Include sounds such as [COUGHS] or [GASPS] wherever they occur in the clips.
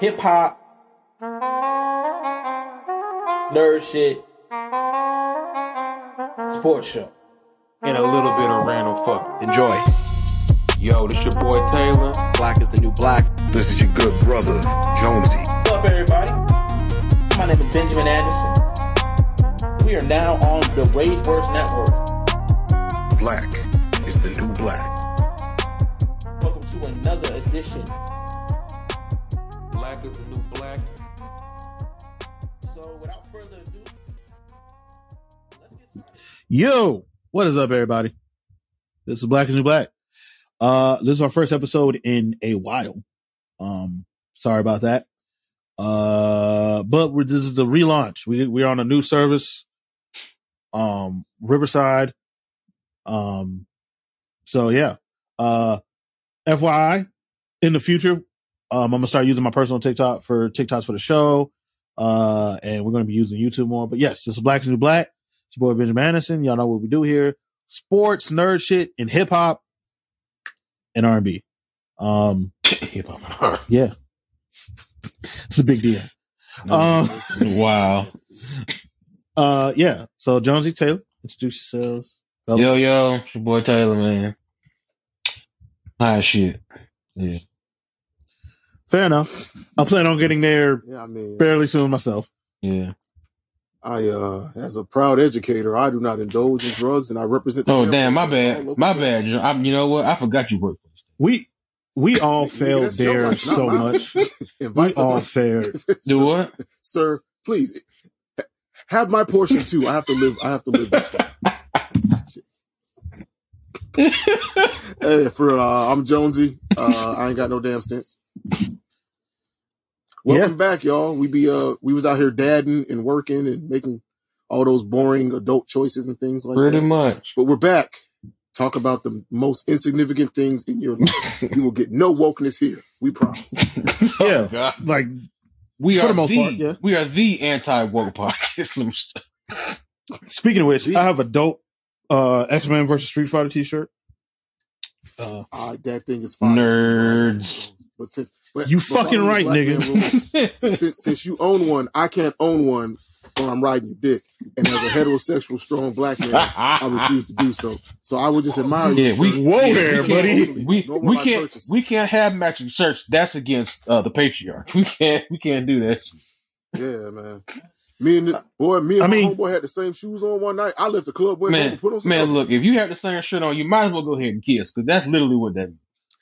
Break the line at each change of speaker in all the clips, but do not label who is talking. hip hop, nerd shit, sports show.
and a little bit of random fuck.
Enjoy.
Yo, this your boy Taylor.
Black is the new black.
This is your good brother, Jonesy.
What's up, everybody? My name is Benjamin Anderson. We are now on the Rageverse Network.
Black is the new black.
Welcome to another edition.
Black is the new black.
So, without further ado, let's get started.
Yo, what is up, everybody? This is Black is New Black. Uh, this is our first episode in a while. Um, sorry about that. Uh, but we're, this is the relaunch. We we're on a new service, um, Riverside. Um, so yeah. Uh, FYI, in the future, um, I'm gonna start using my personal TikTok for TikToks for the show. Uh, and we're gonna be using YouTube more. But yes, this is Black is New Black. It's your boy Benjamin Anderson. Y'all know what we do here: sports, nerd shit, and hip hop and R and B.
[LAUGHS]
Um, yeah, it's a big deal. Um,
[LAUGHS] Wow.
uh, yeah. So Jonesy Taylor, introduce yourselves. Oh.
Yo, yo, it's your boy Taylor, man. High shit. Yeah.
Fair enough. I plan on getting there
Yeah, I mean,
fairly soon myself.
Yeah.
I uh, as a proud educator, I do not indulge in drugs, and I represent. the
Oh,
fair
damn, my
market of all
bad.
local
My bad.
talent.
John. I, you know what? I forgot you worked.
We we
[LAUGHS]
all
Nigga,
failed
that's your
there
life, not
so
mine.
much.
and
We
[LAUGHS] vice
all
versa.
failed.
Oh,
[LAUGHS]
Do
Sir-
what?
sir? Please ha- have my portion too. I have to live. I have to live. That far. hey, for uh, I'm Jonesy. Uh, I ain't got no damn sense. Welcome
Yeah.
back, y'all. We be uh, we was out here dadding and working and making all those boring adult choices and things like
Pretty
that.
much.
But we're back. Talk about the most insignificant things in your life. you will get no wokeness here. We promise.
Yeah.
God.
Like
We
oh. For
are
the most
the
part, yeah.
we are the anti woke podcast. [LAUGHS] Let me stop.
speaking of which, I have a dope uh, X Men versus Street Fighter T-shirt. Uh,
Uh, that thing is fine.
Nerds.
But since but-
You
but
fucking
following
right,
Black
nigga.
Man rules, since, since you own one, I can't own one, or I'm riding your dick. And as a heterosexual, strong black man, I
[LAUGHS]
refuse to do so. So I would just admire you.
Yeah, we,
sir.
Whoa
yeah,
there,
we can't-
buddy.
We,
Nor will
we
I
can't
purchase.
we can't have matching shirts. That's against uh, the patriarch. [LAUGHS] We can't we can't do that.
Yeah, man. Me and the, boy, me and
I
my
mean-
homeboy had the same shoes on one night. I left the club, went home,
Man,
and put on some.
man, look, if you have the same shirt on, you might as well go ahead and kiss, because that's literally what that means.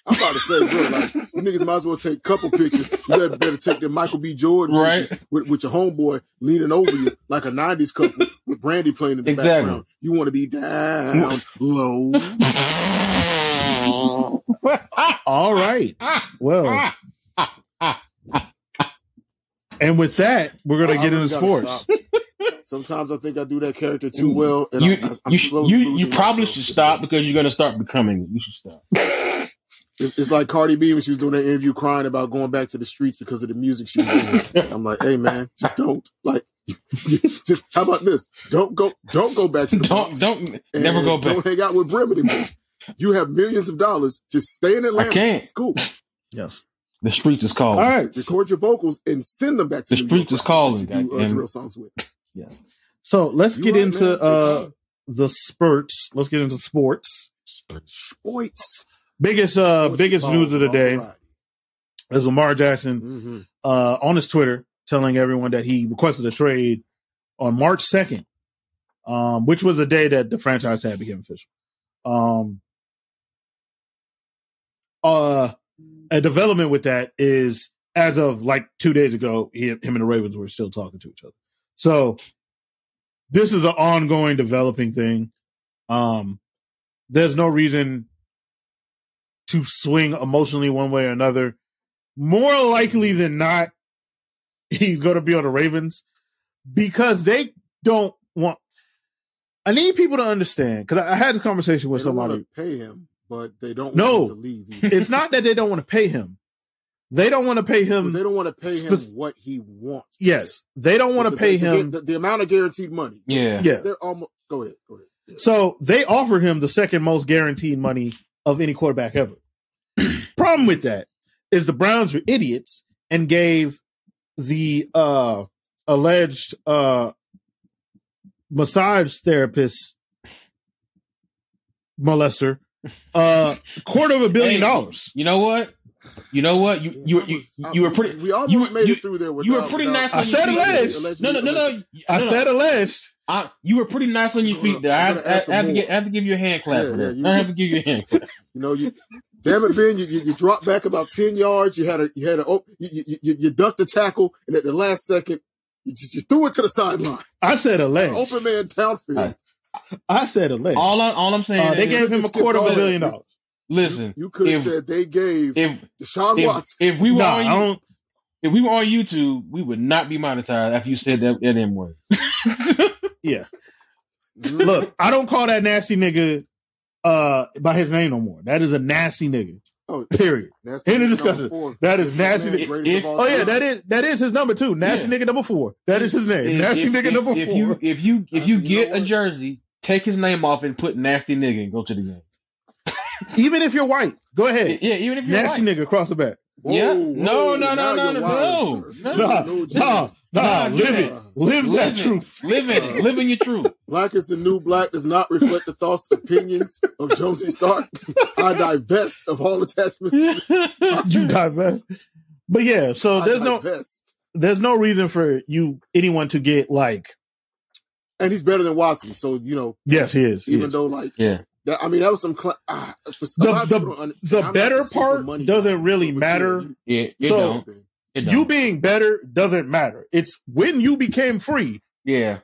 I'm about to say, bro, like you niggas might as well take a couple pictures. You better, better take the Michael B. Jordan
Right.
pictures with, with your homeboy leaning over you like a '90s couple with Brandy playing in the
Exactly.
background. You want to be down
[LAUGHS]
low. Oh,
all right. Well. And with that, we're gonna
I
get
really
into
gotta
sports.
stop. Sometimes I think I do that character too well, and
you,
I, I, I'm
you,
slowly
you, you
losing
probably
myself.
should stop because you're going to start becoming it. You should stop.
It's, it's like Cardi B when she was doing that interview, crying about going back to the streets because of the music she was
[LAUGHS]
doing. I'm like, hey man, just don't like. [LAUGHS] Just how about this? Don't go, don't go back to the [LAUGHS]
Don't,
Bronx.
don't,
and
never go back.
Don't hang out with Brim anymore. You have millions of dollars. Just stay in Atlanta.
can't.
It's cool.
Yes.
The streets is
All
calling.
right.
Record your vocals and send them back to
The
New
streets
York
is calling,
that you do, uh,
goddamn.
drill songs with.
Yes. So let's
You
get
right,
into
man. They
uh
calling.
the spurts. Let's get into sports.
Sports.
Biggest uh
Sports
biggest
balls
news of the
all
day
right.
is Lamar Jackson
Mhm.
uh on his Twitter telling everyone that he requested a trade on March 2nd, um, which was the day that the franchise had become official. Um uh a development with that is as of like two days ago, he, him and the Ravens were still talking to each other. So this is an ongoing developing thing. Um, there's no reason to swing emotionally one way or another. More likely than not, [LAUGHS] he's going to be on the Ravens because they don't want. I need people to understand because I, I had this conversation with
They don't
somebody
want to pay him, but they don't
No.
want him to
[LAUGHS]
leave. Either.
it's not that they don't want to pay him. They don't want to pay
But they
him.
don't want to pay him
Um, spec-
what he wants.
Yes, they don't want
The-
to pay
the- the-
him.
the, the amount of guaranteed money.
Yeah.
Yeah.
They're almost. Go ahead. Go ahead.
So they offered him the second most guaranteed money of any quarterback ever. Problem with that is the Browns are idiots and gave the uh alleged uh massage therapist molester uh quarter of a billion
Hey.
dollars.
You know what? You know what? You you you, you were pretty.
We almost
you were-
made
you-
it through there. Without,
You were pretty nice.
I
without-
on your
said
feet.
alleged.
No, no, no, no.
I
no, no.
said alleged.
I, you were pretty nice on your
Hold
feet.
up.
There, I,
I'm
I,
gonna
I,
add some
have to
more.
get, I have to give you a hand clap for
Yeah, yeah,
that.
you-
I have to give you a hand.
[LAUGHS]
Clap.
You know, you damn it, Ben, you, you you dropped back about ten yards. You had a you had a oh, you, you you you ducked a tackle, and at the last second, you just you threw it to the sideline.
I said alleged.
Open man downfield.
Right.
I said alleged.
all I, all I'm saying
Uh, they
is,
gave him a
Just
quarter of a
skip
billion
all
dollars.
listen.
You could have
If-
said they gave
If
Deshaun
if,
Watson.
if we were
Nah,
on
I
you, [LAUGHS]
don't.
if we were on YouTube, we would not be monetized after you said that that M word.
Mhm.
[LAUGHS] Look, I don't call that nasty nigga uh by his name no more. That is a nasty nigga.
[LAUGHS] Oh,
period.
that's
End of
number
discussion.
four.
That is nasty.
Man,
nigga.
greatest of
If-
all
Oh yeah,
time.
that is that is his number two. Nasty
Yeah.
nigga number four. That is his name.
If-
nasty
if-
nigga
if-
number
if
four.
you if you if
Honestly,
you
you
get
know
a
what?
jersey, take his name off and put nasty nigga and go to the game.
Even if you're white, go ahead.
Yeah, even if you're
nasty
white.
nigga across the back.
Yeah. No, no, no,
now
no,
you're
no,
wild,
no.
sir.
Nah,
No, Jimmy.
nah, nah.
Nah,
Live
yeah.
it. Live that
Live it.
truth. [LAUGHS]
Live it. Live in your truth.
Black is the new black does not reflect the thoughts, opinions of Jonesy Stark.
[LAUGHS]
I divest of all attachments. To
You divest. But yeah, so
I
there's no
divest.
there's no reason for you anyone to get like
and he's better than Watson. So you know,
yes, he is. he
even
is.
though like
[LAUGHS] Yeah.
that, I mean, that was some. Cl- ah, for, a
The-
lot of
the-
people don't under-
the
I'm not
better
super
part
money
doesn't
guy,
really
but, yeah,
matter.
you-
Yeah, it
So-
don't. It don't.
you being better doesn't matter. It's when you became free
yeah.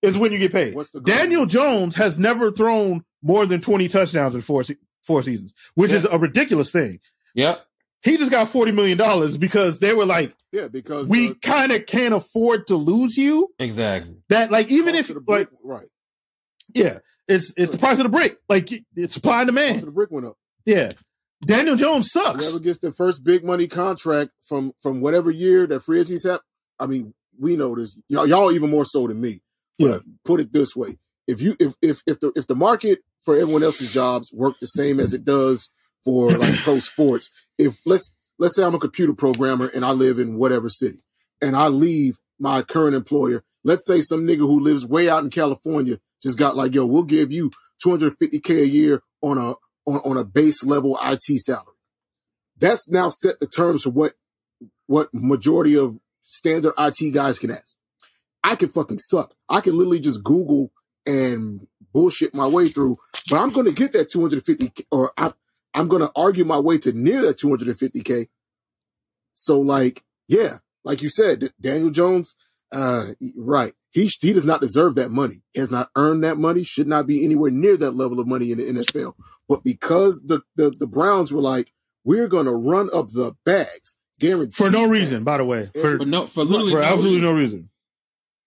is when you get paid.
What's the goal?
Daniel Jones has never thrown more than 20 touchdowns in four, se- four seasons, which
Yeah.
is a ridiculous thing.
Yep.
He just got $40 million because they were like,
yeah, because uh,
we
the-
kind of can't afford to lose you.
Exactly.
That like, even if
cost of the brick-
like,
right,
yeah, it's, it's the price of the brick. Like it's supply and
cost of
demand.
the brick went up.
Yeah. Daniel Jones sucks.
Whoever gets their first big money contract from from whatever year that free agents have, I mean, we know this. Y'all, y'all even more so than me. But
Yeah.
Put it this way: if you if if if the if the market for everyone else's jobs worked the same as it does for like pro sports, if let's let's say I'm a computer programmer and I live in whatever city, and I leave my current employer, let's say some nigga who lives way out in California just got like, yo, we'll give you 250k a year on a on, on a base level IT salary that's now set the terms for what what majority of standard IT guys can ask. I can fucking suck. I can literally just Google and bullshit my way through, but I'm going to get that 250 or I, I'm going to argue my way to near that 250k. So like, yeah, like you said, D- Daniel Jones, uh, right. He, sh- he does not deserve that money. He has not earned that money, should not be anywhere near that level of money in the NFL. But because the, the, the Browns were like, we're going to run up the bags, guaranteed.
For no
that.
reason, by the way, for,
For no, for literally
for
no
absolutely
reason.
no reason.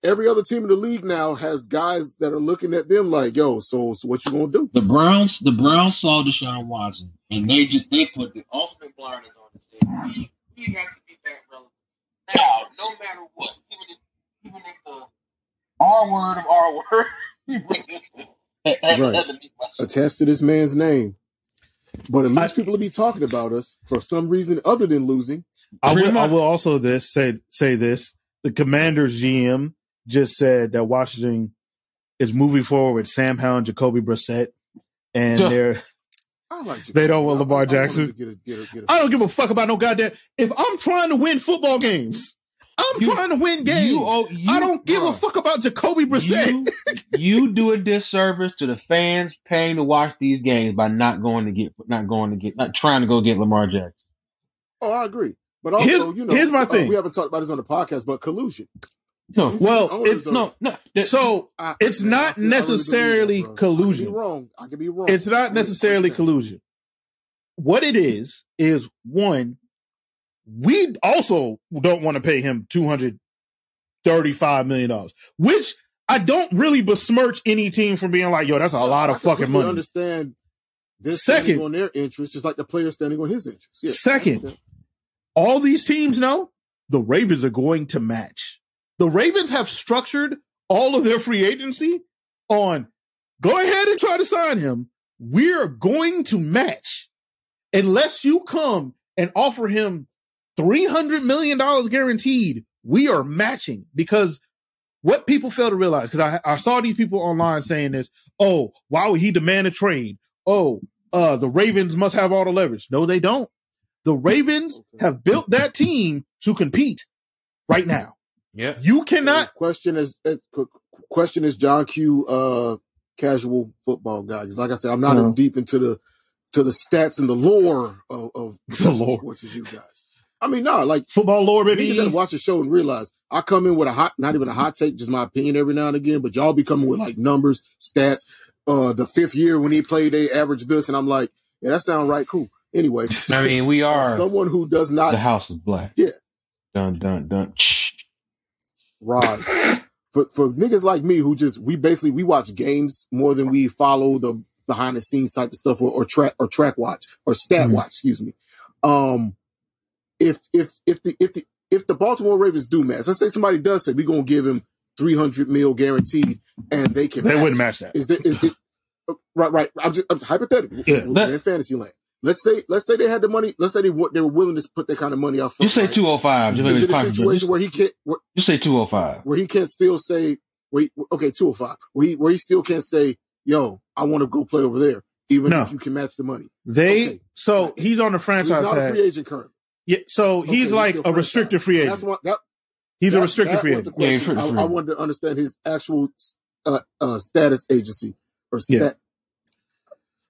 every other team in the league now has guys that are looking at them like, yo, so, so what you gonna do?
The Browns, the Browns saw Deshaun Watson, and they just they put the ultimate blinders on and said, "We we have to be back relevant now, no matter what, even if even if the R word of R word." [LAUGHS] had- had-
Right.
had to be my-
Attached to this man's name. But at least people will be talking about us for some reason other than losing.
I
Pretty
will, I
much.
will also this say say this. The Commanders GM just said that Washington is moving forward with Sam Howell and Jacoby Brissett, and
Duh.
they're
I like Jacoby.
They don't want
I-
Lamar
I- I wanted
Jackson.
to get a- get a- get a-
I don't give a fuck about no goddamn. If I'm trying to win football games, I'm
You-
trying to win games.
You owe- you-
I don't give a
bruh,
fuck about Jacoby Brissett.
You, you do a disservice to the fans paying to watch these games by not going to get, not going to get, not trying to go get Lamar Jackson.
oh, I agree. But also,
Here's-
you know,
here's my
uh,
thing.
we haven't talked about this on the podcast, but collusion.
No,
well,
Owners
it,
are-
no, no. that-
so
I-
it's
man, I
not
feel- I really believe that,
necessarily
bro. I could
collusion.
be wrong. I could be wrong.
It's
I
not
really
necessarily
think that.
collusion. What it is is one. We also don't want to pay him two hundred thirty-five million dollars, which I don't really besmirch any team for being like, "Yo, that's a lot
I
of fucking
completely
money."
Understand this
Second-
standing on their interest, just like the player standing on his interest. Yeah, I get
Second,
that.
All these teams know the Ravens are going to match. The Ravens have structured all of their free agency on go ahead and try to sign him. We're going to match unless you come and offer him $300 million guaranteed. We are matching because what people fail to realize, because I, I saw these people online saying this, oh, why would he demand a trade? Oh, uh, the Ravens must have all the leverage. No, they don't. The Ravens have built that team to compete right now.
Yeah.
You cannot.
question is uh, qu- question is John Q uh casual football guy. 'Cause like I said, I'm not as deep into the to the stats and the lore of, of [LAUGHS]
The lore.
sports as you guys. I mean, nah, like
Football lore,
niggas that
baby.
watch the show and realize I come in with a hot, not even a hot take, just my opinion every now and again. But y'all be coming with like numbers, stats. Uh, the fifth year when he played, they averaged this, and I'm like, yeah, that sound right, cool. Anyway,
I mean, we
as
are
someone who does not
the house is black.
Yeah.
Dun dun dun.
rise. For for niggas like me who just we basically we watch games more than we follow the behind the scenes type of stuff or, or track or track watch or stat
Mhm.
watch, excuse me. Um if if if the if the if the Baltimore Ravens do match, let's say somebody does say we're gonna give him three hundred mil guaranteed and they can
They
match.
wouldn't match that.
Is there is it oh, right? Right. I'm just I'm hypothetical.
Yeah.
We're in fantasy land. Let's say let's say they had the money. Let's say they wa- they were willing to put that kind of money out. Front,
You say
right?
two oh five.
Is it a situation
You
where he can't where,
say two oh five.
where he can't still say where he, okay two hundred five where he where he still can't say yo I want to go play over there even
No.
if you can match the money.
They
Okay.
so he's on the
So he's
franchise
not a
tag.
free agent currently.
Yeah, so
Okay,
he's like
still
a
franchise.
restricted free
That's
agent.
what that,
He's
that-
a restricted
that
free
was the
agent.
Yeah, he's
question.
restricted
I,
free
I
agent.
wanted to understand his actual uh, uh, status agency or stat.
Yeah.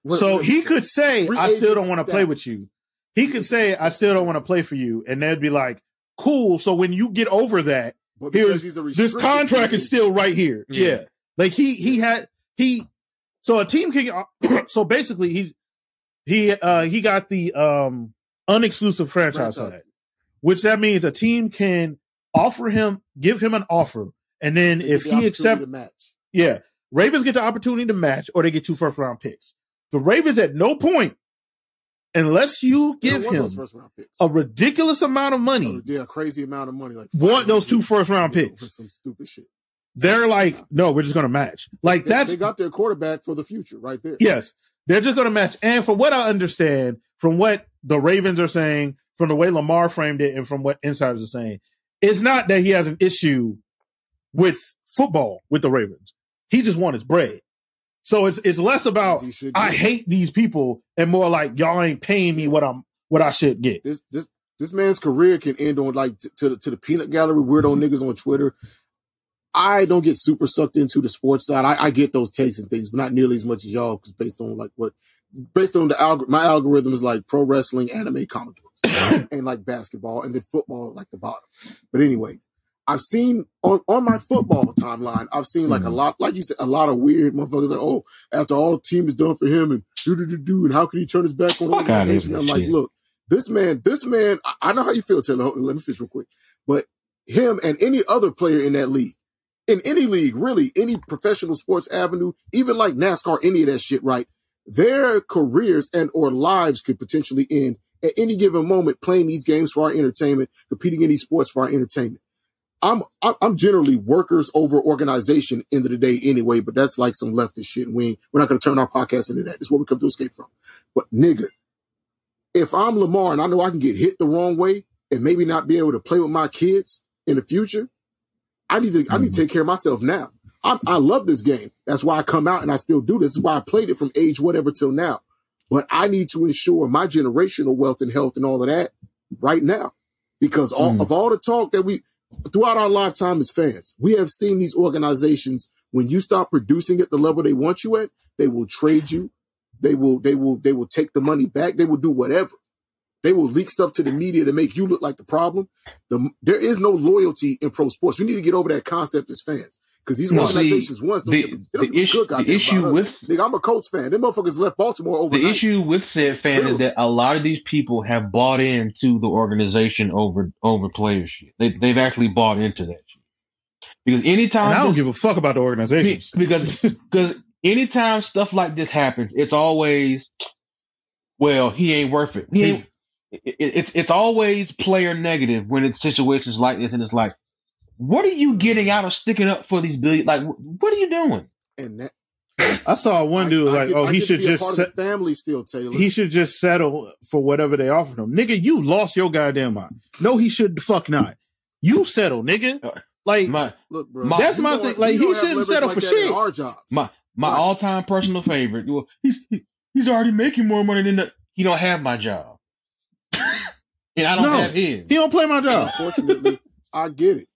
What-
so
what-
he could say,
Free
"I still
agent
don't want to play
status.
with you." He could say, "I still don't want to play for you," and they'd be like, "Cool." So when you get over that,
But
Here's-
because he's a
this
restricted
contract
free
is
agent,
still right here. Yeah.
Yeah.
Like he he had he so a team can [COUGHS] so basically he he uh he got the um unexclusive franchise
Franchise.
tag, which that means a team can offer him give him an offer and then
they get
if
the
he
opportunity
accepts
to match.
yeah. Ravens get the opportunity to match or they get two first round picks. The Ravens at no point, unless you
They
give
don't want
him
those first round picks.
a ridiculous amount of
Oh,
money,
yeah, crazy amount of money. Like
want those two first round
for
picks.
some stupid shit.
They're like, no, we're just going to match. Like
They,
that's,
they got their quarterback for the future right there.
yes, they're just going to match. And from what I understand, from what the Ravens are saying, from the way Lamar framed it and from what insiders are saying, it's not that he has an issue with football with the Ravens. He just wants his bread. So it's, it's less about,
As he should
oh, I
do.
hate these people and more like y'all ain't paying me what I'm what I should get.
this. This this man's career can end on like t- to the to the peanut gallery weirdo
Mm-hmm.
niggas on Twitter. I don't get super sucked into the sports side. I, I get those takes and things, but not nearly as much as y'all because based on like what based on the algor my algorithm is like pro wrestling, anime, comic
[LAUGHS]
books, and like basketball, and then football at, like the bottom. But anyway, I've seen on on my football timeline, I've seen
Hmm.
like a lot, like you said, a lot of weird motherfuckers. Like, oh, after all the team is done for him, and do do do do, and how can he turn his back on the
Fuck outta here
organization?
with
I'm
that
like,
shit.
look, this man, this man, I, I know how you feel, Taylor. Hold- Let me finish real quick. But him and any other player in that league, in any league, really, any professional sports avenue, even like NASCAR, any of that shit, right? their careers and or lives could potentially end at any given moment playing these games for our entertainment, competing in these sports for our entertainment. I'm I'm I'm generally workers over organization end of the day anyway, but that's like some leftist shit. and We ain't- we're not gonna turn our podcast into that. It's what we come to escape from. But nigga, if I'm Lamar and I know I can get hit the wrong way and maybe not be able to play with my kids in the future, I need to I need to take care of myself now. I, I love this game. That's why I come out and I still do this. This is why I played it from age whatever till now. But I need to ensure my generational wealth and health and all of that right now. Because all
Mm.
Mhm.
of all the talk that we throughout our lifetime as fans, we have seen these organizations when you stop producing at the level they want you at, they will trade you. They will they will they will take the money back. They will do whatever. They will leak stuff to the media to make you look like the problem. The, there is no loyalty in pro sports. We need to get over that concept as fans because these
No, see,
organizations once don't
the-
give a- they
the
don't give a
issue-
good
the
goddamn
issue
about us.
with-
nigga, I'm a Colts fan. Them motherfuckers left Baltimore overnight.
The issue with said fan is that a lot of these people have bought into the organization over over player shit. They they've actually bought into that shit. Because anytime
And I don't
this-
give a fuck about the
Be-
organizations. [LAUGHS]
because because anytime stuff like this happens, it's always well he ain't worth it. He ain't, it, it- it's it's always player negative when it's situations like this, and it's like, what are you getting out of sticking up for these billion? Like, wh- what are you doing?
and that
I saw one dude
I- I
like,
get-
oh,
I
he
get to
should
be a
just
part
se-
of the family still Taylor.
he should just settle for whatever they offered him. Nigga, you lost your goddamn mind. No, he should the fuck not. You settle, nigga. Like
My
Look, bro,
My-
That's
you
my
don't-
thing. Like,
you
he
don't have
shouldn't
leverage
settle
like
for
that at
shit.
Our jobs.
my my
Right.
all time personal favorite. Well, he's he- he's already making more money than the, he don't have my job, [LAUGHS] and I don't
No.
have his.
he don't play my job.
Unfortunately, I get it.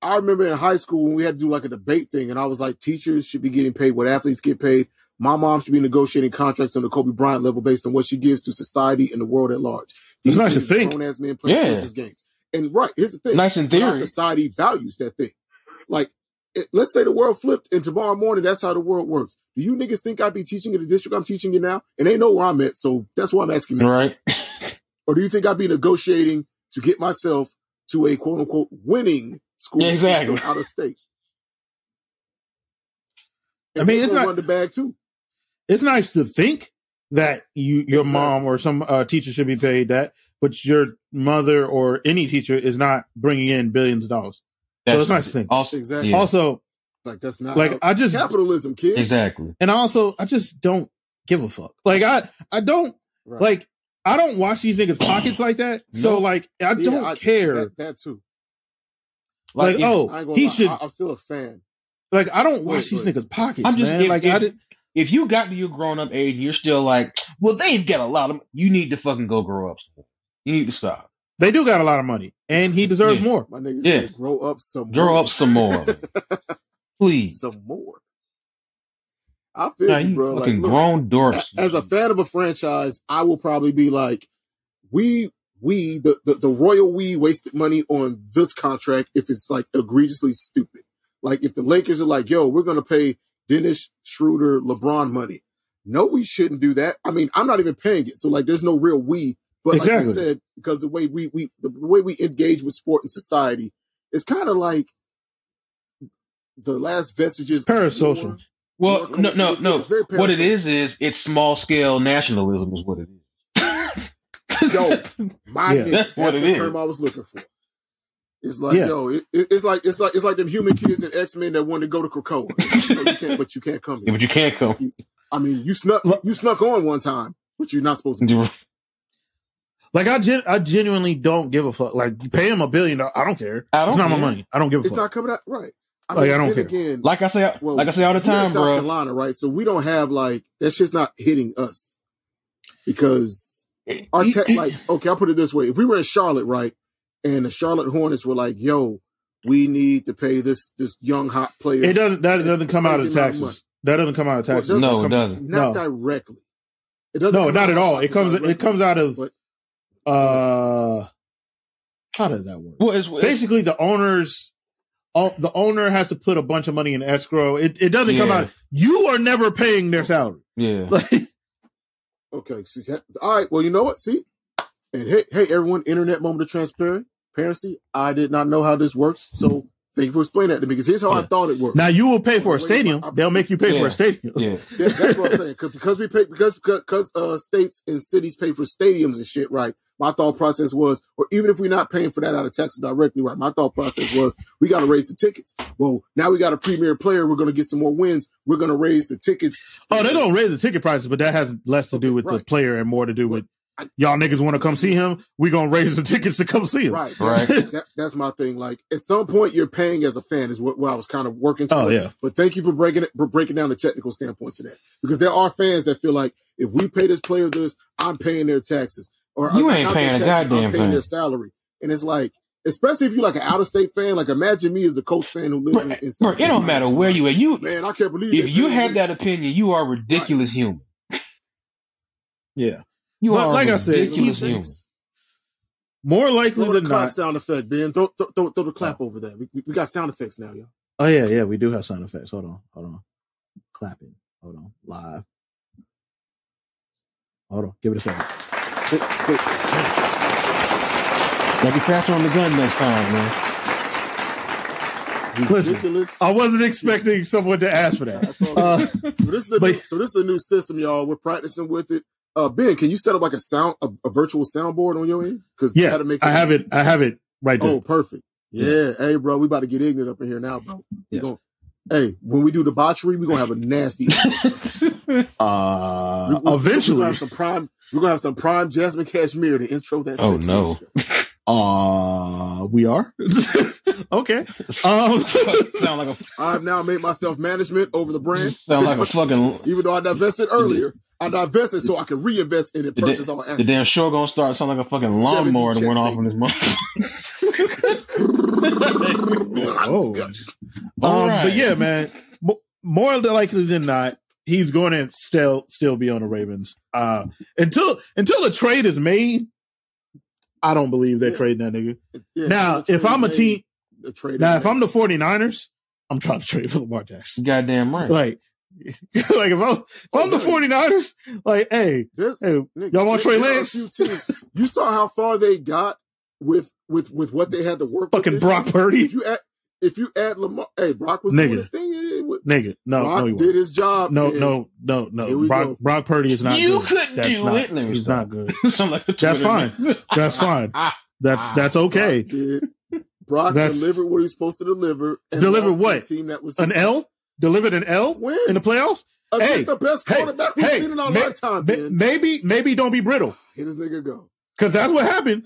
I remember in high school when we had to do like a debate thing, and I was like, teachers should be getting paid what athletes get paid. My mom should be negotiating contracts on the Kobe Bryant level based on what she gives to society and the world at large.
It's nice to
kids
think.
Grown ass men playing
Yeah.
children's games. And right, here's the thing.
Nice in
But our
theory.
society values that thing. Like, it- let's say the world flipped and tomorrow morning, that's how the world works. Do you niggas think I'd be teaching in the district I'm teaching in now? And they know where I'm at, so that's why I'm asking you.
Right.
Or do you think I'd be negotiating to get myself to a quote unquote winning school
Yeah, exactly.
system out of state?
I mean,
they
it's
gonna
not-
run the bag too.
It's nice to think that you, your
Exactly.
mom or some uh, teacher should be paid that, but your mother or any teacher is not bringing in billions of dollars. So it's nice to think.
Also,
Exactly.
Yeah.
Also,
Like that's not
like
how-
I just
capitalism, kids.
exactly.
and also I just don't give a fuck. Like I I don't
Right.
like I don't watch these niggas pockets like that. So
No.
like I
Yeah,
don't
I-
care.
That, that too.
like,
if-
I ain't
oh
gonna
he
lie.
should
I, am still a fan.
like I don't watch
Wait,
these
wait.
niggas pockets,
I'm just
man.
if,
like
if,
I did
if you got to your grown up age, and you're still like, well, they've got a lot of. You need to fucking go grow up. You need to stop.
they do got a lot of money and he deserves
Yeah.
more.
My niggas
Yeah.
said, grow up some
Grow up some more,
[LAUGHS]
please.
some more. I feel
Nah,
you,
you
bro. Like,
fucking
look,
grown dorks.
a- as a fan of a franchise, I will probably be like, we, we, the, the, the royal we wasted money on this contract if it's like egregiously stupid. Like if the Lakers are like, yo, we're going to pay Dennis Schroeder, LeBron money. No, we shouldn't do that. I mean, I'm not even paying it. So like, there's no real we, but like you
Exactly.
said, because the way we, we, the way we engage with sport and society is kind of like the last vestiges. of
Parasocial.
war.
Well, no,
More culture.
no,
It's-
no.
it's very
What it
parasocial.
is is it's small scale nationalism is what it is. [LAUGHS]
Yo, My
Yeah.
That's
nigga. That's,
what
the
it is.
term I was looking for. It's like,
Yeah.
yo, it, it- it's like it's like it's like them human kids in X Men that wanted to go to Krakoa, It's like, no, you can't, but you can't come
Yeah,
here.
but you can't come. [LAUGHS]
I mean, you snuck you snuck on one time, but you're not supposed to. Be.
Like I gen- I genuinely don't give a fuck. Like you pay him a billion dollars. I don't care.
I don't
it's not
care.
my money. I don't give a
It's
fuck.
not coming out right. I
Like, I don't
then
care.
Again,
Like I say,
Well,
like I say all the
we're in
time,
South
bro.
Carolina, right? So we don't have like that shit's not hitting us because our
E,
It-
tech,
it-
like, okay, I'll put it this way: if we were in Charlotte, right, and the Charlotte Hornets were like, "Yo, we need to pay this this young hot player,"
it doesn't that
It's
doesn't come out of
crazy amount of
taxes. That doesn't come out of
Well,
taxes.
doesn't
No, it
come-
doesn't.
no.
not directly. It doesn't.
No,
come
not
out
at
of
all.
our
It comes
directly.
it comes out of
But-
uh how did that work?
Well, it's, it's,
basically the owners o- the owner has to put a bunch of money in escrow it, it doesn't come
Yeah.
out you are never paying their salary
yeah,
like [LAUGHS]
Okay. See, ha- all right. Well, you know what? See, and hey, hey, everyone. Internet moment of transparent transparency. I did not know how this works, so thank you for explaining that to me. Because here's how I
Yeah.
thought it worked.
now you will pay for a
Wait,
stadium
I'm-
they'll make you pay for
Yeah.
a stadium
yeah.
That- that's what I'm saying. Because because we pay because because uh states and cities pay for stadiums and shit, right? My thought process was, or even if we're not paying for that out of taxes directly, right? My thought process was, we got to raise the tickets. Well, now we got a premier player. We're going to get some more wins. We're going to raise the tickets.
oh they don't raise the ticket prices but that has less to do with the
right.
player and more to do with y'all niggas want to come see him we gonna raise the [LAUGHS] tickets to come see him
Right.
Right.
[LAUGHS] That, that's my thing. Like at some point, you're paying as a fan is what, what I was kind of working.
Oh,
toward.
yeah.
But thank you for breaking it, for breaking down the technical standpoint to that because there are fans that feel like if we pay this player this, I'm paying their taxes or
You
I'm
ain't
not
paying a
their taxes,
goddamn
I'm paying
thing.
their salary, and it's like. Especially if you're like an out-of-state fan, like imagine me as a coach fan who
Bro,
lives in, in
bro, it don't matter where you at. You,
Man, I can't believe
if
they
you
paid
have
this.
that opinion, you are a ridiculous human.
yeah
You
But
are
like
a
I said,
ridiculous
Throw
human.
more likely
the
than
clap
not
sound effect, Ben. Throw, throw, throw, throw the clap over there. We, we- we got sound effects now, yo.
oh yeah yeah we do have sound effects hold on hold on clapping hold on live hold on give it a second
Click, click.
Now be faster on the gun next time, man.
Listen,
Ridiculous.
I wasn't expecting someone to ask for
[LAUGHS]
that.
That's all good.
[LAUGHS] Uh,
so this is a
But-
new, so this is a new system, y'all. We're practicing with it. Uh, Ben, can you set up like a sound, a, a virtual soundboard on your end? Because
yeah, I have it. I have it right there.
Oh, perfect. Yeah. Hey, bro, we about to get ignorant up in here now, bro. We
Yes.
gon- Hey, when we do debauchery, we're gonna have a nasty.
Uh,
we- we- we're gonna
eventually.
have some prime. We're gonna have some prime Jasmine Cashmere to intro that.
Oh,
section.
no.
[LAUGHS] Uh, we are. [LAUGHS] okay.
[LAUGHS]
Um,
sound like a
I've now made myself management over the brand.
sound
[LAUGHS]
like a fucking
Even though I divested earlier, I divested so I can reinvest in it,
The da-
purchase all
the
assets.
damn show gonna start sound like a fucking lawnmower that
Seventy
went
chest
off on his mom.
oh. Um, But
Alright.
yeah, man, mo- more likely than not, he's going to still still be on the Ravens. Uh, until until a trade is made, I don't believe they're
Yeah.
trading that nigga.
Yeah,
now,
the
if I'm a
trade
team,
made, the trade
now
is
if
made.
I'm the 49ers, I'm trying to trade for Lamar Jackson.
Goddamn right.
Like, [LAUGHS] like if I'm if I'm the
yeah.
49ers, like, hey,
There's-
hey,
Nigga,
Y'all want
there-
Trey
there are a
Lance?
few teams- You saw how far they got with with with what they had to work. with
fucking
this
Brock
year.
Purdy,
If you add if you add Lamar, hey Brock was
Nigga.
doing his thing. yeah, yeah, what-
nigga. No,
Brock
no, he
did
won't.
his job.
No,
man.
no, no,
Here
no.
we go.
Brock, Brock Purdy is not
you
good.
couldn't
That's
do
not-
it. Let me
He's
stop.
not good.
[LAUGHS] Sound like a
That's
Twitter [LAUGHS]
fine.
nigga.
That's fine. That's
Ah,
that's
Brock
okay.
did. Brock
That's-
delivered what he's supposed to deliver. And
Deliver
lost to a
what?
Team that was
ah.
An L delivered an L
win
in the playoffs.
against
Hey,
the best
hey,
quarterback we've
hey,
seen in our
ma-
lifetime.
Ma-
man,
Maybe maybe don't be brittle
here this nigga go.
because that's what happened.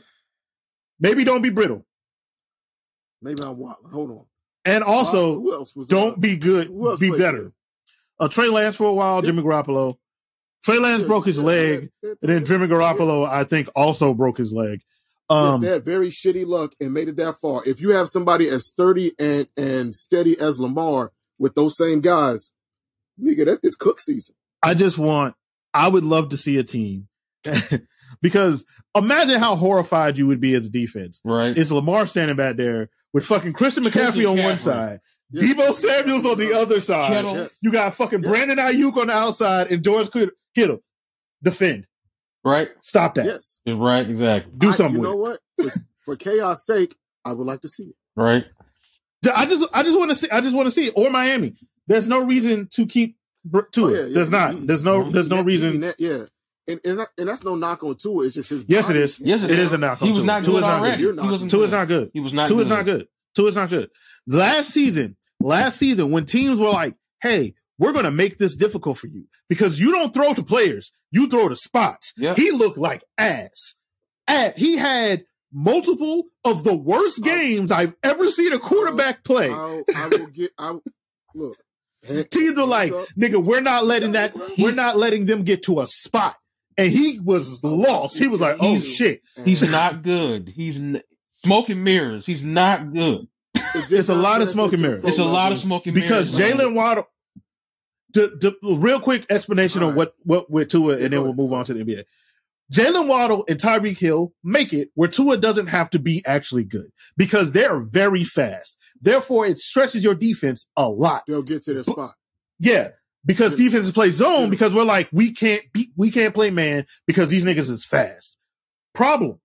Maybe don't be brittle,
Maybe I'm wild. Hold on.
and
Brock-
also
who else was uh,
don't be good.
Who else
Be
played
better. Uh, Trey Lance for a while. Jimmy Garoppolo. Trey Lance broke his leg, and then Jimmy Garoppolo, I think, also broke his leg.
Just
Um,
that very shitty luck and made it that far. If you have somebody as sturdy and and steady as Lamar with those same guys, nigga, that's it's cook season.
I just want. I would love to see a team [LAUGHS] because imagine how horrified you would be as a defense.
Right.
It's Lamar standing back there with fucking Christian McCaffrey
Christian
on one
McCaffrey.
side,
Yeah.
Debo Samuels on the other side.
Kittle.
Yes.
You got fucking
Yeah.
Brandon Ayuk on the outside and George Kid- Kittle. Defend.
Right.
Stop that.
Yes.
Right. Exactly.
Do
I-
something.
You
with
know
it.
what? For, for chaos' sake, I would like to see it.
Right.
I just, I just want to see. I just want to see it. or Miami. There's no reason to keep Br- to
Oh,
it.
yeah, yeah.
There's not.
Mhm.
There's no. There's no
That-
reason.
even that- yeah. And and, that, and that's no knock on Tua. It's just his.
Yes, it
body.
is.
Yes,
It is a knock on
He was
Tua.
not
Tua's
good
not good.
already.
You're
He
not
wasn't
Two is
good.
not good.
He was not.
Two is not good. Two is not good. Last season, last season, when teams were like, "Hey, we're going to make this difficult for you because you don't throw to players, you throw to spots."
Yep.
He looked like ass. At he had multiple of the worst
Oh.
games I've ever seen a quarterback play.
I'll, I will get. I look. hand-
Teams were
hands
like,
up.
"Nigga, we're not letting that. We're not letting them get to a spot." And he was lost. He was like, "Oh
He's-
shit."
And
He's not good. He's n- smoke and mirrors. He's not good.
it did
It's a
not
lot of
translate
smoke and
to
mirrors.
pro
It's a lot of
level.
smoke and
because
mirrors.
Jalen Waddle. The, the real quick explanation of
Alright.
what what with Tua, and
Yeah, go
then we'll
ahead.
move on to the NBA. Jalen Waddle and Tyreek Hill make it where Tua doesn't have to be actually good because they're very fast. Therefore, it stretches your defense a lot.
They'll get to their spot.
Yeah, because
Yeah.
defenses play zone
Yeah.
because we're like we can't beat we can't play man because these niggas is fast. Problem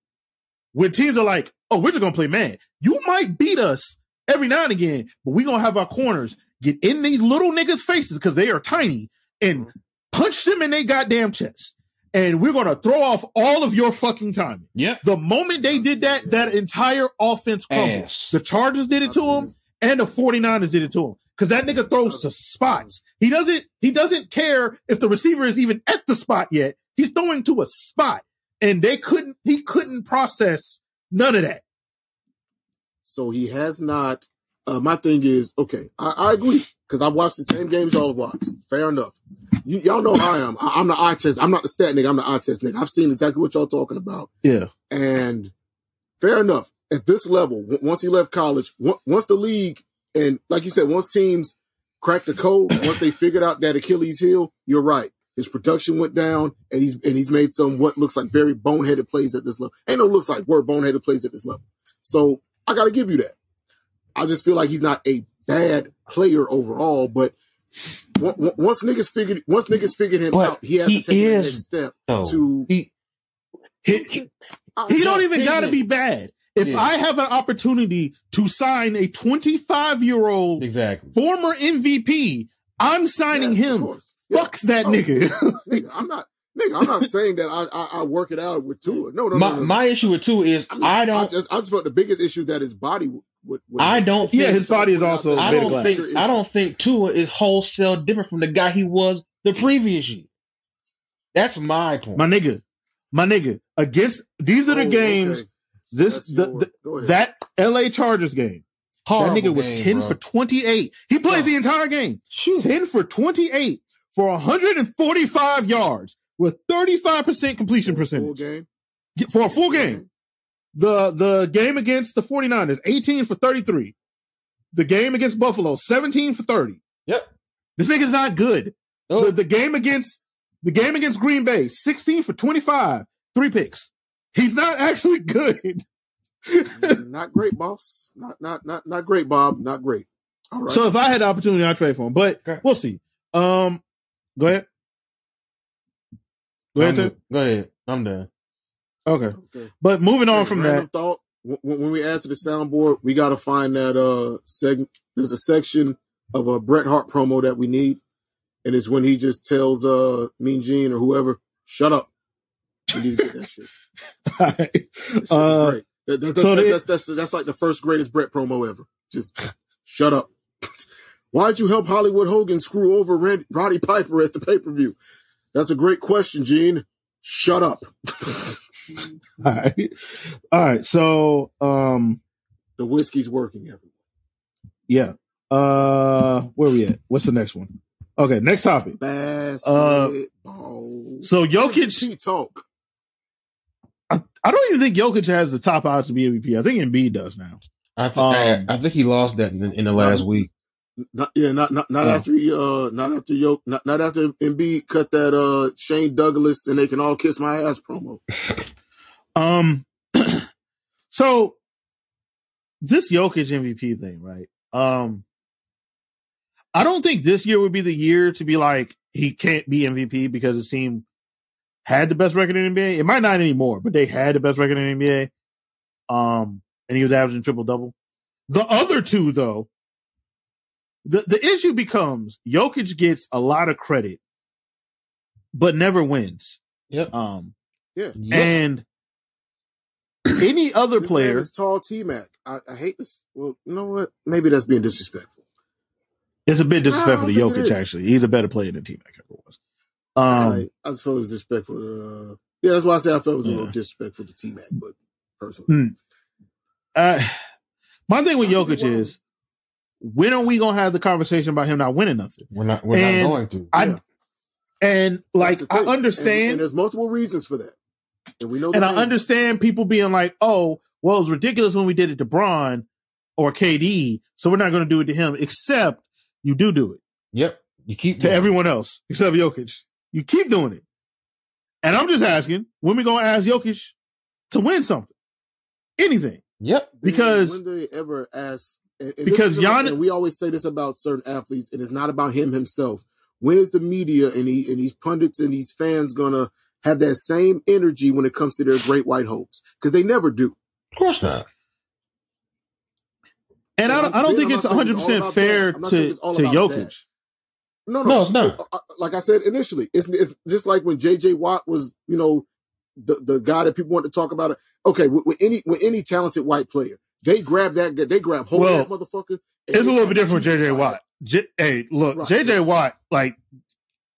when teams are like, oh, we're just gonna play man. You might beat us every now and again, but we gonna have our corners get in these little niggas' faces because they are tiny and punch them in their goddamn chest, and we're gonna throw off all of your fucking timing.
Yep.
The moment they did that, that entire offense crumbled.
Ass.
The Chargers did it to him and the 49ers did it to him because that nigga throws to spots. He doesn't he doesn't care if the receiver is even at the spot yet. He's throwing to a spot, and they couldn't he couldn't process none of that.
So he has not. Uh, my thing is okay. I, I agree because I watched the same games y'all have watched. Fair enough. You, y'all know how I am. I, I'm the eye test. I'm not the stat nigga. I'm the eye test nigga. I've seen exactly what y'all talking about.
Yeah.
And fair enough. At this level, w- once he left college, w- once the league and like you said, once teams cracked the code, once they figured out that Achilles heel, you're right. His production went down, and he's and he's made some what looks like very boneheaded plays at this level. Ain't no looks like word boneheaded plays at this level. So I got to give you that. I just feel like he's not a bad player overall, but on- on- once niggas figured once niggas figured him
But
out, he has
he
to take
is-
the next step
So,
to.
he,
He, he don't even got to be bad. If
Yeah.
I have an opportunity to sign a 25 year old
exactly.
former MVP, I'm signing
Yes, of
him.
course. Yeah,
Fuck that
Oh.
nigga. [LAUGHS]
nigga, I'm not. Nigga, I'm not saying that I, I I work it out with Tua. No, no, no,
My
no, no.
my issue with two is
I, just,
I
I
don't
just I just felt the biggest issue that his body What, what
I don't think
Yeah, his body is also
I
made of
don't
glass.
think I don't think Tua is wholesale different from the guy he was the previous year. That's my point.
My nigga, my nigga, against these are the
Oh,
games
okay.
this-
That's
the-
your-
the-
go ahead.
that LA Chargers game.
Horrible
that nigga was
game,
10
bro.
for 28. He played the entire game.
Shoot.
10 for 28 for 145 yards with 35% completion
Full
percentage
game.
for a Oh, full game. The the game against the 49ers, 18 for 33. The game against Buffalo, 17 for 30.
Yep.
This nigga's not good.
Oh.
The, the game against the game against Green Bay, 16 for 25, three picks. He's not [LAUGHS] actually good.
not great, boss. Not not not not great, Bob. Not great. All right.
So if I had the opportunity, I'd trade for him. But
Okay.
we'll see. Um go ahead. Go
I'm
ahead. Ted.
done. Go ahead. I'm done.
Okay.
okay.
But moving on from
Random
that,
thought. Wh- wh- When we add to the soundboard, we got to find that uh segment. There's a section of a Bret Hart promo that we need, and it's when he just tells uh Mean Gene or whoever, "Shut up." We need to get that shit.
[LAUGHS]
That shit was
Uh,
great. That- that- that-
so
that-
they-
that's, that's, that's like the first greatest Brett promo ever. Just shut up. [LAUGHS] Why'd you help Hollywood Hogan screw over Rand, Roddy Piper at the pay per view? That's a great question, Gene. Shut up.
all right. All right. So, um,
The whiskey's working, everyone.
yeah. Uh, where we at? What's the next one? Okay. Next
Uh,
topic.
Basketball.
So Jokic,
She talk.
I don't even think Jokic has the top odds to be MVP. I think Embiid does now.
I, th-
Um,
I, I think he lost that in, in the last week.
Not, yeah, not not not
Yeah.
after he, uh not after yo not, not after Embiid cut that uh Shane Douglas and they can all kiss my ass promo.
Um, [CLEARS THROAT] so this Jokic MVP thing, right? Um, I don't think this year would be the year to be like he can't be MVP because his team had the best record in the NBA. It might not anymore, but they had the best record in the NBA. Um, and he was averaging triple double. The other two, though, the the issue becomes Jokic gets a lot of credit, but never wins.
Yep.
Um,
Yep.
and any other
This
player,
man is tall T Mac. I, I hate this. Well, you know what? Maybe that's being disrespectful.
it's a bit disrespectful to
I don't
Jokic.
think it is.
Actually, he's a better player than T Mac ever was. Um,
I, I just felt it was disrespectful. Uh, yeah, that's why I said I felt it was a little
Yeah.
disrespectful to T Mac, but personally,
Hmm. uh, my thing with Jokic is, when are we gonna have the conversation about him not winning nothing?
We're not. We're
and
not going to.
I
Yeah.
and like
That's the
I
thing. and, and
understand, and,
there's multiple reasons for that, and we know. the
I
reasons.
understand people being like, "Oh, well, it was ridiculous when we did it to Braun or KD, so we're not gonna do it to him." Except you do do it.
Yep. You keep.
to everyone else except Jokic. You keep doing it. And I'm just asking, when we gonna ask Jokic to win something? Anything.
[LAUGHS] Yep.
because-
when do they ever ask? And, and
Because
this is another
Giannis-
thing, we always say this about certain athletes, and it's not about him himself. When is the media and he and these pundits and these fans gonna have that same energy when it comes to their great white hopes? Because they never do.
Of course not.
And I don't, I don't think it's 100 percent fair to to Jokic.
No, no,
No, it's not.
I- I- like I said initially, it's, it's just like when JJ Watt was, you know, the, the guy that people want to talk about. Okay, with, with any with any talented white player, they grab that guy- they grab hold
Well,
of that motherfucker. and
It's a
they
little bit
talk
different with
Jesus
JJ
Christ.
Watt. J- hey, look,
Right.
JJ Watt, like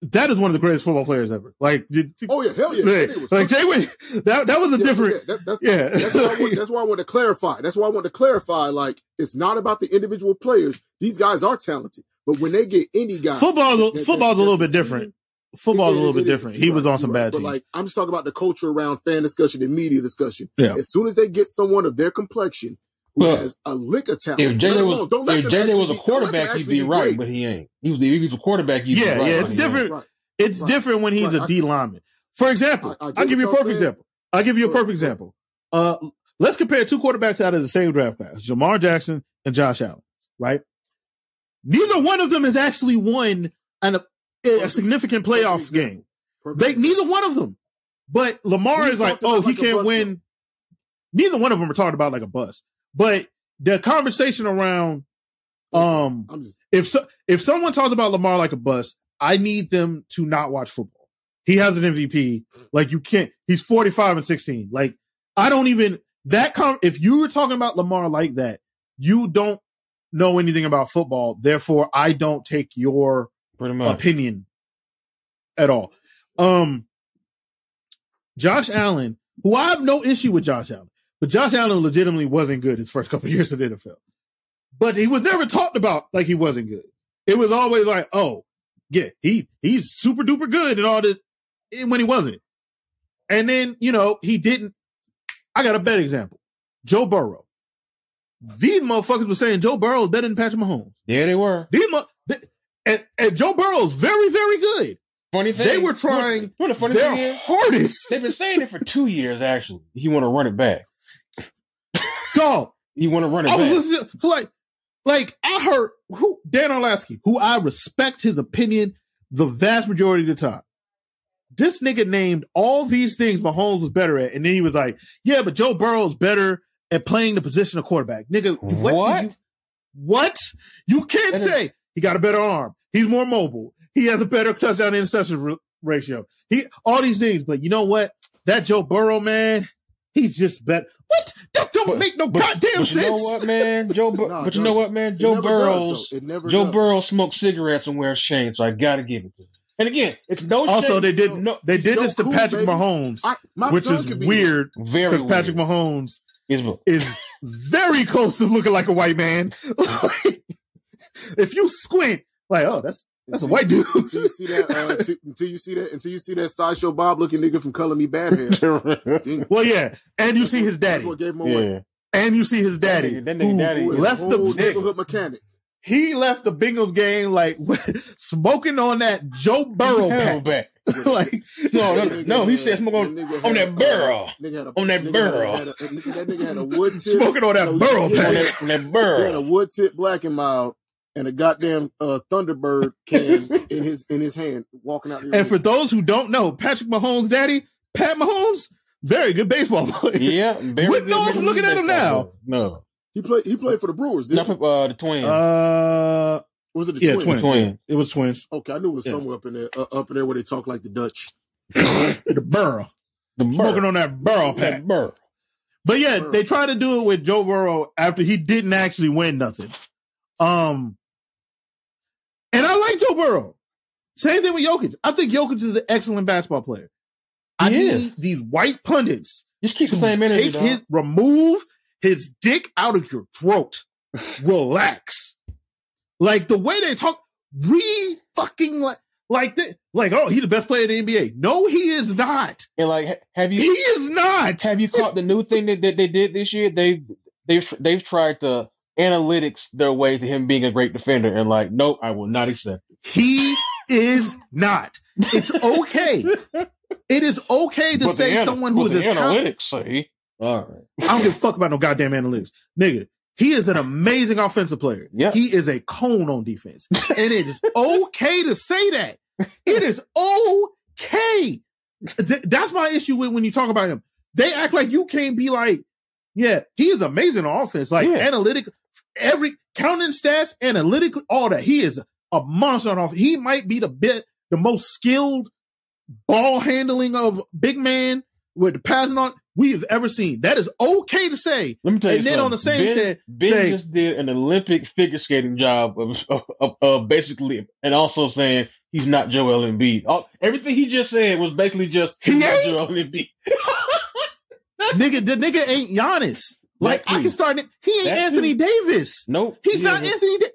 that is one of the greatest football players ever. Like, did-
Oh yeah, hell yeah,
like,
That nigga was
like
cooking.
JJ, [LAUGHS] that that was a
Yeah,
different,
yeah, that-
[LAUGHS]
that's,
yeah.
that's, why I
[LAUGHS]
want, that's why I want to clarify. That's why I want to clarify. Like, it's not about the individual players. These guys are talented, but when they get any guy,
football,
that-
football's
that-
a little bit
that's
different. Football's a
It-
little
it-
bit
it is.
different. He
You're
was
right.
on some
You're right.
bad teams.
But like, I'm just talking about the culture around fan discussion and media discussion.
Yeah.
As soon as they get someone of their complexion who
Well,
has a lick of talent,
If
let
JJ was
alone- don't let
if
them
JJ
actually
was a
be- don't let them
quarterback, he'd
actually
be right,
great.
but he ain't. He was the if he was a quarterback. He'd
Yeah,
be right,
yeah,
but
it's
he
different.
ain't.
Right.
It's
Right.
different when he's
Right.
a
I-
D lineman. For example,
I- I
I,
get
will give
what
you a
y'all
perfect
saying.
example. I'll give you a
Sure.
perfect example. Uh, let's compare two quarterbacks out of the same draft class, Jamar Jackson and Josh Allen, right? Neither one of them has actually won an, a, a significant playoff
Perfect
game.
example. Perfect
They,
example.
neither one of them. But Lamar
We
is like,
talked about
oh, he
like a
can't
bust,
win. Neither one of them are talking about like a bust. But the conversation around, um,
I'm just
if so, if someone talks about Lamar like a bust, I need them to not watch football. He has an MVP. Like you can't. He's forty five and sixteen. Like I don't even that. Com- if you were talking about Lamar like that, you don't know anything about football. Therefore, I don't take your
Pretty much.
opinion at all. Um, Josh Allen, who I have no issue with Josh Allen, but Josh Allen legitimately wasn't good his first couple of years in the NFL. But he was never talked about like he wasn't good. It was always like, oh, yeah, he he's super duper good and all this, and when he wasn't. And then you know he didn't. I got a better example: Joe Burrow. These motherfuckers were saying Joe Burrow is better than Patrick Mahomes.
Yeah, they were.
These mo- th- and, and Joe Burrow's very, very good.
Funny thing.
They were
you know-
trying
you know the funny
Their
thing is?
hardest.
They've been saying it for two years. Actually, he want to run it back.
Dog,
He want to run it
I was
back.
listening to, like, like I heard who Dan Orlasky, who I respect his opinion the vast majority of the time. This nigga named all these things Mahomes was better at, and then he was like, "Yeah, but Joe Burrow's better at playing the position of quarterback." Nigga, what?
What?
do you, what? You can't
And it-
say he got a better arm. He's more mobile. He has a better touchdown to interception r- ratio. He all these things, but you know what? That Joe Burrow man, he's just better. What? That don't
But-
make no
but-
goddamn
but
sense.
You know what, man?
[LAUGHS]
Joe. Bur-
Nah,
but you
it
know
doesn't.
what, man?
It
Joe
never does,
Burrows.
though. it never
Joe
does.
Burrow smokes cigarettes and wears chains, so I gotta give it to him. And again, it's no
Also,
shame-
they did
no,
they did
Joe
this to
Cool,
Patrick
baby.
Mahomes,
I, my
which
son
is
could be
weird
very
because
weird.
Patrick Mahomes
It's bu-
is very close to looking like a white man. [LAUGHS] Like, if you squint, like oh, that's that's a white dude.
[LAUGHS] Until you see that, uh, until, until you see that, until you see that sideshow Bob looking nigga from Color Me Bad hair. then-
[LAUGHS] well, yeah, and [LAUGHS] you see his
That's
daddy,
what gave him away.
[LAUGHS] yeah.
and you see his
That
daddy,
nigga- that nigga
who
daddy
Who is
left
a
the
whole
nigga.
neighborhood mechanic.
he left the Bengals game like [LAUGHS] smoking on that Joe Burrow
Hell
pack.
back.
[LAUGHS] like
No, Oh, no,
That
no,
nigga
no, he
had-
said smoke on,
nigga had
on
a-
that burrow.
Nigga had a,
On that
nigga
burrow.
Had a, had a- that nigga had a
[LAUGHS]
wood tip.
smoking on that
No,
Burrow
yeah,
On
pack.
that,
[LAUGHS]
on that
He had a
burrow.
wood tip black and mild and a goddamn uh, Thunderbird can in his in his hand walking out. the
And for
arena.
those who don't know, Patrick Mahomes' daddy, Pat Mahomes, very good baseball [LAUGHS] player.
Yeah, very
Wouldn't
good
know if
middle
looking at him
baseball
now.
player. No.
he played he played for the Brewers. Didn't
Not
he?
uh, the twin.
Uh,
was it the
yeah,
Twins?
twins.
twin.
It was twins.
Okay, I knew it was
Yeah.
somewhere up in there uh, up in there where they talk like the Dutch.
the
[LAUGHS] The burrow. Smoking
burrow.
on that burrow pack.
That burrow.
But yeah, they tried to do it with Joe Burrow after he didn't actually win nothing. Um, and I like Joe Burrow. Same thing with Jokic. I think Jokic is an excellent basketball player. I
He
need
is.
these white pundits
Just keep the
to
same energy,
take
dog.
his remove his dick out of your
[SIGHS]
throat. Relax. Like the way they talk, read fucking like like that. Like oh, he's the best player in the NBA. No, he is not.
And like, ha- have
He
you
is not.
have you caught the new thing that, that they did this year? They they've they've tried to analytics their way to him being a great defender, and like, nope, I will not accept.
He is not. It's okay. it is okay to
But
say
the ana-
someone who
but
is
the
as talented.
analytics say, all right,
I don't give a fuck about no goddamn analytics, nigga. He is an amazing offensive player.
Yeah.
He is a cone on defense, and it is okay to say that. It is okay. Th- that's my issue with when you talk about him. They act like you can't be like, yeah, he is amazing on offense, like
Yeah.
analytic, every counting stats, analytically, all that. He is a monster on offense. He might be the bit, the most skilled ball handling of big man with the passing on we have ever seen. That is okay to say.
let me tell you.
And then on the same
something. ben,
said-
Ben
say-
just did an Olympic figure skating job of, of, of, of basically, and also saying he's not Joel Embiid. All, everything he just said was basically just
He
he's not
ain't.
Joel Embiid.
nigga, the nigga ain't Giannis. Like
That
I
too.
can start. He ain't
That
Anthony Davis.
Nope,
He's
he
not
isn't.
Anthony.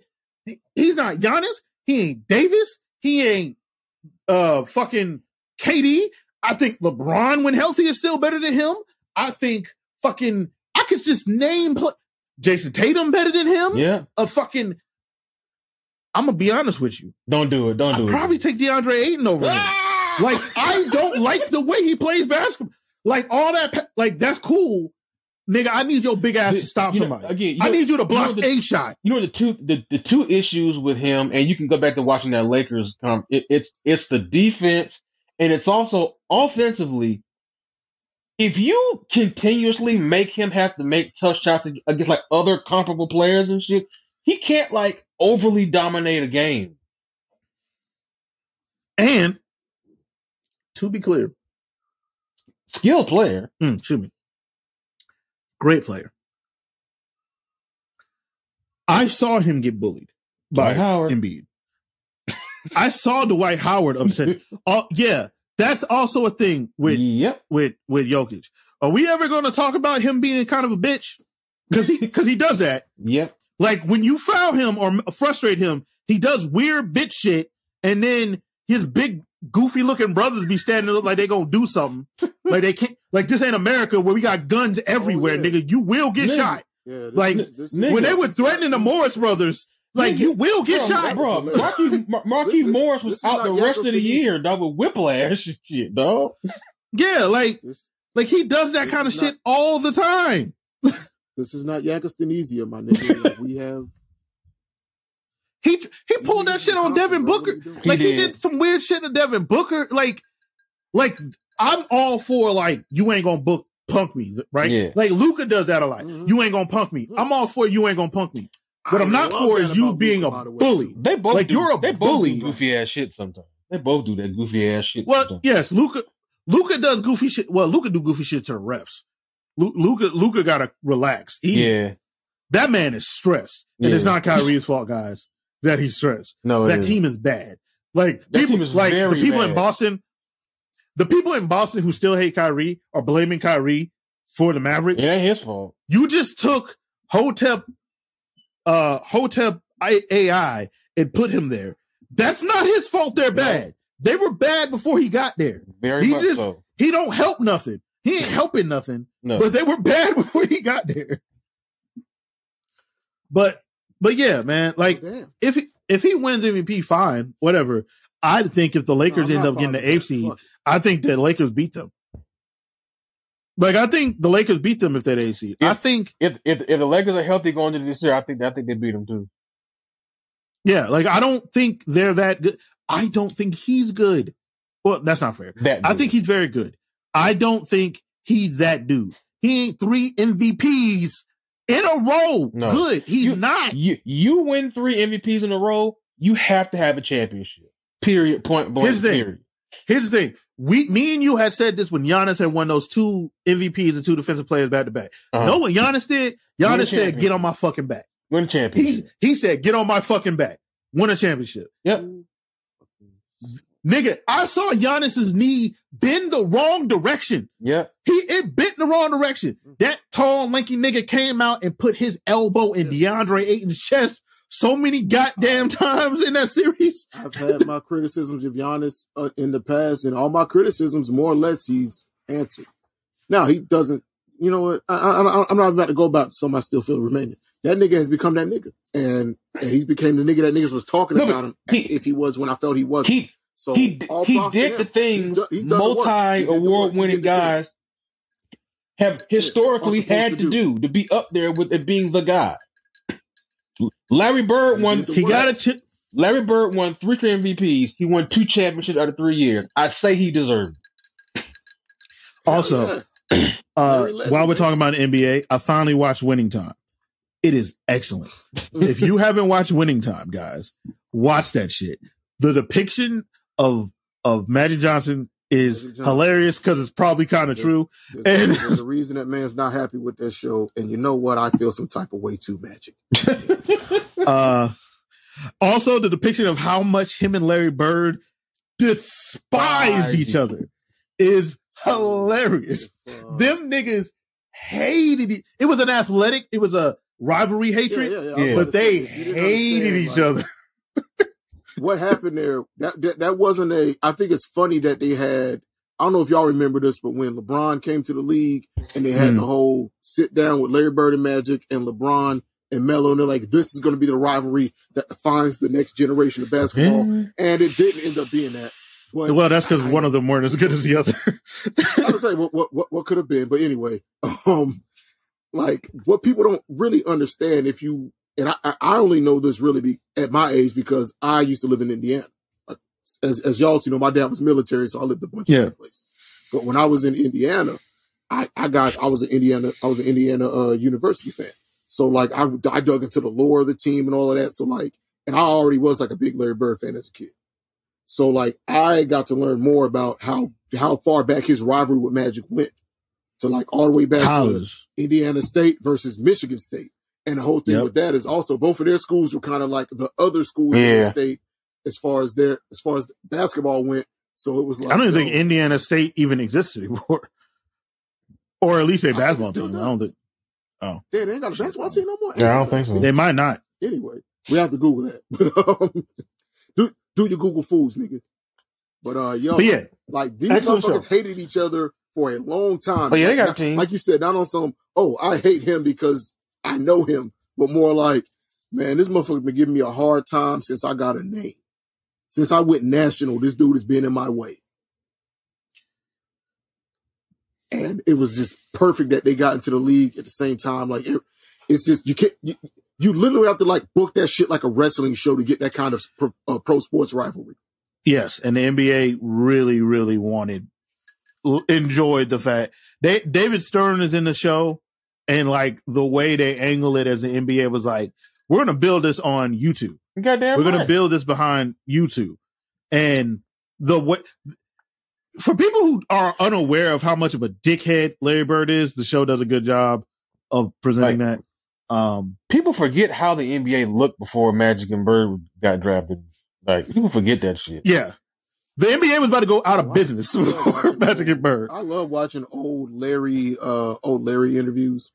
Da- he's not Giannis. He ain't Davis. He ain't uh fucking KD. I think LeBron, when healthy, is still better than him. I think fucking I could just name pl- Jason Tatum better than him.
Yeah,
A fucking. I'm gonna be honest with you.
don't do it. Don't
I
do it.
probably take DeAndre Ayton over him.
Ah!
Like I don't like the way he plays basketball. Like all that, pa- like that's cool, nigga. I need your big ass
You
to stop
know,
somebody.
again, you
I
know-
need you to
you
block
know the-
a shot.
you know the two the, the two issues with him, and you can go back to watching that Lakers. Um, it, it's it's the defense, and it's also offensively. If you continuously make him have to make tough shots ag- against like other comparable players and shit, he can't like overly dominate a game.
And to be clear,
Skilled player,
mm, excuse me, great player. I saw him get bullied by
Dwight Howard.
Embiid. I saw Dwight Howard upset. Oh, yeah, that's also a thing with
Yep.
with with Jokic. Are we ever going to talk about him being kind of a bitch? Because he because he does that.
Yep.
Like when you foul him or m- frustrate him, he does weird bitch shit, and then his big goofy looking brothers be standing up like they gonna do
[LAUGHS]
something. like they can't. Like this ain't America where we got guns everywhere,
Oh, yeah.
nigga. You will get
Nigga.
shot.
Yeah, this,
Like,
this- this-
nigga.
When they were threatening the Morris brothers, like
Nigga.
you will get
Bro,
shot.
Bro, Marquis, Mar- Marquis
This is-
Morris
this
was
is
out
not
the rest of the
Jokic.
year, dog, with whiplash and shit, dog.
Yeah, like
This,
like he does that
This
kind of
is not-
shit all the time.
this is not Yakistanesia, my nigga.
[LAUGHS]
Like, we have
He he pulled that shit on Devin Booker.
He
like he
did.
did some weird shit to Devin Booker. Like, like I'm all for like you ain't gonna book punk me, right?
Yeah.
Like Luca does that a lot.
Mhm.
You ain't gonna punk me. I'm all for you ain't gonna punk me. What I'm not for is you being a bully.
They both
Like,
do,
you're a
they both
bully.
do goofy ass shit sometimes. They both do that goofy ass shit.
Well,
sometimes.
yes, Luca. Luca does goofy shit. Well, Luca do goofy shit to the refs. Luca Luca gotta relax. He,
yeah,
That man is stressed, and it's
Yeah.
not Kyrie's fault, guys. That he's stressed.
no,
that
that
team is bad. Like
That
people,
team is
like the
very
people in
bad.
Boston, the people in Boston who still hate Kyrie are blaming Kyrie for the Mavericks.
It ain't his fault.
You just took Hotep, uh, Hotep I- AI and put him there. That's not his fault. They're
No.
bad. They were bad before he got there.
Very
He
much
just-
so.
He don't help nothing. He ain't helping nothing
No,
but they were bad [LAUGHS] before he got there. But but yeah, man, like
Damn.
if he, if he wins MVP, fine, whatever. I think if the Lakers
No, I'm
end
not
up getting the
fine
eighth
with that.
seed,
Fuck.
I think the Lakers beat them. Like I think the Lakers beat them if they're eighth seed. I
If-
think
if, if if the Lakers are healthy going into this year, I think I think they beat them too.
yeah, like I don't think they're that good. I don't think he's good. Well, that's not fair.
That
I
good.
think he's very good. I don't think he's that dude. He ain't three MVPs in a row.
No.
Good. He's
You-
not.
you you win three MVPs in a row, you have to have a championship. Period. Point blank.
Here's the thing.
period.
Here's the thing. We, me and you had said this when Giannis had won those two MVPs and two defensive players back to back.
Uh-huh.
No, when Giannis did, Giannis
Win a
said,
championship.
get on my fucking back.
Win a championship.
He, he said, get on my fucking back. Win a championship.
Yep.
Nigga, I saw Giannis's knee bend the wrong direction.
Yep.
He, it bent the wrong direction. That tall, lanky nigga came out and put his elbow in DeAndre Ayton's chest so many goddamn
Uh-huh.
times in that series.
I've had my criticisms of Giannis uh, in the past, and all my criticisms, more or less, he's answered. Now he doesn't. You know what? I, I, I- I'm not about to go about some. I still feel remaining. That nigga has become that nigga, and, and he's became the nigga that niggas was talking
No, but
about him
he-
as if he was when I felt he was.
He
so
he
all
he
props to
did
him.
the things
He's do- he's done the work. He
multi
did the work. He
award winning
did the thing.
guys have historically
supposed
had
to
to do to be up there with it being the guy. Larry Bird
He
won.
did the
He got a, ch-
Larry Bird won three MVPs. He won two championships out of three years. I say he deserved. it.
also,
Yeah.
[CLEARS THROAT] Uh,
Very little,
while we're
man.
talking about the NBA, I finally watched Winning Time. It is excellent. if
[LAUGHS]
you haven't watched Winning Time, guys, watch that shit. The depiction of of Magic Johnson is
Magic Johnson.
hilarious because it's probably kind of
Yeah. [LAUGHS]
true.
There's,
And-
there's a reason that man's not happy with that show, and you know what? I feel some type of way too magic.
Uh, also, the depiction of how much him and Larry Bird despised
Despised
each other is hilarious.
Uh,
Them niggas hated it. It was an athletic. It was a rivalry
yeah,
hatred.
yeah, yeah, I was
Yeah.
about to
But
say,
they
you didn't
hated
understand,
each
like,
other.
what happened there that, that that wasn't a i think it's funny that they had i don't know if y'all remember this but when lebron came to the league and they had
Hmm.
the whole sit down with larry bird and magic and lebron and Melo, and they're like, this is going to be the rivalry that defines the next generation of basketball. And it didn't end up being that. But
Well, that's because one of them weren't as good as the other. [LAUGHS]
I was like, what, what, what, what could have been? But anyway, [LAUGHS] um, like what people don't really understand if you, and I, I- I only know this really be, at my age because I used to live in Indiana. Like, As, as y'all two know, my dad was military, so I lived a bunch
Yeah.
of different places. But when I was in Indiana, I, I got, I was an Indiana, I was an Indiana, uh, university fan. So like I, I dug into the lore of the team and all of that. So like, and I already was like a big Larry Bird fan as a kid. So like I got to learn more about how how far back his rivalry with Magic went. So like all the way back to Indiana State versus Michigan State. And the whole thing
Yep.
with that is also both of their schools were kind of like the other schools in the
Yeah.
state as far as their as far as basketball went. So it was like
I don't even
yo,
think Indiana State even existed anymore, [LAUGHS] or at least a
think it
basketball
still
team. I don't think oh.
damn, they ain't got a basketball team no more.
Yeah, I don't think so.
they might not.
Anyway, we have to Google that. [LAUGHS] But, um, do do your Google fools, nigga. But uh, yo,
But yeah,
Like these
Excellent
motherfuckers
show.
hated each other for a long time.
Oh, yeah, they got
Like,
a
not-
team.
Like you said, not on some. Oh, I hate him because I know him, but more like, man, this motherfucker been giving me a hard time since I got a name. Since I went national, this dude has been in my way. And it was just perfect that they got into the league at the same time. Like it, it's just you can't. You, you literally have to like book that shit like a wrestling show to get that kind of pro, uh, pro sports rivalry.
Yes, and the NBA really, really wanted, l- enjoyed the fact they David Stern is in the show, and like the way they angle it as the NBA was like, we're gonna build this on YouTube.
Goddamn
We're gonna
right.
build this behind YouTube, and the way for people who are unaware of how much of a dickhead Larry Bird is, the show does a good job of presenting that. Um,
people forget how the NBA looked before Magic and Bird got drafted. Like people forget that shit.
yeah, the NBA was about to go out of
Wow.
business [LAUGHS] before Magic and Bird.
I love watching old Larry, uh, old Larry interviews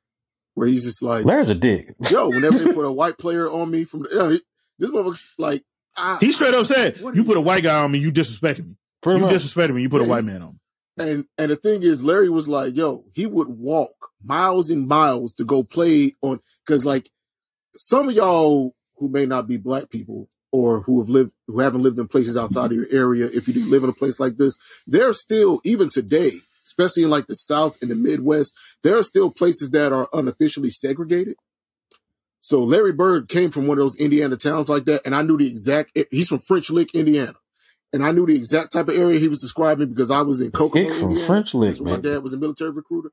where he's just like,
Larry's a dick.
yo, whenever they put a white player on me from the, yeah, he- this motherfucker's like, I,
He straight up said,
What
"You
is- Uh-huh.
put a white guy on me, you disrespected me.
Pretty
you
much.
disrespected me. You put a
Yeah,
white
he's-
man on." me.
and, and the thing is, Larry was like, yo, he would walk miles and miles to go play on, cause like some of y'all who may not be black people or who have lived, who haven't lived in places outside of your area, if you do live in a place like this, they're still, even today, especially in like the South and the Midwest, there are still places that are unofficially segregated. So Larry Bird came from one of those Indiana towns like that, and I knew the exact. He's from French Lick, Indiana, and I knew the exact type of area he was describing because I was in Kokomo,
Hick from
Indiana.
French Lick,
That's where my
man.
dad was a military recruiter.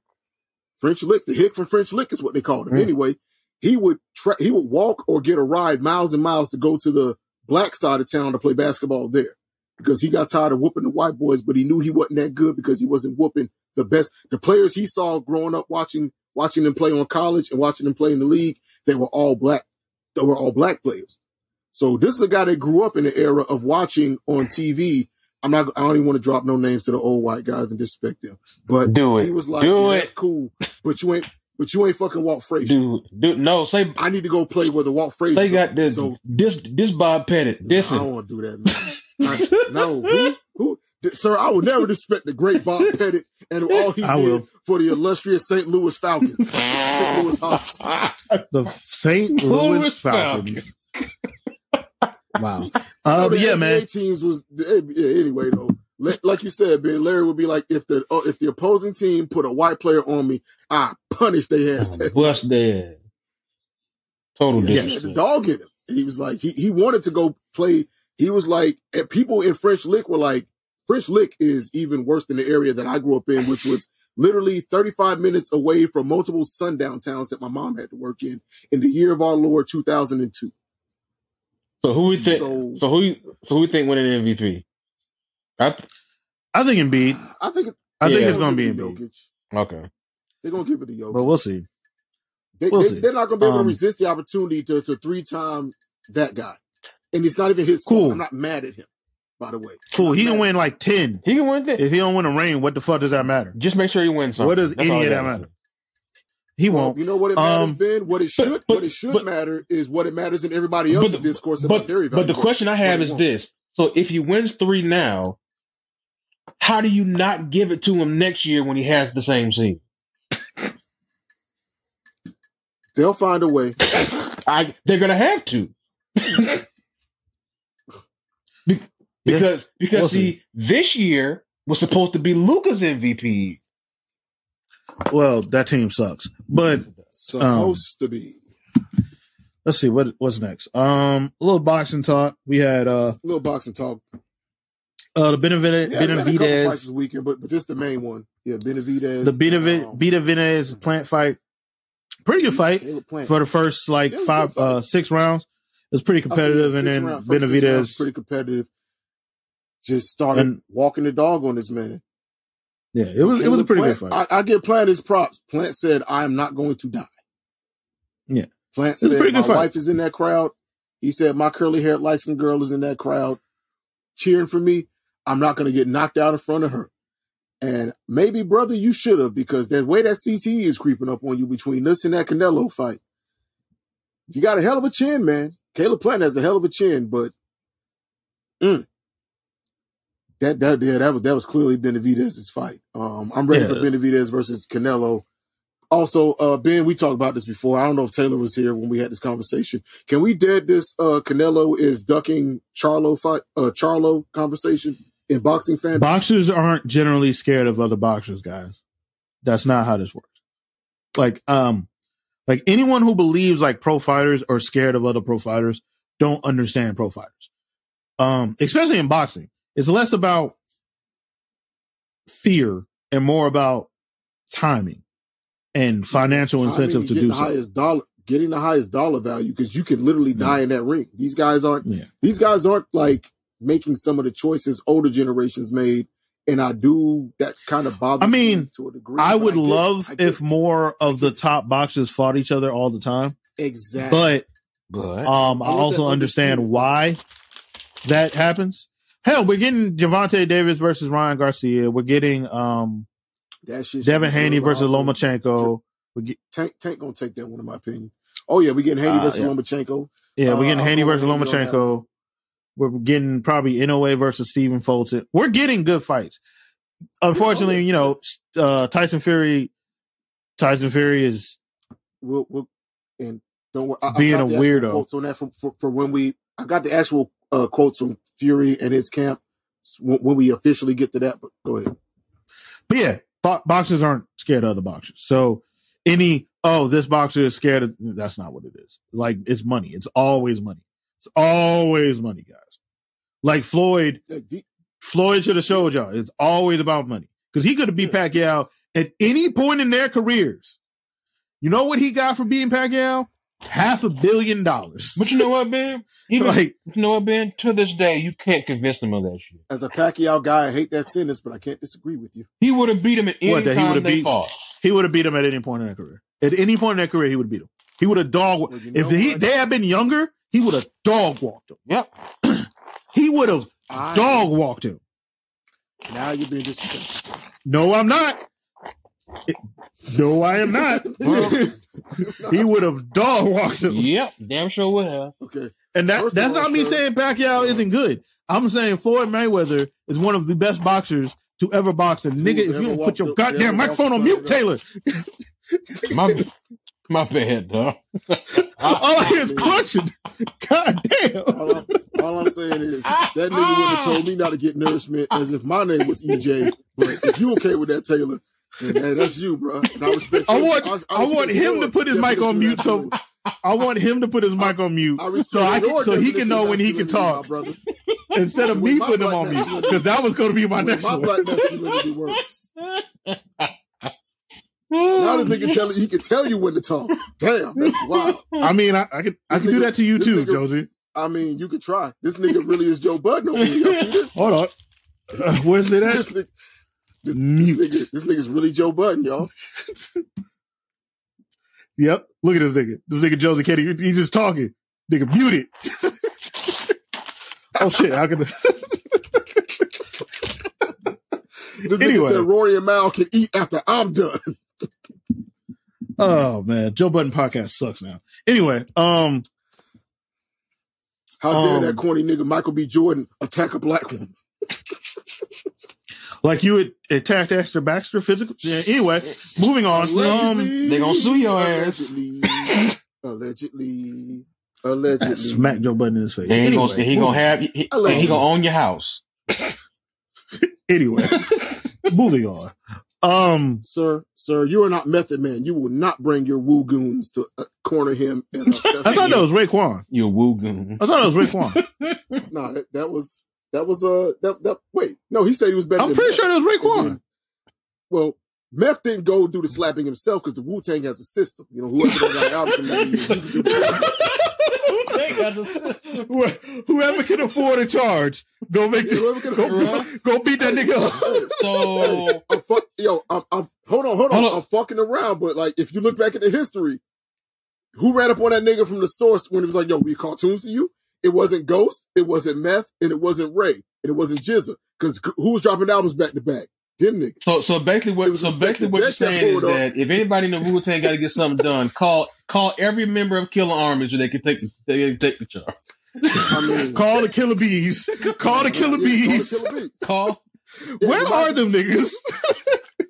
French Lick, the hick from French Lick is what they called him.
Mm.
Anyway, he would tra- he would walk or get a ride miles and miles to go to the black side of town to play basketball there because he got tired of whooping the white boys, but he knew he wasn't that good because he wasn't whooping the best. The players he saw growing up watching, watching them play on college and watching them play in the league, they were all black. They were all black players. So this is a guy that grew up in the era of watching on TV. I'm not, I don't even want to drop no names to the old white guys and disrespect them, but
Do
he
it.
was like,
Do
yeah,
it.
that's cool, but you ain't, but you ain't fucking Walt Frazier.
Do do no say
I need to go play with the Walt Frazier.
they got this
So
this this Bob Pettit. This
I don't want to do that, man. I- no, who, who, th- sir, I will never disrespect the great
[LAUGHS]
Bob Pettit and all he
I
did
will.
for the illustrious St. Louis
[LAUGHS]
Falcons, St. Louis Hawks.
The St.
Louis
Louis
[LAUGHS]
Falcons. wow. Uh,
You know,
but
the
yeah,
NBA
man.
Teams was the- yeah, anyway though. Li- Like you said, Ben Larry would be like, if the oh, if the opposing team put a white player on me, I punish their ass. [LAUGHS]
is [LAUGHS] bust there. Oh, Total
Yeah, he had the
disrespect.
dog in him. And he was like, he, he wanted to go play. He was like, and people in French Lick were like, French Lick is even worse than the area that I grew up in, which was literally 35 minutes away from multiple sundown towns that my mom had to work in in the year of our Lord 2002.
So who we think?
So-
So, who you- so who we think winning MVP? I th-
I think Embiid.
I think, it-
I think
Yeah.
it's
they're
gonna be
give it
Embiid,
to Jokic.
okay.
They're gonna give it to Jokic.
but we'll see.
they,
we'll
they,
see.
They're not gonna be able
Um,
to resist the opportunity to, to three time that guy, and it's not even his
Cool.
fault. I'm not mad at him, by the way.
Cool.
I'm
He can
mad.
win like ten.
He can win this.
If he don't win a ring, what the fuck does that matter?
Just make sure he wins something.
What does
That's
any
all
of
I
that
gotta
matter?
say.
He
Well,
won't.
You know what it matters,
Um,
Ben? What it
but-
should
but-
what it should
but-
matter is what it matters in everybody else's
the-
discourse
but,
about their
but
evaluation.
the question I have
What it
is
won't.
this: So if he wins three now, how do you not give it to him next year when he has the same season?
They'll find a way.
I they're gonna
[LAUGHS]
have to. Be-
Yeah,
because because
we'll
see, this year was supposed to be Luca's MVP.
Well, that team sucks. But
Supposed to be.
let's see what what's next. Um, a little boxing talk. We had uh,
Little boxing talk.
uh the Benavidez,
Yeah, we had a couple fights
Benavidez,
this weekend, but, but just the main one. Yeah, Benavidez.
the Benavidez,
um,
Benavidez plant fight. Pretty good fight.
Caleb Plant.
for the first like
It was a
five,
good fight.
uh, six rounds. It was pretty
I feel
competitive,
like
and
six
then
round- first six rounds,
Benavidez,
pretty competitive. Just started
And-
walking the dog on this man.
yeah, it was it was a
Caleb
pretty good
Plant-
fight.
I, I give Plant his props. Plant said, "I am not going to die."
Yeah.
Plant
a pretty
said,
good
my
fight."
wife is in that crowd. He said, my curly haired light skinned girl is in that crowd cheering for me. I'm not going to get knocked out in front of her. And maybe, brother, you should have because the way that CTE is creeping up on you between this and that Canelo fight, you got a hell of a chin, man. Caleb Plant has a hell of a chin, but mm, that that yeah, that was that was clearly Benavidez's fight. Um, I'm ready for
Yeah.
Benavidez versus Canelo. Also, uh, Ben, we talked about this before. I don't know if Taylor was here when we had this conversation. Can we dead this uh, Canelo is ducking Charlo fight uh, Charlo conversation in boxing fan?
Boxers aren't generally scared of other boxers, guys. That's not how this works. Like, um, like anyone who believes like pro fighters are scared of other pro fighters don't understand pro fighters. Um, especially in boxing, it's less about fear and more about timing and financial
Timing
incentive
and
to
getting
do
the
so.
highest dollar, getting the highest dollar value because you can literally die in that ring. These guys aren't
Yeah.
these guys aren't like making some of the choices older generations made. And I do that kind of bothers
I mean,
me to a degree.
I
but
would
get-
love
I get
if more of the top boxers fought each other all the time,
exactly.
but Um, I
But
I want that
also
undisputed.
understand why that happens. Hell, we're getting Javante Davis versus Ryan Garcia. We're getting um
that shit should
Devin
be
Haney
Ronaldo.
versus Lomachenko.
Tank, Tank gonna take that one in my opinion. Oh yeah, we getting Haney
Uh,
versus
yeah.
Lomachenko.
Yeah, we're getting
Uh,
Haney
I'll go with
versus
Haney on that one.
Lomachenko. We're getting probably NOA versus Stephen Fulton. We're getting good fights. Unfortunately,
Yeah, oh,
you know, uh, Tyson Fury, Tyson Fury is
We'll, we'll and don't worry. I, I
Being
got
a
the actual
weirdo.
Quotes on that for, for, for when we. I got the actual uh, quotes from Fury and his camp when, when we officially get to that. But go ahead.
But yeah, bo- boxers aren't scared of other boxers. So any oh this boxer is scared of that's not what it is. Like it's money. It's always money. It's always money, guys. Like Floyd,
Like, the-
Floyd should have showed y'all. It's always about money because he could have beat Pacquiao at any point in their careers. You know what he got from beating Pacquiao? Half a billion dollars.
but you know what, Ben?
[LAUGHS]
Even
Like
you know what, Ben? To this day, you can't convince him of that shit.
as a Pacquiao guy, I hate that sentence, but I can't disagree with you.
He would have beat him at any
What, that he
time
would've
they
beat-
fought.
He would have beat him at any point in their career. At any point in their career, he would have beat him. He would have dog.
Well, you
if
know
he,
what?
they had been younger, he would have dog walked him.
Yep.
He would have
I-
dog walked him.
Now you're being disrespectful. [LAUGHS] sir.
No, I'm not. No, I am
[LAUGHS]
not. [LAUGHS] he would have dog walked him.
Yep. Damn sure would have.
Okay.
And that,
First of
that's
all,
not me
sir-
saying Pacquiao isn't good. I'm saying Floyd Mayweather is one of the best boxers to ever box. And nigga, if you
Who's ever
don't put
walked
your
up-
goddamn
ever walked
microphone on
the
mute,
planet
Taylor,
My [LAUGHS] my bad, dog.
[LAUGHS] all I hear
[LAUGHS]
is crunching. [LAUGHS] God damn.
All I'm, all I'm
[LAUGHS]
saying is that nigga wouldn't have told me not to get nourishment as if my name was EJ. But if you okay with that, Taylor, then, hey, that's you, bro. And I respect.
I
your-
want- I
respect
want him
your
to put his mic on
definition of
mute,
that
so-
too.
I want him to put his mic on mute
I respect
so I can,
your
so he can
definition
know
of
when he can
masculinity, my
talk
brother.
[LAUGHS] instead of me
When my
putting him
black
on mute
masculinity-
because that was going to be [LAUGHS] my
When
next
my
one.
black masculinity works. Now this nigga tell he can tell you when to talk. Damn, that's wild.
I mean, I, I could I
This
could do
nigga-
that to you
this
too,
nigga-
Josie.
I mean, you could try. This nigga really is Joe Budden over here. Y'all see this?
Hold on. [LAUGHS] Uh, where's it at?
This nigga,
Mute.
nigga, this nigga's really Joe Budden, y'all.
[LAUGHS] Yep. Look at this nigga. This nigga Josie Kenny. he- He's just talking. Nigga, mute it. [LAUGHS] oh shit! How can the-
This
Anyway.
nigga said Rory and Mal can eat after I'm done.
[LAUGHS]
[LAUGHS]
Oh man, Joe Button podcast sucks now. Anyway, um,
How dare
Um,
that corny nigga Michael B. Jordan attack a black woman?
like you had attacked Extra Baxter physical. Yeah, anyway, moving on. Um,
they gonna sue your ass.
allegedly, allegedly,
I [LAUGHS]
allegedly.
smacked Joe Button in his face.
Then he
Anyway,
gonna he gonna have he, he-
Allegedly.
he gonna own your house. [LAUGHS]
anyway, moving on. Um,
Sir, sir, you are not Method Man. You will not bring your woo goons to uh, corner him.
[LAUGHS]
At a
I thought that was Raekwon.
You a woo
[LAUGHS]
goon.
I thought that was Raekwon.
no, that, that was that was uh that that wait no he said he was better.
I'm
than
pretty
Meth.
sure that was
And
Raekwon.
then- well, Meth didn't go do the slapping himself because the Wu Tang has a system. You know whoever that got out from
[LAUGHS]
that, you can do that.
Wh- Whoever can afford a charge, go make this,
Whoever can
go,
afford-
go beat that nigga up.
Hey,
so
I'm fuck, yo, I'm, I'm hold on, hold on,
Hold on.
I'm fucking around, but like if you look back at the history, who ran up on that nigga from the source when it was like, yo, we cartoons to you? It wasn't Ghost, it wasn't Meth, and it wasn't Ray, and it wasn't Jizza. Cause g- who was dropping albums back to back? Them niggas.
So, so basically,
It
what
was
so
just
basically
that-
what you're
that- that
saying is
pulled off.
that if anybody in the Wu Tang got to get
[LAUGHS]
something done, call call every member of Killer Army so they can take the, they can take the charge.
I mean,
[LAUGHS] Call the killer bees. Call the killer
yeah, call the
bees.
Killer Bees.
[LAUGHS]
Call
Yeah,
Where
a lot
are
of-
them niggas?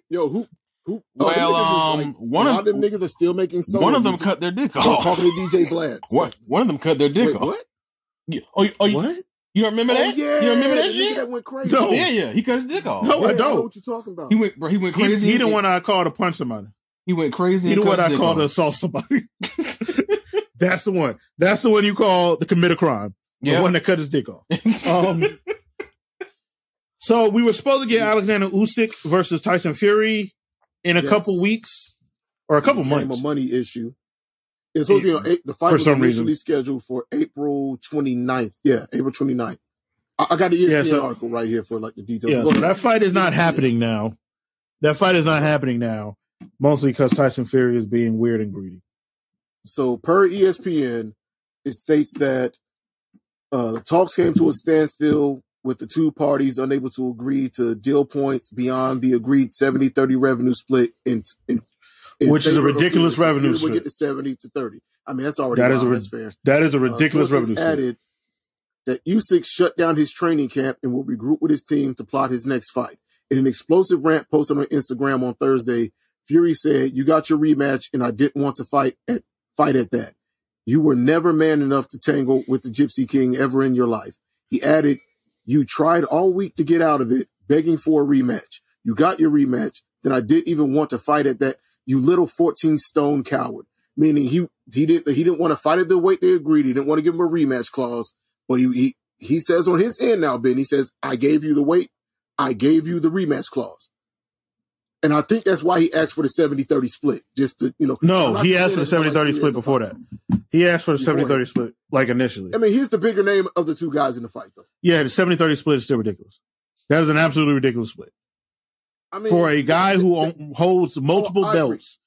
Yo, who, who? oh, them
well,
niggas
um,
is like-
one
a lot
of
of them niggas are still making solo
one of them
music.
cut their dick
Oh,
off.
talking to DJ Vlad.
[LAUGHS] What? One of them cut their dick
Wait,
off.
what?
Yeah. Oh, you- oh, you,
What?
you don't remember
Oh,
that?
yeah,
You don't remember that
the nigga
shit?
that went crazy.
No.
Yeah, yeah. He cut his dick off.
No, I
Yeah, know
don't.
what you talking about.
He went, bro, he went
He,
crazy.
he the one I called to punch somebody.
He went crazy.
He the
and
one
cut
I
his dick
called to
off.
assault somebody. [LAUGHS] That's the one. That's the one you call to commit a crime. The
Yeah.
one that cut his dick off. [LAUGHS] Um, so we were supposed to get Alexander Usyk versus Tyson Fury in a
Yes.
couple weeks or a couple
Became
months.
A money issue. It's supposed to be on eight, the fight
For
was
some reason.
initially scheduled for April 29th. Yeah, April 29th. I, I got the E ESPN
Yeah, so-
article right here for like the details.
Yeah,
Go
so
ahead.
that fight is not
Yeah.
happening now. That fight is not happening now, mostly because Tyson Fury is being weird and greedy.
So per E ESPN, it states that uh, the talks came to a standstill with the two parties unable to agree to deal points beyond the agreed 70-30 revenue split in, in, in
Which is a
favor of
ridiculous
Fury.
revenue
Fury would
split.
get to 70 to 30. I mean, that's already
That is
wild.
a
that's fair.
That is a
Uh,
ridiculous
sources
revenue. split.
added that Usyk shut down his training camp and will regroup with his team to plot his next fight. In an explosive rant posted on Instagram on Thursday, Fury said, "You got your rematch, and I didn't want to fight at fight at that. You were never man enough to tangle with the Gypsy King ever in your life." He added, "You tried all week to get out of it, begging for a rematch. You got your rematch. Then I didn't even want to fight at that. You little fourteen stone coward." meaning he he didn't he didn't want to fight at the weight they agreed. He didn't want to give him a rematch clause. But he he he says on his end now, Ben, he says, "I gave you the weight, I gave you the rematch clause." And I think that's why he asked for the 70-30 split, just to you know. I'm
No,
not
he
saying
asked for the
that's not
70
like
30
he
split
is a
before
fighter.
that. He asked for the
Before
70 30 split, like initially.
I mean, he's the bigger name of the two guys in the fight, though.
Yeah, the 70 30 split is still ridiculous. That is an absolutely ridiculous split.
I mean,
for a guy who
that- Oh,
own, holds multiple
I agree.
belts,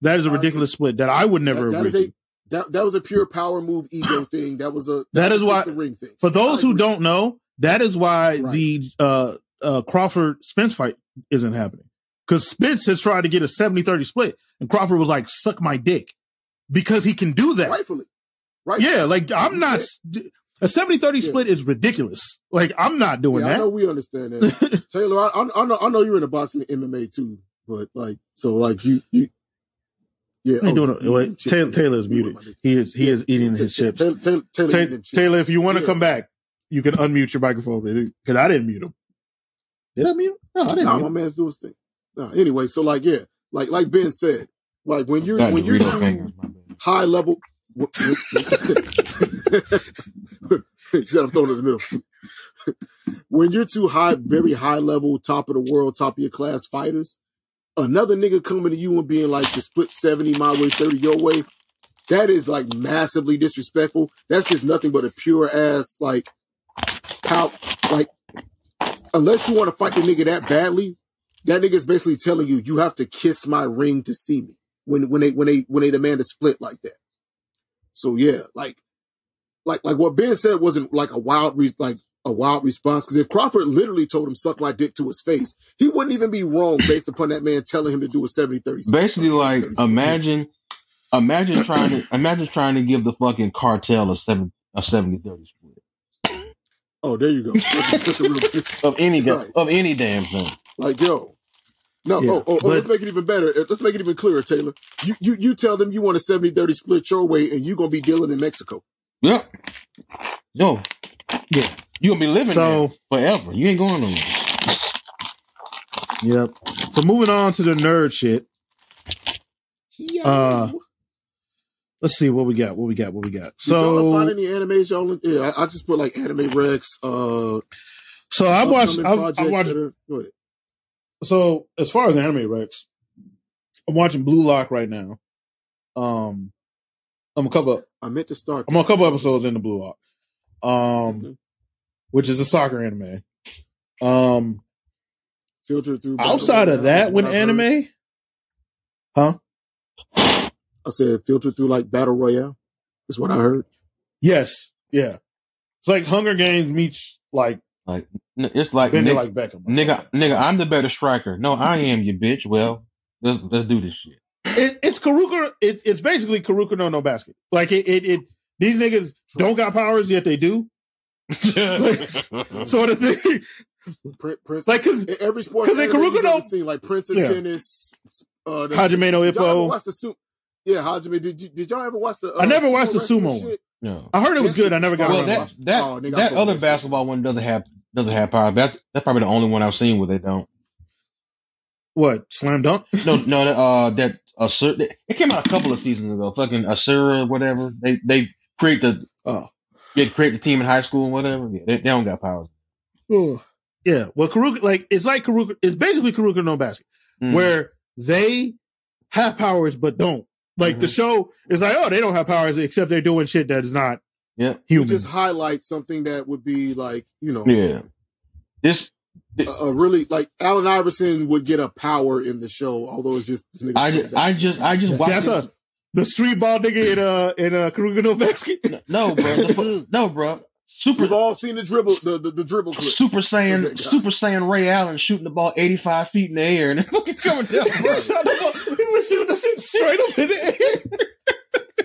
that is a
I agree.
ridiculous split that I would never
that- that
agree
is a-
to.
that that was a pure power move
[GASPS]
ego thing. That was a
That is
was
why-
just the ring thing.
For those
I
who
agree. [LAUGHS]
don't know, that is why
Right.
the uh, uh, Crawford Spence fight isn't happening. Because Spence has tried to get a 70 30 split, and Crawford was like, suck my dick. Because he can do that.
rightfully, right?
Yeah, like I'm not. A 70 30
Yeah.
split is ridiculous. Like, I'm not doing
Yeah, I know
that.
we
[LAUGHS]
understand that, Taylor. I, I, I know I know you're in the boxing and MMA too, but like so, like you you. Yeah, oh,
I ain't doing it.
you-
Wait,
you-
Taylor, Taylor is
you-
muted. He is he is eating his
Taylor-
chips.
Taylor, Taylor, Taylor,
Ta-
eating chips.
Taylor, if you want to
Yeah.
come back, you can unmute your microphone because I didn't mute him. Did I mute him? No, I didn't.
Nah,
mute
my
him.
man's doing his thing. Nah, anyway, so like yeah, like like Ben said, like when
[LAUGHS]
you're
Got
when you're
Dorito
too
fingers, my bad.
high level. he [LAUGHS] said, "I'm throwing it in the middle." [LAUGHS] when you're too high, very high level, top of the world, top of your class fighters, another nigga coming to you and being like the split 70 my way, 30 your way, that is like massively disrespectful. That's just nothing but a pure ass, like, how, like, unless you want to fight the nigga that badly, that nigga's basically telling you, you have to kiss my ring to see me when, when they, when they, when they demand a split like that. So yeah, like, like, like what Ben said wasn't like a wild, re- like, a wild response because if Crawford literally told him suck my dick to his face, he wouldn't even be wrong based upon that man telling him to do a 70 30
Basically, like imagine, imagine trying to imagine trying to give the fucking cartel a seven a 70-30 split
Oh,
[LAUGHS]
there you go. That's a, that's a real
of any da-
Right.
of any damn thing.
like yo. No,
Yeah,
oh, oh, oh,
but-
let's make it even better. Uh, Let's make it even clearer, Taylor. You you you tell them you want a 70-30 split your way and you're gonna be dealing in Mexico.
Yep. Yo.
Yeah.
You gonna be living
So-
there forever. You ain't going nowhere.
Yep. So moving on to the nerd shit. Uh, Let's see what we got. What we got. What we got.
Did y'all find
So,
any animes y'all yeah, I, I just put like anime Rex, uh
so I watched.
upcoming
I, I
projects
watched.
that are- go ahead.
So as far as anime Rex, I'm watching Blue Lock right now. Um, I'm a couple.
I meant to start
I'm on a couple episodes into Blue Lock.
Mm-hmm.
Um, which is a soccer anime. Um,
filter through
outside of that,
when
when anime, huh?
I said filtered through like battle royale. Is what I heard.
Yes. Yeah. It's like Hunger Games meets like
N- It's like,
Bender
nigga,
like Beckham.
nigga, nigga, I'm the better striker. No, I am you, bitch. Well, let's let's do this
[LAUGHS]
shit. [LAUGHS]
It, it's Karuka. It, it's basically Karuka no no basket. Like it, it, it. These niggas don't got powers yet they do. Sort of thing. [LAUGHS]
Prince, Prince,
Like cause
in every sport
'Cause in
anime you've
Karuka,
ever
no-
seen like Prince and
Yeah.
tennis. Uh, the-
Hajime no
did y'all ever
Ippo.
watch the sumo? Yeah, Hajime. Did, you, did y'all ever watch the? Uh,
I never watched the
wrestling
sumo one.
shit?
no.
I heard it was good. I never got
Well,
around to
that
watching.
that,
Oh, nigga, I
that other
fuck with that shit.
basketball one doesn't have doesn't have power. That that's probably the only one I've seen where they don't.
What slam dunk?
No, no, that, uh, that Asura. It came out a couple of seasons ago. Fucking Asura, whatever. They they create the
Oh.
they create the team in high school, and whatever. Yeah, they, they don't got powers.
Yeah. Well, Karuka like it's like Karuka. It's basically Karuka no basket.
Mm.
where they have powers but don't. Like the
Mhm.
show is like, oh, they don't have powers except they're doing shit that is not
Yeah.
You
human.
just highlight something that would be like you know
yeah, this
a, a really like Allen Iverson would get a power in the show, although it's just this nigga-
I just I just I just watched
That's
it.
a the street ball nigga in uh in uh Karuga no basket.
no, bro, The fu- no, bro. Super
We've all seen the dribble, the the, the dribble clip.
Super Saiyan,
Okay, God.
Super Saiyan Ray Allen shooting the ball 85 feet in the air and [LAUGHS] it fucking coming down.
he was shooting the shit straight up in the air.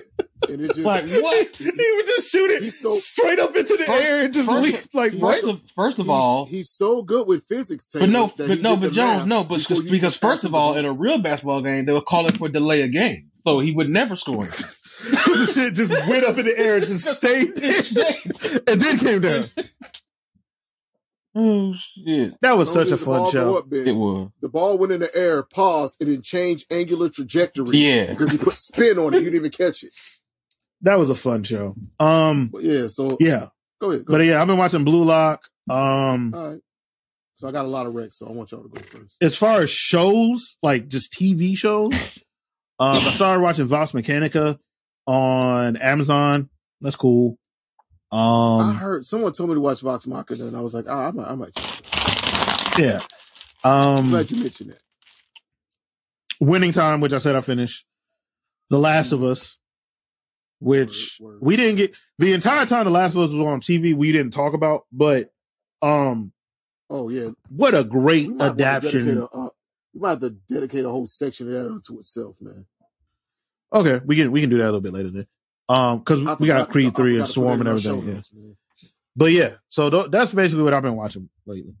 and it just
Like, what?
he would just shoot it
He's so-
straight up into the
First-
air and just
first-
leap like
he's
what?
First of, first of
[LAUGHS] he's-
all,
he's so good with physics. Taylor,
but no,
that
but
he
no,
did
but
the
Jones,
math
no, but
before you
because
even
first
passed
of
the
all,
ball.
in a real basketball game, they would call it for delay a game, so he would never
[LAUGHS]
score. [LAUGHS] it.
Because the shit just went up in the air and just stayed there and then came down.
oh shit!
That was
Not only
such a
did the ball
fun
go
show.
up, Ben,
It was
the ball went in the air, paused, and then changed angular trajectory.
Yeah.
because he put spin on it. You didn't even catch it.
That was a fun show. Um
But yeah, so
yeah.
go ahead. Go
But yeah, I've been watching Blue Lock. Um
ahead. All right. So I got a lot of wrecks, so I want y'all to go first.
as far as shows, like just TV shows, um, I started watching Vox Mechanica on Amazon. That's cool.
I
Um,
heard someone told me to watch Vox Machina, and I was like, ah, I might, I might.
yeah.
hmm.
I'm
Um,
glad you mentioned that.
Winning Time, which I said I finished. The Last of Us, which
Word, word.
we didn't get the entire time The Last of Us was on TV. We didn't talk about, but um,
Oh yeah,
what a great
We might wanna dedicate
adaptation.
A, uh, you might have to dedicate a whole section of that unto itself, man.
Okay, we can we can do that a little bit later then. Um,
I
Hmm.
because we got
forgot-
Creed
I
three and
forgot to put it
Swarm
in
and
my
everything.
show
Yeah.
notes, man.
But yeah, so th- that's basically what I've been watching lately.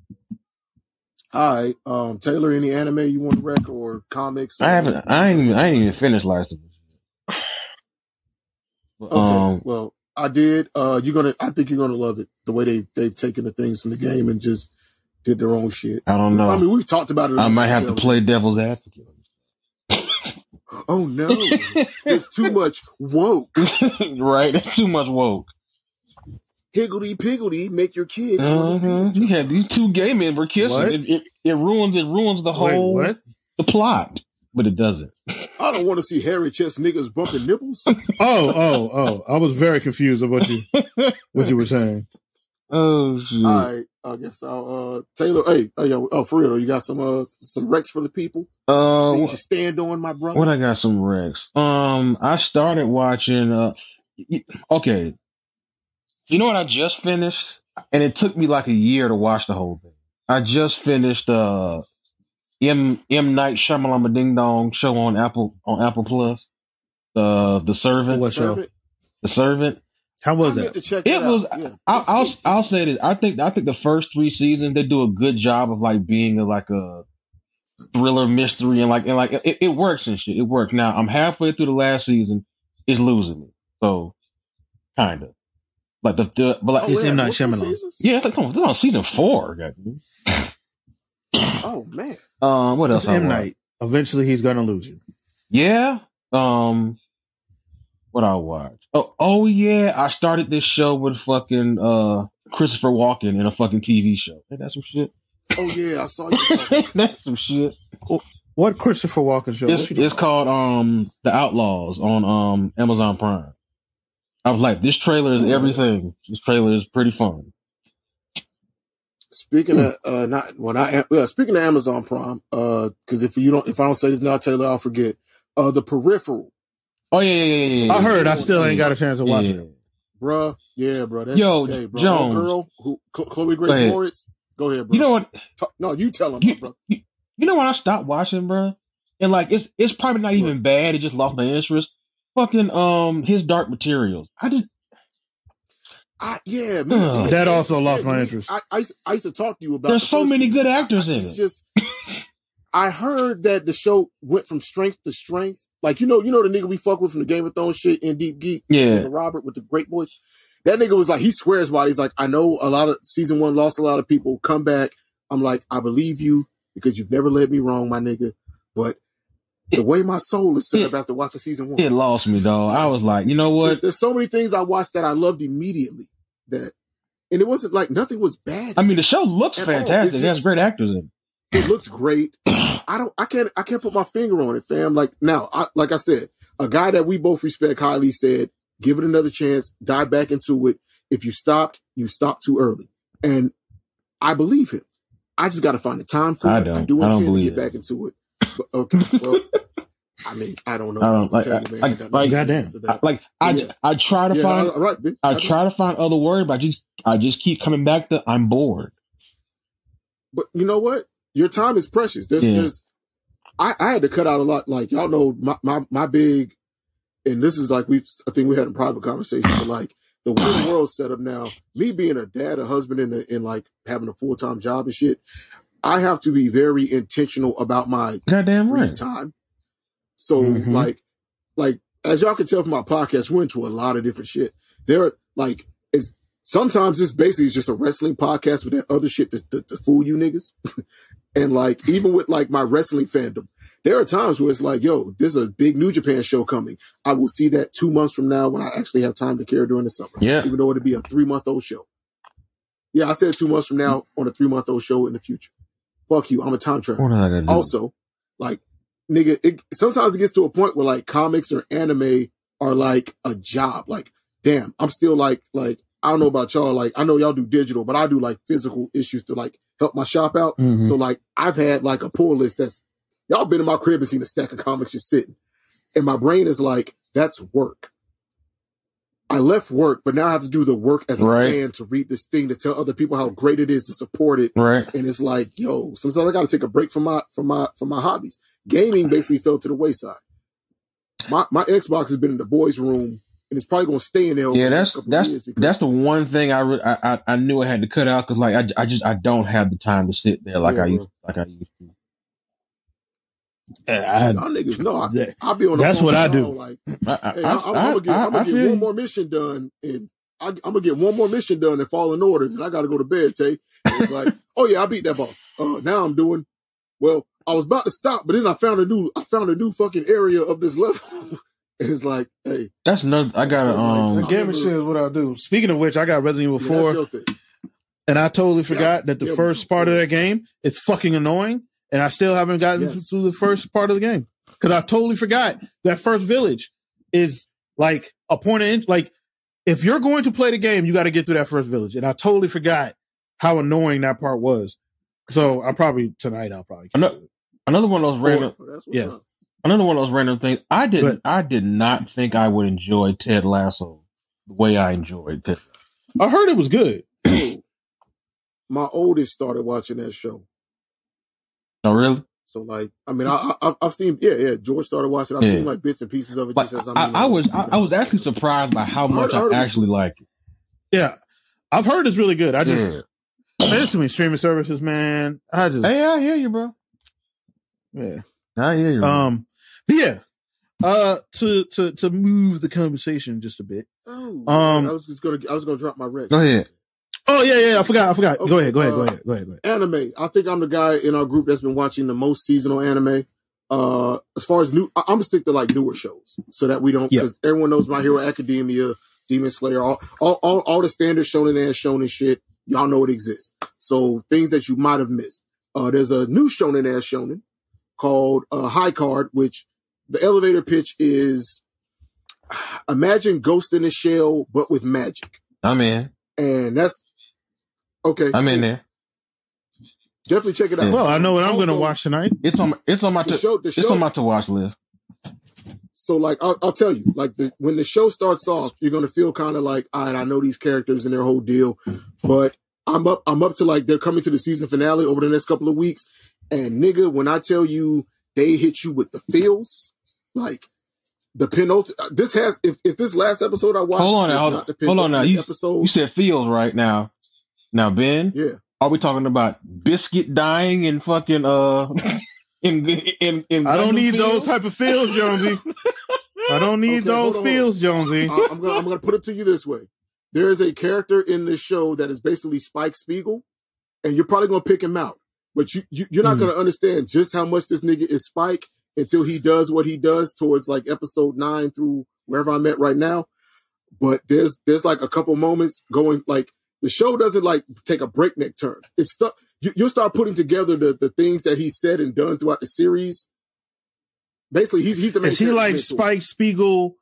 All right, um, Taylor, any anime you want to wreck or comics? Or
I haven't. I ain't. Even, I ain't even finished last of Us. But,
Okay,
Um,
well, I did. Uh, you're gonna. I think you're gonna love it. The way they they've taken the things from the game and just did their own shit.
I don't know.
I mean, we've talked about it.
Uh, I
amongst
might have to
ourselves.
play devil's advocate. [LAUGHS]
[LAUGHS]
Oh no, it's too much woke.
right? That's too much woke.
Higgledy piggledy, make your kid. want
Mm-hmm.
Mhm.
his
You
penis
had these two gay men were kissing.
What?
It, it, it ruins. It ruins the whole
Wait, what?
the plot, but it doesn't.
chopped. I don't want to see hairy chest niggas bumping nipples.
[LAUGHS] Oh, oh, oh! I was very confused of [LAUGHS] what you what you were saying.
Oh shit!
All right, I guess I'll uh Taylor. Hey, hey, yo, oh for real, though, you got some uh some wrecks for the people.
Oh,
uh,
Things
wh-
you stand on, my brother.
what I got some Rex. Um, I started watching. Uh, y- okay, you know what I just finished, and it took me like a year to watch the whole thing. I just finished uh, M M Night Shyamalama Ding Dong show on Apple on Apple Plus. Uh, the servant,
What show?
Servant?
the servant.
How was
I meant
that?
to check
It
that
was-
out. Yeah.
I, I'll I'll say this. I think I think the first three seasons they do a good job of like being a, like a thriller mystery and like and like it, it works and shit. It worked. Now I'm halfway through the last season. It's losing me. So kind of like the, the but like
Oh, It's M. Night
what's the
Shyamalan.
seasons?
yeah. It's like, come on, they're on season four. goddamn.
Oh man.
Um, what else?
It's
I
M
watched?
Night. Eventually, he's gonna lose you.
Yeah. Um what I watch. Oh, oh yeah, I started this show with fucking uh Christopher Walken in a fucking TV show. Ain't that some shit? [LAUGHS]
Oh yeah, I saw you.
[LAUGHS]
That's some shit.
What Christopher Walken show?
It's,
What you doing?
it's called um The Outlaws on um Amazon Prime. I was like, this trailer is everything. This trailer is pretty fun.
Speaking of uh, not well, not well, speaking of Amazon Prime, uh, because if you don't, if I don't say this now, Taylor, I'll forget. Uh, the Peripheral
Oh yeah, yeah, yeah, yeah, yeah.
I heard. I still ain't got a chance to watch
Yeah.
it.
Bruh, yeah, bro. That's,
Yo,
hey, bro,
Jones.
that girl, who Chlo- Chloe
Go
Grace
ahead.
Moritz. Go ahead, bro.
You know what?
Ta- no, you tell him,
You-
bro.
You know when I stopped watching, bro, and like it's it's probably not even bad. It just lost my interest. Fucking um, his Dark Materials. I just
I, yeah, man,
Ugh.
dude,
That also lost
yeah,
my
dude,
interest.
I, I, used- I used to talk to you about.
There's
the
so
first
many good
season. I-
actors in
it's
it.
Just, I heard that the show went from strength to strength. Like you know, you know the nigga we fuck with from the Game of Thrones shit in Deep Geek,
yeah,
nigga Robert with the great voice. That nigga was like, he swears by it. He's like, I know a lot of season one lost a lot of people. Come back. I'm like, I believe you because you've never led me wrong, my nigga. But the way my soul is set up after watching season one,
it lost me though. I was like, you know what?
There- there's so many things I watched that I loved immediately. That, and it wasn't like nothing was bad.
I mean, the show looks
oh,
At all. It's
fantastic. It has
just-
great actors in.
it looks great. I don't, I can't, I can't put my finger on it, fam. Like now, I, like I said, a guy that we both respect highly said, give it another chance, dive back into it. If you stopped, you stopped too early. And I believe him. I just got to find the time for
I
it. I
don't.
do
I don't
intend to
believe
get
it.
back into it. But, okay. Well, I mean, I don't know.
I don't-
what else to
like-
tell you,
I-
man.
like-
got nothing to
Goddamn.
answer
it.
that.
I- Like I
Yeah.
I try to
yeah,
find
all right, bitch.
I try to find other words, but I just I just keep coming back to I'm bored.
but you know what? Your time is precious. There's,
Yeah.
there's, I, I had to cut out a lot. Like y'all know my, my, my big, and this is like we've, I think we had a private conversation, but like the way the world's set up now, me being a dad, a husband, and, a, and like having a full time job and shit, I have to be very intentional about my
Goddamn
free
right.
time. So
Mhm.
like, like as y'all can tell from my podcast, we're into a lot of different shit. There, are, like, it's sometimes this basically is just a wrestling podcast with that other shit to, to, to fool you niggas. [LAUGHS] and like, even with like my wrestling fandom, there are times where it's like, yo, there's a big New Japan show coming. I will see that two months from now when I actually have time to care during the summer,
Yeah.
even though it'll be a three month old show. Yeah, I said two months from now on a three month old show in the future. Fuck you, I'm a time traveler
What did I gotta do?
also like nigga it, sometimes it gets to a point where like comics or anime are like a job like damn i'm still like like i don't know about y'all like i know y'all do digital but i do like physical issues to like help my shop out
Mm-hmm.
Mhm.
so like i've had like a pull list that's y'all been in my crib and seen a stack of comics just sitting and my brain is like that's work i left work but now i have to do the work as a
Right.
man to read this thing to tell other people how great it is to support it
right.
and it's like, yo, sometimes I got to take a break from my from my from my hobbies. Gaming basically fell to the wayside. My my Xbox has been in the boys' room, and it's probably gonna stay in there. over
Yeah,
the
that's-
next couple
that's-
years because
That's the one thing I, re- I I- I knew I had to cut out because like I, I just I don't have the time to sit there like
Yeah,
I
bro.
used like I used to.
Yeah, I-
y'all niggas know. I,
that-
I'll be on. The
That's
phone
what
with
I do.
y'all, Like,
I, I,
hey,
I,
I, am gonna get,
I-
I'm gonna
I
get
feel
one
you.
more mission done, and I, I'm gonna get one more mission done and fall in order. Then I got to go to bed. Tay, And
[LAUGHS]
it's like, oh yeah, I beat that boss. Uh, now I'm doing. Well, I was about to stop, but then I found a new. I found a new fucking area of this level, [LAUGHS] and it's like, hey,
That's another. I gotta
So, like,
um.
The
that-
gaming shit is what I do. Speaking of which, I got Resident Evil
yeah,
4.
that's your thing.
and I totally forgot
Yes.
that the
Yeah,
first
we-
part of that game it's fucking annoying, and I still haven't gotten
Yes.
to the first part of the game because I totally forgot that first village is like a point of in- like if you're going to play the game, you got to get through that first village, and I totally forgot how annoying that part was. So I probably tonight I'll probably
I know- another one of those random.
Oh, that's what's
Yeah.
up.
Another one of those random things. I didn't.
Good.
I did not think I would enjoy Ted Lasso the way I enjoyed Ted.
I heard it was good.
Yo, my oldest started watching that show.
No, really.
So like, I mean, I, I I've seen yeah yeah. George started watching. I've
Yeah.
seen like bits and pieces of it.
Like,
Just as I'm,
I, I was. I, I was actually surprised by how much I,
heard it was-
actually liked it.
Yeah, I've heard it's really good. I just
Yeah.
man, there's so many streaming services, man. I just
Hey, I hear you, bro.
yeah.
I hear you. bro.
Um, but yeah. Uh, to to to move the conversation just a bit.
Oh,
Um,
I was just gonna I was gonna drop my wreck.
Go ahead.
Oh yeah, yeah. I forgot. I forgot. go
Okay,
ahead. Go ahead. Go
uh,
ahead. Go ahead. Go ahead.
Anime. I think I'm the guy in our group that's been watching the most seasonal anime. Uh, as far as new, I, I'm gonna stick to like newer shows so that we don't
Yeah.
because everyone knows My Hero Academia, Demon Slayer, all all all, all the standard shonen ass shonen shit. Y'all know it exists. So things that you might have missed. Uh, there's a new shonen ass shonen called uh, High Card, which the elevator pitch is [SIGHS] imagine Ghost in a Shell but with magic,
I'm in.
and that's okay.
I'm in there.
Definitely check it out.
Well, I know what I'm going to
Also,
watch tonight.
It's on. It's on my.
The
To,
show, the
it's
show,
on my to watch list.
So like, I'll, I'll tell you, like the, when the show starts off, you're going to feel kind of like, all right, I know these characters and their whole deal, but I'm up, I'm up to like, they're coming to the season finale over the next couple of weeks. And nigga, when I tell you they hit you with the feels, like the penulti this has, if, if this last episode I watched,
Hold on now,
was
hold
not
on.
the
Hold on now,
penultimate
you-
episode,
You said feels right now. Now, Ben,
yeah.
are we talking about biscuit dying and fucking uh [LAUGHS] in in in
I don't
Gundam
need
fields?
those type of feels,
[LAUGHS]
Jonesy. I don't need
Okay, hold
those
on, Uh, hold
feels, Jonesy.
I- I'm gonna I'm gonna put it to you this way: there is a character in this show that is basically Spike Spiegel, and you're probably gonna pick him out, but you, you you're not
Hmm.
gonna understand just how much this nigga is Spike until he does what he does towards like episode nine through wherever I'm at right now. But there's there's like a couple moments going like the show doesn't like take a breakneck turn. It's stuff you, you'll start putting together the the things that he said and done throughout the series. Basically, he's he's the main.
Is he
character
like
mentor.
Spike Spiegel,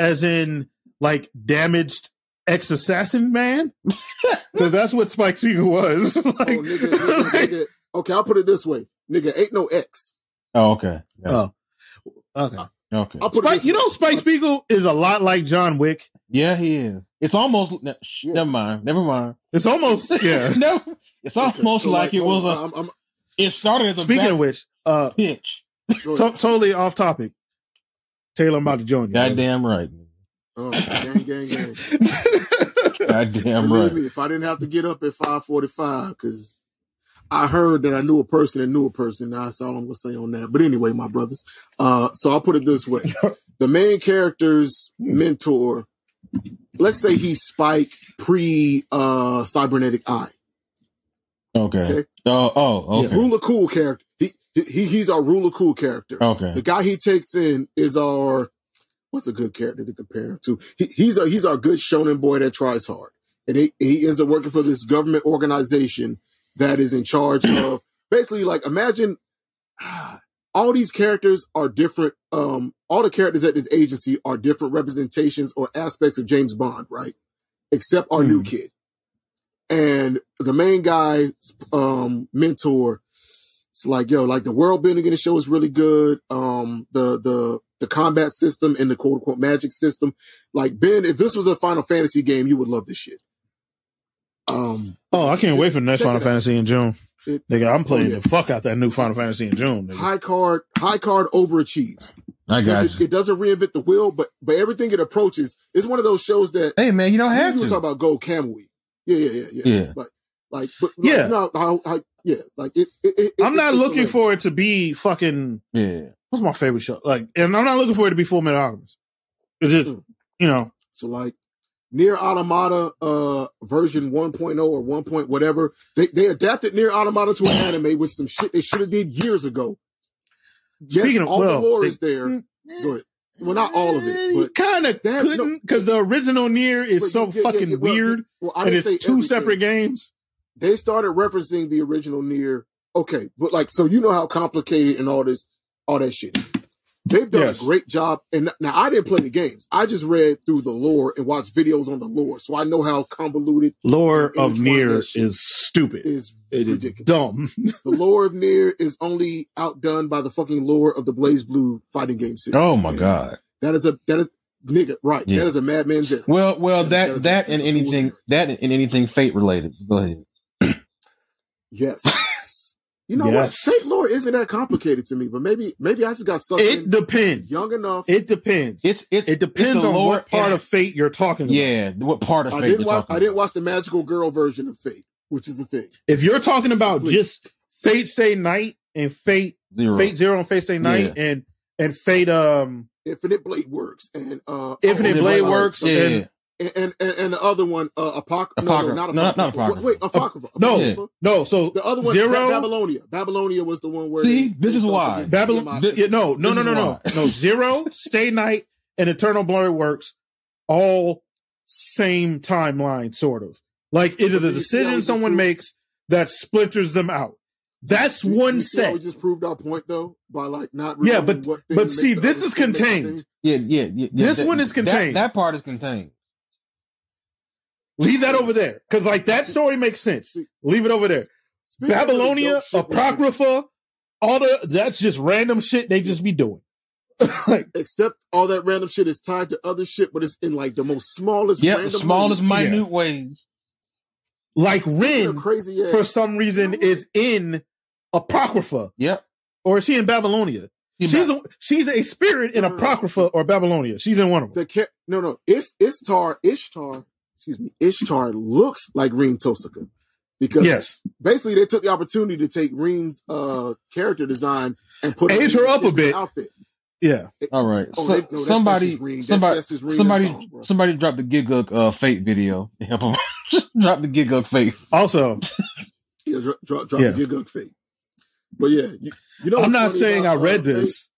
as in like damaged ex assassin
[LAUGHS]
man? Because that's what Spike Spiegel was. [LAUGHS] like,
Oh,
[LAUGHS]
nigga, nigga, nigga. Okay, I'll put it this way. Nigga, ain't no X.
Oh, okay.
Uh,
Yeah.
Oh. okay.
Okay.
I'll put it
Spike,
this
you
way.
know, Spike Spiegel is a lot like John Wick.
Yeah, he is. It's almost. ne- sh-
Yeah.
Never mind. Never mind.
It's
[LAUGHS]
almost yeah.
[LAUGHS] no, it's
Okay,
almost
so, oh, uh,
like, it
hold
was
on,
a.
I'm, I'm,
It started as a
Speaking
back
of which, uh,
pitch.
go
to-
ahead.
totally off topic. Taylor, I'm about to join you.
Goddamn right.
Oh, gang, gang, gang.
Goddamn
Believe
right.
me, if I didn't have to get up at 545, because I heard that I knew a person that knew a person. That's all I'm going to say on that. But anyway, my brothers. Uh, so I'll put it this way. The main character's mentor, let's say he's Spike pre, uh, cybernetic eye.
Okay.
Okay.
Oh. Oh.
Ruler
Okay.
Rule of cool character. He, he, he's our rule of cool character. The
Okay.
guy he takes in is our what's a good character to compare him to? He, he's our he's our good shonen boy that tries hard, and he, he ends up working for this government organization that is in charge of basically like imagine [SIGHS] all these characters are different. Um, all the characters at this agency are different representations or aspects of James Bond, right? Except our new kid and the main guy, um, mentor, it's like, yo, like the world building in the show is really good. Um, the, the, the combat system and the quote unquote magic system. Like, Ben, if this was a Final Fantasy game, you would love this shit. Um,
[LAUGHS] Oh, I can't wait for the next
Check it
Final
out.
Fantasy in June.
It-
Nigga, I'm playing
Oh, yeah.
the fuck out that new Final Fantasy in June. Nigga.
high card, high card overachieves.
I got
It,
you.
it doesn't reinvent the wheel, but, but everything it approaches is one of those shows that
Hey man, you don't
you
have
were talking
to.
about Gold Camel Week. Yeah, yeah, yeah, yeah.
Yeah.
Like, like, but, like,
Yeah.
you know how, how, yeah, like it's, it, it,
I'm
it's-
not
it's
looking
hilarious.
for it to be fucking
Yeah.
what's my favorite show? Like, and I'm not looking for it to be Full Metal Alchemist. It's just,
Mm.
you know,
So like near automata uh version 1.0 or 1. Point whatever they, they adapted near automata to an anime with some shit they should have did years ago yes,
Speaking of-
all
well,
the lore
they-
is there
Mm.
but well not all of it but
kind of
That- no.
couldn't because the original Nier is
but
so
you- yeah, yeah,
fucking
yeah, well,
weird,
you- well, I
and
didn't say
it's two
everything.
separate games.
they started referencing the original near okay but like so you know how complicated and all this all that shit is they've done
Yes.
a great job and now i didn't play the games i just read through the lore and watched videos on the lore so i know how convoluted
Lore
Yeah,
of
each one of
Nier
that shit
is stupid.
is
It is
ridiculous
dumb.
the lore of Nier is only outdone by the fucking lore of the Blaze Blue fighting game series.
Oh my
And
god.
That is a that is nigga, right.
Yeah.
That is a madman's error.
Well, well,
Yeah,
that
that's a-
that and
that's a fool's
anything
errand.
that and anything fate related. Go ahead. [LAUGHS]
Yes. You know
Yes.
what? Fake lore isn't that complicated to me, but maybe maybe I just got sucked
It
in
depends.
young enough.
It depends. It,
It's it's
depends
it's a
on
lore
what part
and-
of fate you're talking about.
Yeah, what part of
I
fate?
didn't
you're
watch
talking
I didn't
about.
watch the magical girl version of Fate, which is the thing.
If you're talking about
Please.
just Fate Stay Night and Fate
Zero.
Fate Zero and Fate Stay Night and and Fate um
Infinite Blade works and uh
Infinite
oh,
Blade
uh,
Works
Yeah.
and
and and, and, and the other one, uh Apoc- no, no,
Apocrypha.
not Apocrypha.
No, not Apocrypha.
Wait, Apocrypha.
No.
Apocrypha.
No, so
The other one,
Zero-
Ba- Babylonia. Babylonia was the one where.
See,
they-
this is
they
why.
started against
Babylon.
Tiamat.
yeah, no, no, no, no, no,
This is
no. Zero, Stay Night, and Eternal Blurred Works, all same timeline, sort of. Like it is a
You see how we
decision
just
someone
proved-
makes that splinters them out. That's
You- you
one
see how
set.
We just proved our point though by like not.
Yeah,
revealing
but-
what
but
thing
see,
makes the
this
other
is
thing make the
contained.
thing.
Yeah, yeah, yeah, yeah.
This one is contained.
That, that part is contained.
Leave that over there, because like that story makes sense. Leave it over there.
Speaking of
Babylonia,
dope shit,
Apocrypha, all the that's just random shit they just be doing. like,
Except all that random shit is tied to other shit, but it's in like the most smallest.
Yeah, the
random
smallest
ways.
minute ways.
like
You're
Rin,
crazy ass.
for some reason, is in Apocrypha.
Yep.
Or is she in Babylonia?
He
she's
ma-
a, she's a spirit in Apocrypha or Babylonia. She's in one of them.
the cat. No, no, it's Ishtar. Ishtar. Excuse me. Ishtar looks like Reem Tosica because
Yes.
basically they took the opportunity to take Reem's uh character design and put
Age
in
her
the
up a bit.
Outfit.
Yeah.
all right.
Oh,
So-
they, no, that's,
somebody,
that's just Reem. That's,
somebody,
that's just Reem
somebody,
and Thong, bro.
somebody dropped the Gigug uh, fate video. [LAUGHS] Help him. drop the Gigug fate.
Also,
Yeah, drop, drop, drop
Yeah.
your gug fake. But yeah, you, you know,
I'm
what's
not
funny
saying I
about, uh,
read
Fate?
this.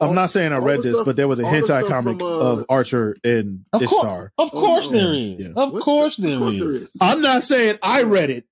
all-
I'm not saying I
all
read
the
this,
stuff-
but there was a
all the
hentai
stuff
comic
from, uh,
of Archer and
Of course.
Ishtar.
Of
Oh,
course
no.
there is.
Yeah.
Of
What's
course
the,
there
of course
is.
there is.
I'm not saying I read it.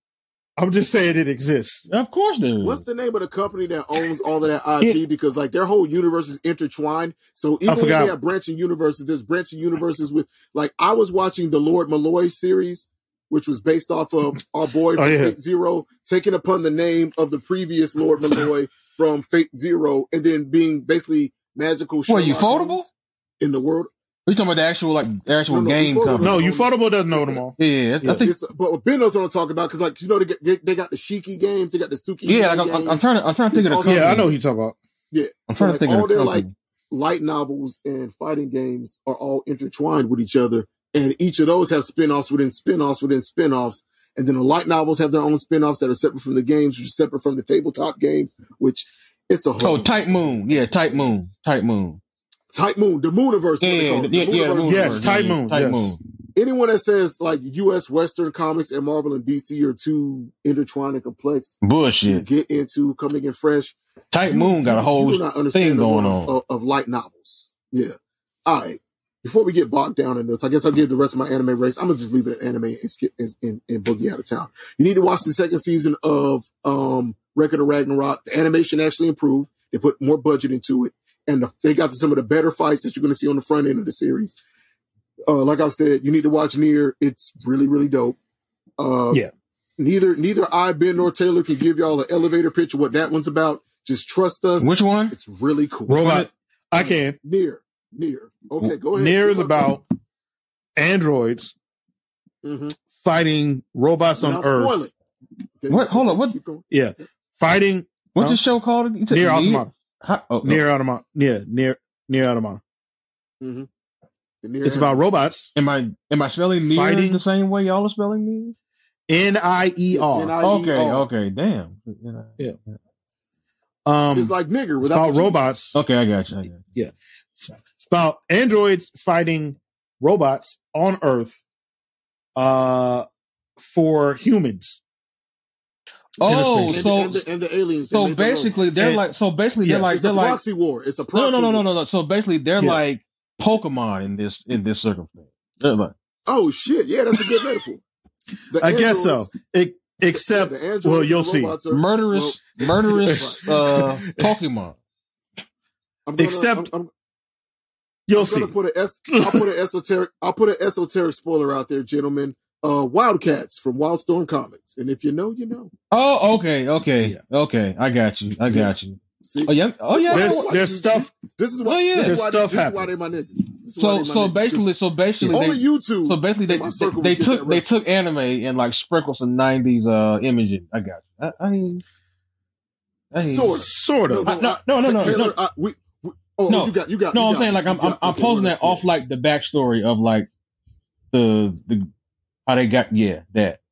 I'm just saying it exists.
Of course there is.
What's
Mm.
the name of the company that owns all
[LAUGHS]
of that IP? Because like their whole universe is intertwined. So even when
forgot.
they have branching universes, there's branching universes with like I was watching the Lord Malloy series, which was based
[LAUGHS]
off of our boy from
Oh, yeah.
Fate Zero, taking upon the name of the previous Lord Malloy from Fate Zero, and then being basically magical.
What, you
Sherlock
foldable?
Holmes in the world?
Are you talking about the actual like the actual
No, no,
game
before-
cover?
No, Ufotable doesn't know them all.
Yeah, I
Yeah.
think.
It's, but what Ben knows what I'm talking about because like you know they, get, they, they got the Shiki games, they got the Suki.
Yeah, like, I'm,
games.
I'm- I'm trying to. I'm trying to think of the
It's
company.
Yeah, I know who you talking about.
I'm trying to
like,
think
all
of the
their
company.
like light novels and fighting games are all intertwined with each other. And each of those have spin-offs within spin-offs within spin-offs. And then the light novels have their own spin-offs that are separate from the games, which are separate from the tabletop games, which it's a whole
oh, Type Moon. Yeah, Type Moon. Type Moon.
Type Moon, the Mooniverse.
Yeah,
what they
yeah,
call
yeah, yeah,
it,
the
the Mooniverse.
Moon
Yes,
Verse,
Type
yeah,
Moon,
Type
yes.
Moon.
Anyone that says like US Western comics and Marvel and DC are too intertwined and complex to
Bullshit.
get into coming in fresh.
Type
You-
Moon got
you-
a whole
you do not understand
thing
the
going
world
on.
of, of light novels. Yeah. All right. Before we get bogged down in this, I guess I'll give the rest of my anime race. I'm gonna just leave it at anime and skip and, and, and boogie out of town. You need to watch the second season of um Record of Ragnarok. The animation actually improved. They put more budget into it, and the, they got some of the better fights that you're gonna see on the front end of the series. Uh, like I said, you need to watch Near. It's really really dope. Uh,
Yeah.
Neither neither I Ben nor Taylor can give y'all an elevator pitch of what that one's about. Just trust us.
Which one?
It's really cool.
Robot. I can.
Near, near. Okay, go ahead.
Near is about androids
Mhm.
fighting robots on
Now, spoil
Earth.
it. Okay,
What? Hold on, what-
Keep going.
Yeah, fighting
What's
Huh?
the show called? You said
near
Nier?
Automata.
How- oh, no.
Near Automata. Yeah, near near Automata.
The near
It's about
animals.
robots.
Am I am I spelling near
Fighting.
the same way y'all are spelling near?
N I E R.
N-I-E-R.
Okay, okay, damn.
Um,
It's like nigger
it's
without
about
the G.
robots.
Okay, I got you. I got you.
It's about androids fighting robots on Earth, uh, for humans. In a
Oh,
space.
And, the- and,
so
the, and the aliens. they
so
made them
basically they're
And-
like so basically
Yes.
they're
robots.
like
it's
they're
a
like
proxy war. It's a
no
proxy
no no no
war.
no no. So basically they're
Yeah.
like Pokemon in this in this circumstance. They're like
Oh shit! Yeah, that's a good metaphor. The
I guess so.
androids-
It, except
the androids
well,
and
you'll
the
see.
robots are-
murderous
[LAUGHS]
murderous uh Pokemon.
I'm gonna-
Except-
I'm- I'm-
You'll
I'm
see.
gonna put an es- I'll
[LAUGHS]
put an esoteric. I'll put an esoteric spoiler out there, gentlemen. Uh, Wildcats from Wildstorm Comics, and if you know, you know.
Oh, okay, okay,
Yeah.
okay. I got you. I got you.
See,
Oh yeah. Oh yeah.
There's
Why
there's
you-
stuff.
this is
Oh,
why.
yeah.
this
There's
is why
stuff
they, this is why they
happening.
my niggas. This is why
So
they my
so
niggas.
basically so basically
only
they,
YouTube.
So basically, they
In my circle,
they
we get
took
that
they
reference.
took anime and like sprinkled some '90s uh imaging. I got you. I, I ain't. I ain't
Sort of.
Sort of.
I- no, no, no, no,
Taylor,
no.
I, we, we, oh,
No.
you got, you got.
No,
you
I'm
got
saying
me.
like I'm
You
I'm,
got-
I'm
okay,
posing
whatever.
that off like the backstory of like the the how they got yeah that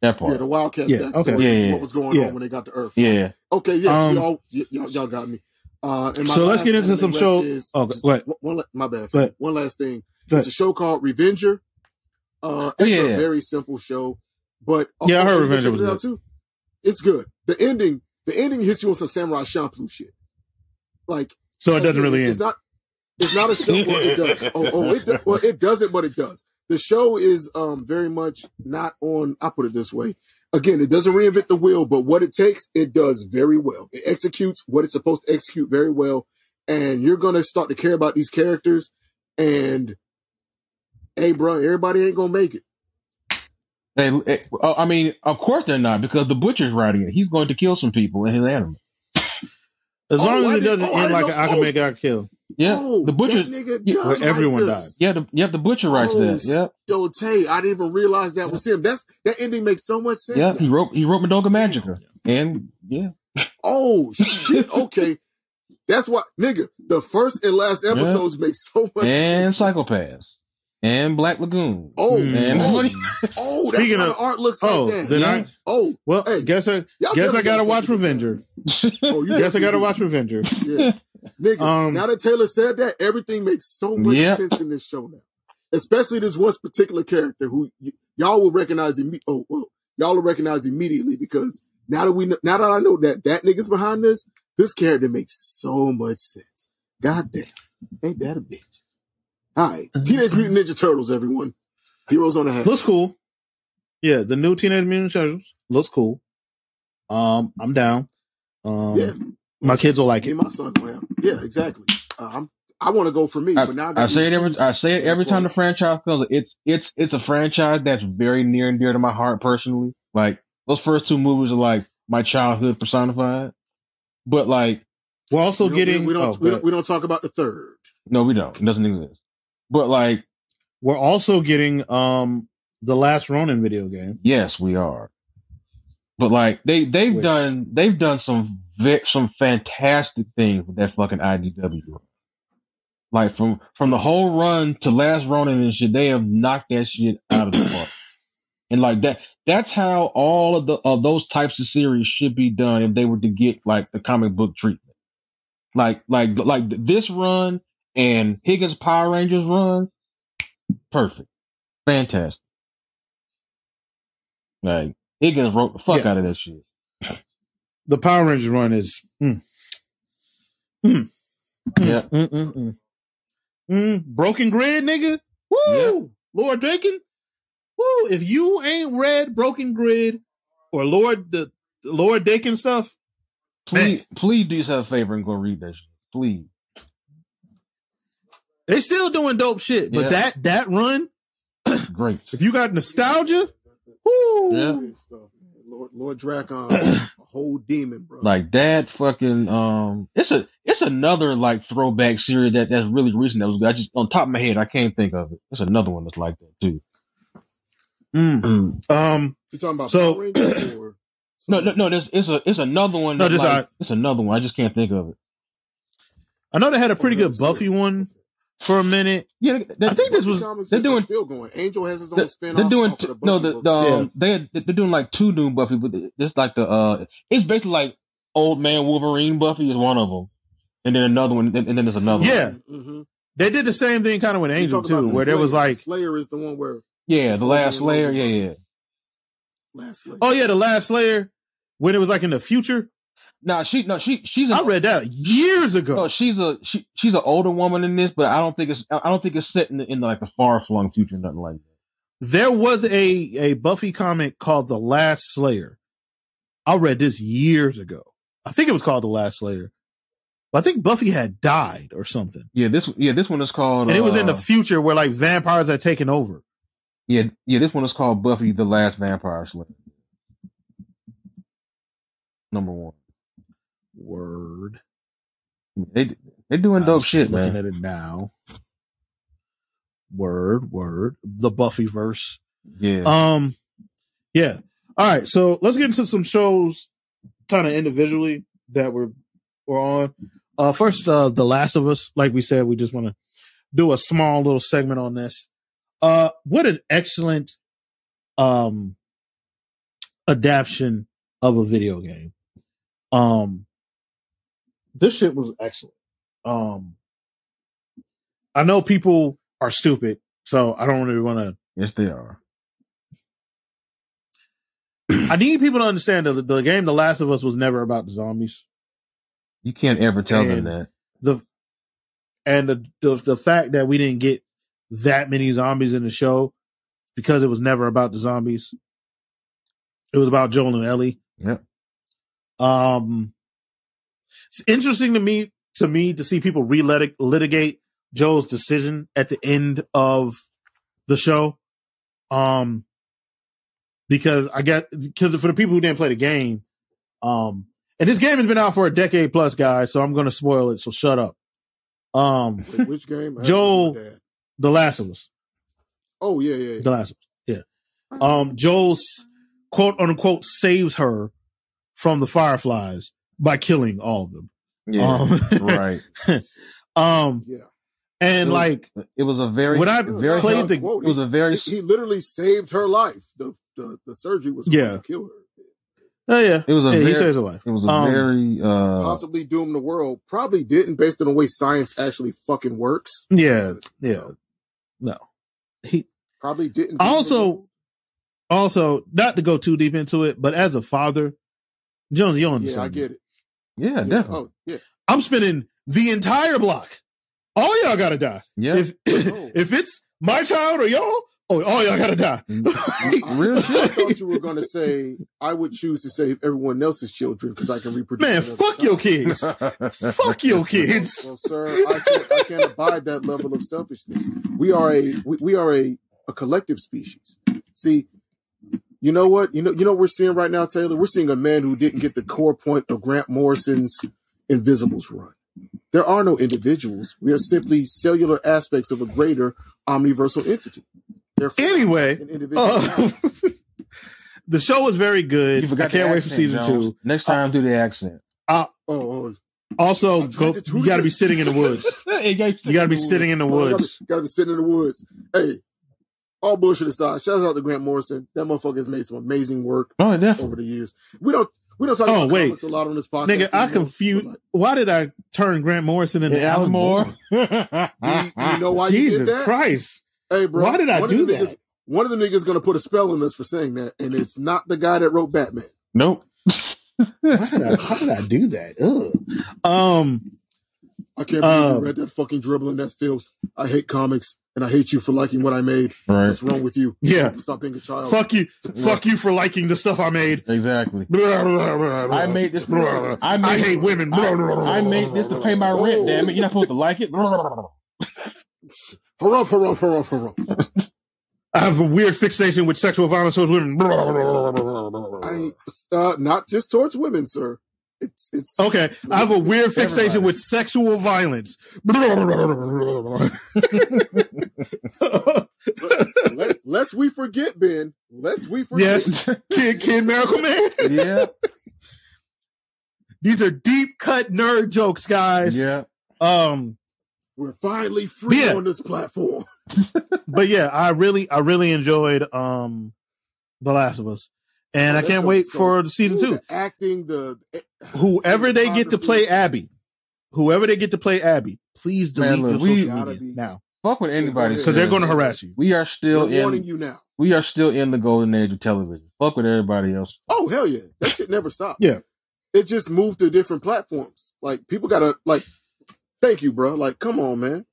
that
Yeah,
part
the Wildcats.
Yeah,
backstory,
okay.
Yeah, yeah, yeah.
What was going
Yeah.
on when they got to Earth?
yeah.
Okay, yes,
Um,
y'all, y- y'all, y'all got me. Uh, and my
So let's
last
get into
anime
some
rep
show.
is-
Oh, go ahead.
one, one la- my bad.
Go ahead.
One last thing.
Go Oh,
It's a show called Revenger. Uh, it's
yeah,
a
yeah.
very simple show, but
Yeah, I heard
you
Revenger
check
was
it
good.
out too. It's good. The ending, the ending hits you on some Samurai Champloo shit. Like
So it doesn't
again,
really
it's
end.
Not, it's not a show. well,
[LAUGHS]
it does. Oh, oh, it, do- well, it doesn't, but it does. The show is um very much not on. I put it this way. Again, it doesn't reinvent the wheel, but what it takes, it does very well. It executes what it's supposed to execute very well, and you're gonna start to care about these characters. And hey, bro, everybody ain't gonna make it.
They, it, oh, I mean, of course they're not because the butcher's writing it. He's going to kill some people in his anime.
As
Oh,
long
I
as it
didn't-
doesn't
oh, I
end like
didn't
an
know-
Akame got killed.
Yeah,
Oh,
the butcher.
That nigga
yeah,
does
where
like
everyone
this.
dies.
Yeah, the yeah the butcher writes
Oh,
that. Yeah,
Yo, Tay, I didn't even realize that was him. That's that ending makes so much sense.
yeah.
now.
He wrote he wrote Madoka Magica, and yeah,
Oh
[LAUGHS]
shit. Okay. That's why, nigga. The first and last episodes make so much
and
sense.
Psychopaths, and Black Lagoon.
Oh,
and [LAUGHS]
oh,
Money.
oh,
mm.
that's
Speaking
why
of-
the art looks
Oh,
like that.
then I
Yeah.
oh,
well
Hey,
guess I
y'all
guess I
definitely
gotta
got
watch
fucking-
Revenger.
Oh, you
Guess I gotta
definitely-
watch Revenger.
Yeah. Nigga,
Um,
now that Taylor said that, everything makes so much
Yeah.
sense in this show now. Especially this one particular character who y- y'all will recognize imme- oh, well, y'all will recognize immediately because now that we know, now that I know that that nigga's behind this, this character makes so much sense. God damn. Ain't that a bitch? All right.
Uh-huh.
Teenage Mutant Ninja Turtles, everyone. Heroes on the hat.
Looks cool. Yeah, the new Teenage Mutant Ninja Turtles looks cool. Um, I'm down. Um,
yeah.
my kids will like
Give
it.
my son well. Yeah, exactly. Uh, I'm, I want to go for me,
I,
but now
I
got
say it every
these-
I say it every time the franchise comes. It's it's it's a franchise that's very near and dear to my heart personally. Like those first two movies are like my childhood personified. But like
We're also
we don't-
getting.
we
oh,
don't,
go
we
ahead.
don't we don't talk about the third.
no, we don't. It doesn't exist. But like
We're also getting um the last Ronin video game.
yes, we are. But like they they've
Which-
done they've done some ve- some fantastic things with that fucking IDW. run. Like from from the whole run to last Ronin and shit, they have knocked that shit out of the park. And like that that's how all of the of those types of series should be done if they were to get like the comic book treatment. Like like like this run and Higgins Power Rangers run, perfect. Fantastic. Like Higgins wrote the fuck
Yeah.
out of that shit.
The Power Rangers run is. Mm, mm, mm,
Yeah.
mm, mm, mm. Mm, broken grid, nigga. Woo,
Yeah.
Lord Dakin. Woo, if you ain't read Broken Grid or Lord the Lord Dakin stuff,
Please please do yourself a favor and go read that shit. Please.
they still doing dope shit. But
Yeah.
that that run,
Great.
if you got nostalgia, woo,
Yeah.
Lord
[COUGHS]
Lord Dracon, a whole demon, bro.
Like that fucking um it's a it's another like throwback series that that's really recent that was good. I just on top of my head I can't think of it. It's another one that's like that too.
Mm. Um,
you talking about
so-
Power
[COUGHS]
Rangers or
No, no, no. There's it's a it's another one.
No,
that's
just
like-
alright.
it's another one. I just can't think of it.
I know they had a pretty
Another
good Buffy
series.
one for a minute.
Yeah, that,
I think this was
Comics
they're
are
doing-
still going. Angel has his own
that-
spin
they're doing
off of the
no
Buffy
the, the
books.
um, they they're doing like two new Buffy, but it's like the uh it's basically like old man Wolverine Buffy is one of them, and then another one, and, and then there's another.
Yeah.
one.
Mhm.
They did the same thing kind of with
You
Angel
talking about
too,
the
where there was
Slayer.
like,
Slayer is the one where
yeah,
It's
the
Old
last
Man
Slayer, yeah,
Logan
yeah.
last Slayer.
oh yeah, the Last Slayer, when it was like in the future.
Nah, she no she she's an,
I read that years ago.
no she's a she she's an older woman in this, but I don't think it's I I don't think it's set in, the, in like the far flung future, nothing like that.
There was a a Buffy comic called The Last Slayer. I read this years ago. I think it was called The Last Slayer. But I think Buffy had died or something,
Yeah, this yeah this one is called
and it was in the
uh,
future where like vampires had taken over.
Yeah, yeah, this one is called Buffy the Last Vampire Slayer. Number one.
Word.
They they're doing
I'm
dope
just
shit,
Oh, looking at
man.
it now. Word, word. The Buffy verse.
yeah.
Um, yeah. All right. So let's get into some shows kind of individually that we're, we're on. Uh, first, uh, The Last of Us. Like we said, we just want to do a small little segment on this. Uh, what an excellent, um, adaption of a video game. Um, this shit was excellent. Um, I know people are stupid, so I don't really want to
yes, they are.
I need people to understand that the, the game The Last of Us was never about the zombies.
You can't ever tell them
And-
that.
And the, the the fact that we didn't get that many zombies in the show because it was never about the zombies. It was about Joel and Ellie.
Yep.
Um it's interesting to me to me to see people relitig- litigate Joel's decision at the end of the show. Um because I got because for the people who didn't play the game, um And this game has been out for a decade plus, guys. So I'm going to spoil it. So shut up. Um,
Wait, which game? I
Joel-
haven't seen that.
The Last of Us.
Oh yeah, yeah.
The last one. Yeah. Um, Joel s- quote unquote saves her from the fireflies by killing all of them. Um,
right.
[LAUGHS] um, [LAUGHS]
Yeah.
and
Dude,
like
It was a very,
When I
very
played
dark-
the-
it was a very
He, he literally saved her life. The the, the surgery was
Yeah.
going to kill her,
oh yeah,
it was a
yeah he
very
saves her life.
it was a
um,
very uh
possibly doomed the world. Probably didn't, based on the way science actually fucking works.
Yeah, yeah. No, he
Probably didn't. doom the
also
world.
also not to go too deep into it, but as a father, Jones, you don't
yeah,
understand.
I get it.
yeah,
Yeah.
definitely.
Oh yeah,
I'm spending the entire block. All y'all gotta die.
Yeah.
If [LAUGHS] if it's my child or y'all, oh, all y'all gotta die. [LAUGHS]
Mm-hmm. Real
I
shit.
thought you were going to say I would choose to save everyone else's children because I can reproduce.
[LAUGHS] Man,
another
fuck
child."
your kids. fuck your kids.
Well, sir, I can't, I can't abide that level of selfishness. We are a we, we are a, a collective species. See, you know what? You know you know what we're seeing right now, Taylor. We're seeing a man who didn't get the core point of Grant Morrison's Invisibles run. There are no individuals. We are simply cellular aspects of a greater omniversal entity. Therefore,
Anyway,
an individual.
uh, [LAUGHS] the show was very good.
You forgot
I can't
the
wait for
accent,
season
Jones.
two.
Next time, do the
[LAUGHS]
accent.
oh, oh,
Also,
I'm
go,
trying to
you got to
tweet
be
it.
sitting in the woods. You got to be sitting in the
Well,
woods.
Gotta, gotta be sitting in the woods. Hey, all bullshit aside, shout out to Grant Morrison. That motherfucker has made some amazing work
Oh, definitely.
over the years. We don't we don't talk
Oh,
about
wait.
comics a lot on this podcast.
Nigga, I
anymore,
confused.
but,
Why did I turn Grant Morrison into
Yeah, Alan Moore.
like, do you, do you know why you did
Jesus
that?
Christ.
Hey, bro.
Why did I
one of
do
the
that?
niggas- one of the niggas gonna put a spell on us for saying that, and it's not the guy that wrote Batman.
[LAUGHS] Nope.
Why did I, why did I do that? Ugh. Um,
I can't believe
Um,
you read that fucking dribble in that filth. I hate comics, and I hate you for liking what I made.
Right.
What's wrong with you?
yeah.
Stop being a child.
Fuck you. Fuck you for liking the stuff I made.
Exactly.
I
I made this. I, made,
I hate women.
I, I made this to pay my rent. Damn it! You're not supposed to like it.
Harumph, harumph, harumph, harumph.
I have a weird fixation with sexual violence towards women.
I uh, not just towards women, sir. It's it's
Okay, I have a weird fixation
Everybody.
with sexual violence. Kid,
let, lest we forget, Ben. Lest we forget.
Yes. kid, miracle man.
yeah.
These are deep cut nerd jokes, guys.
Yeah.
Um,
we're finally free
Yeah.
on
[LAUGHS]
this platform.
but yeah, I really, I really enjoyed um, The Last of Us, and I
That's
can't
so-
wait
so-
for season
Ooh,
two.
the acting, [SIGHS] the
whoever they get to play Abby, whoever they get to play Abby, please delete
Man, look,
your
we-
social media now
Fuck with anybody
Yeah,
because they're
yeah.
going to harass you.
We are
They're
still
warning
in.
you now.
We are still in the golden age of television. Fuck with everybody else.
Oh hell yeah, that shit never stopped.
Yeah.
it just moved to different platforms. Like people gotta like, thank you, bro. Like come on, man.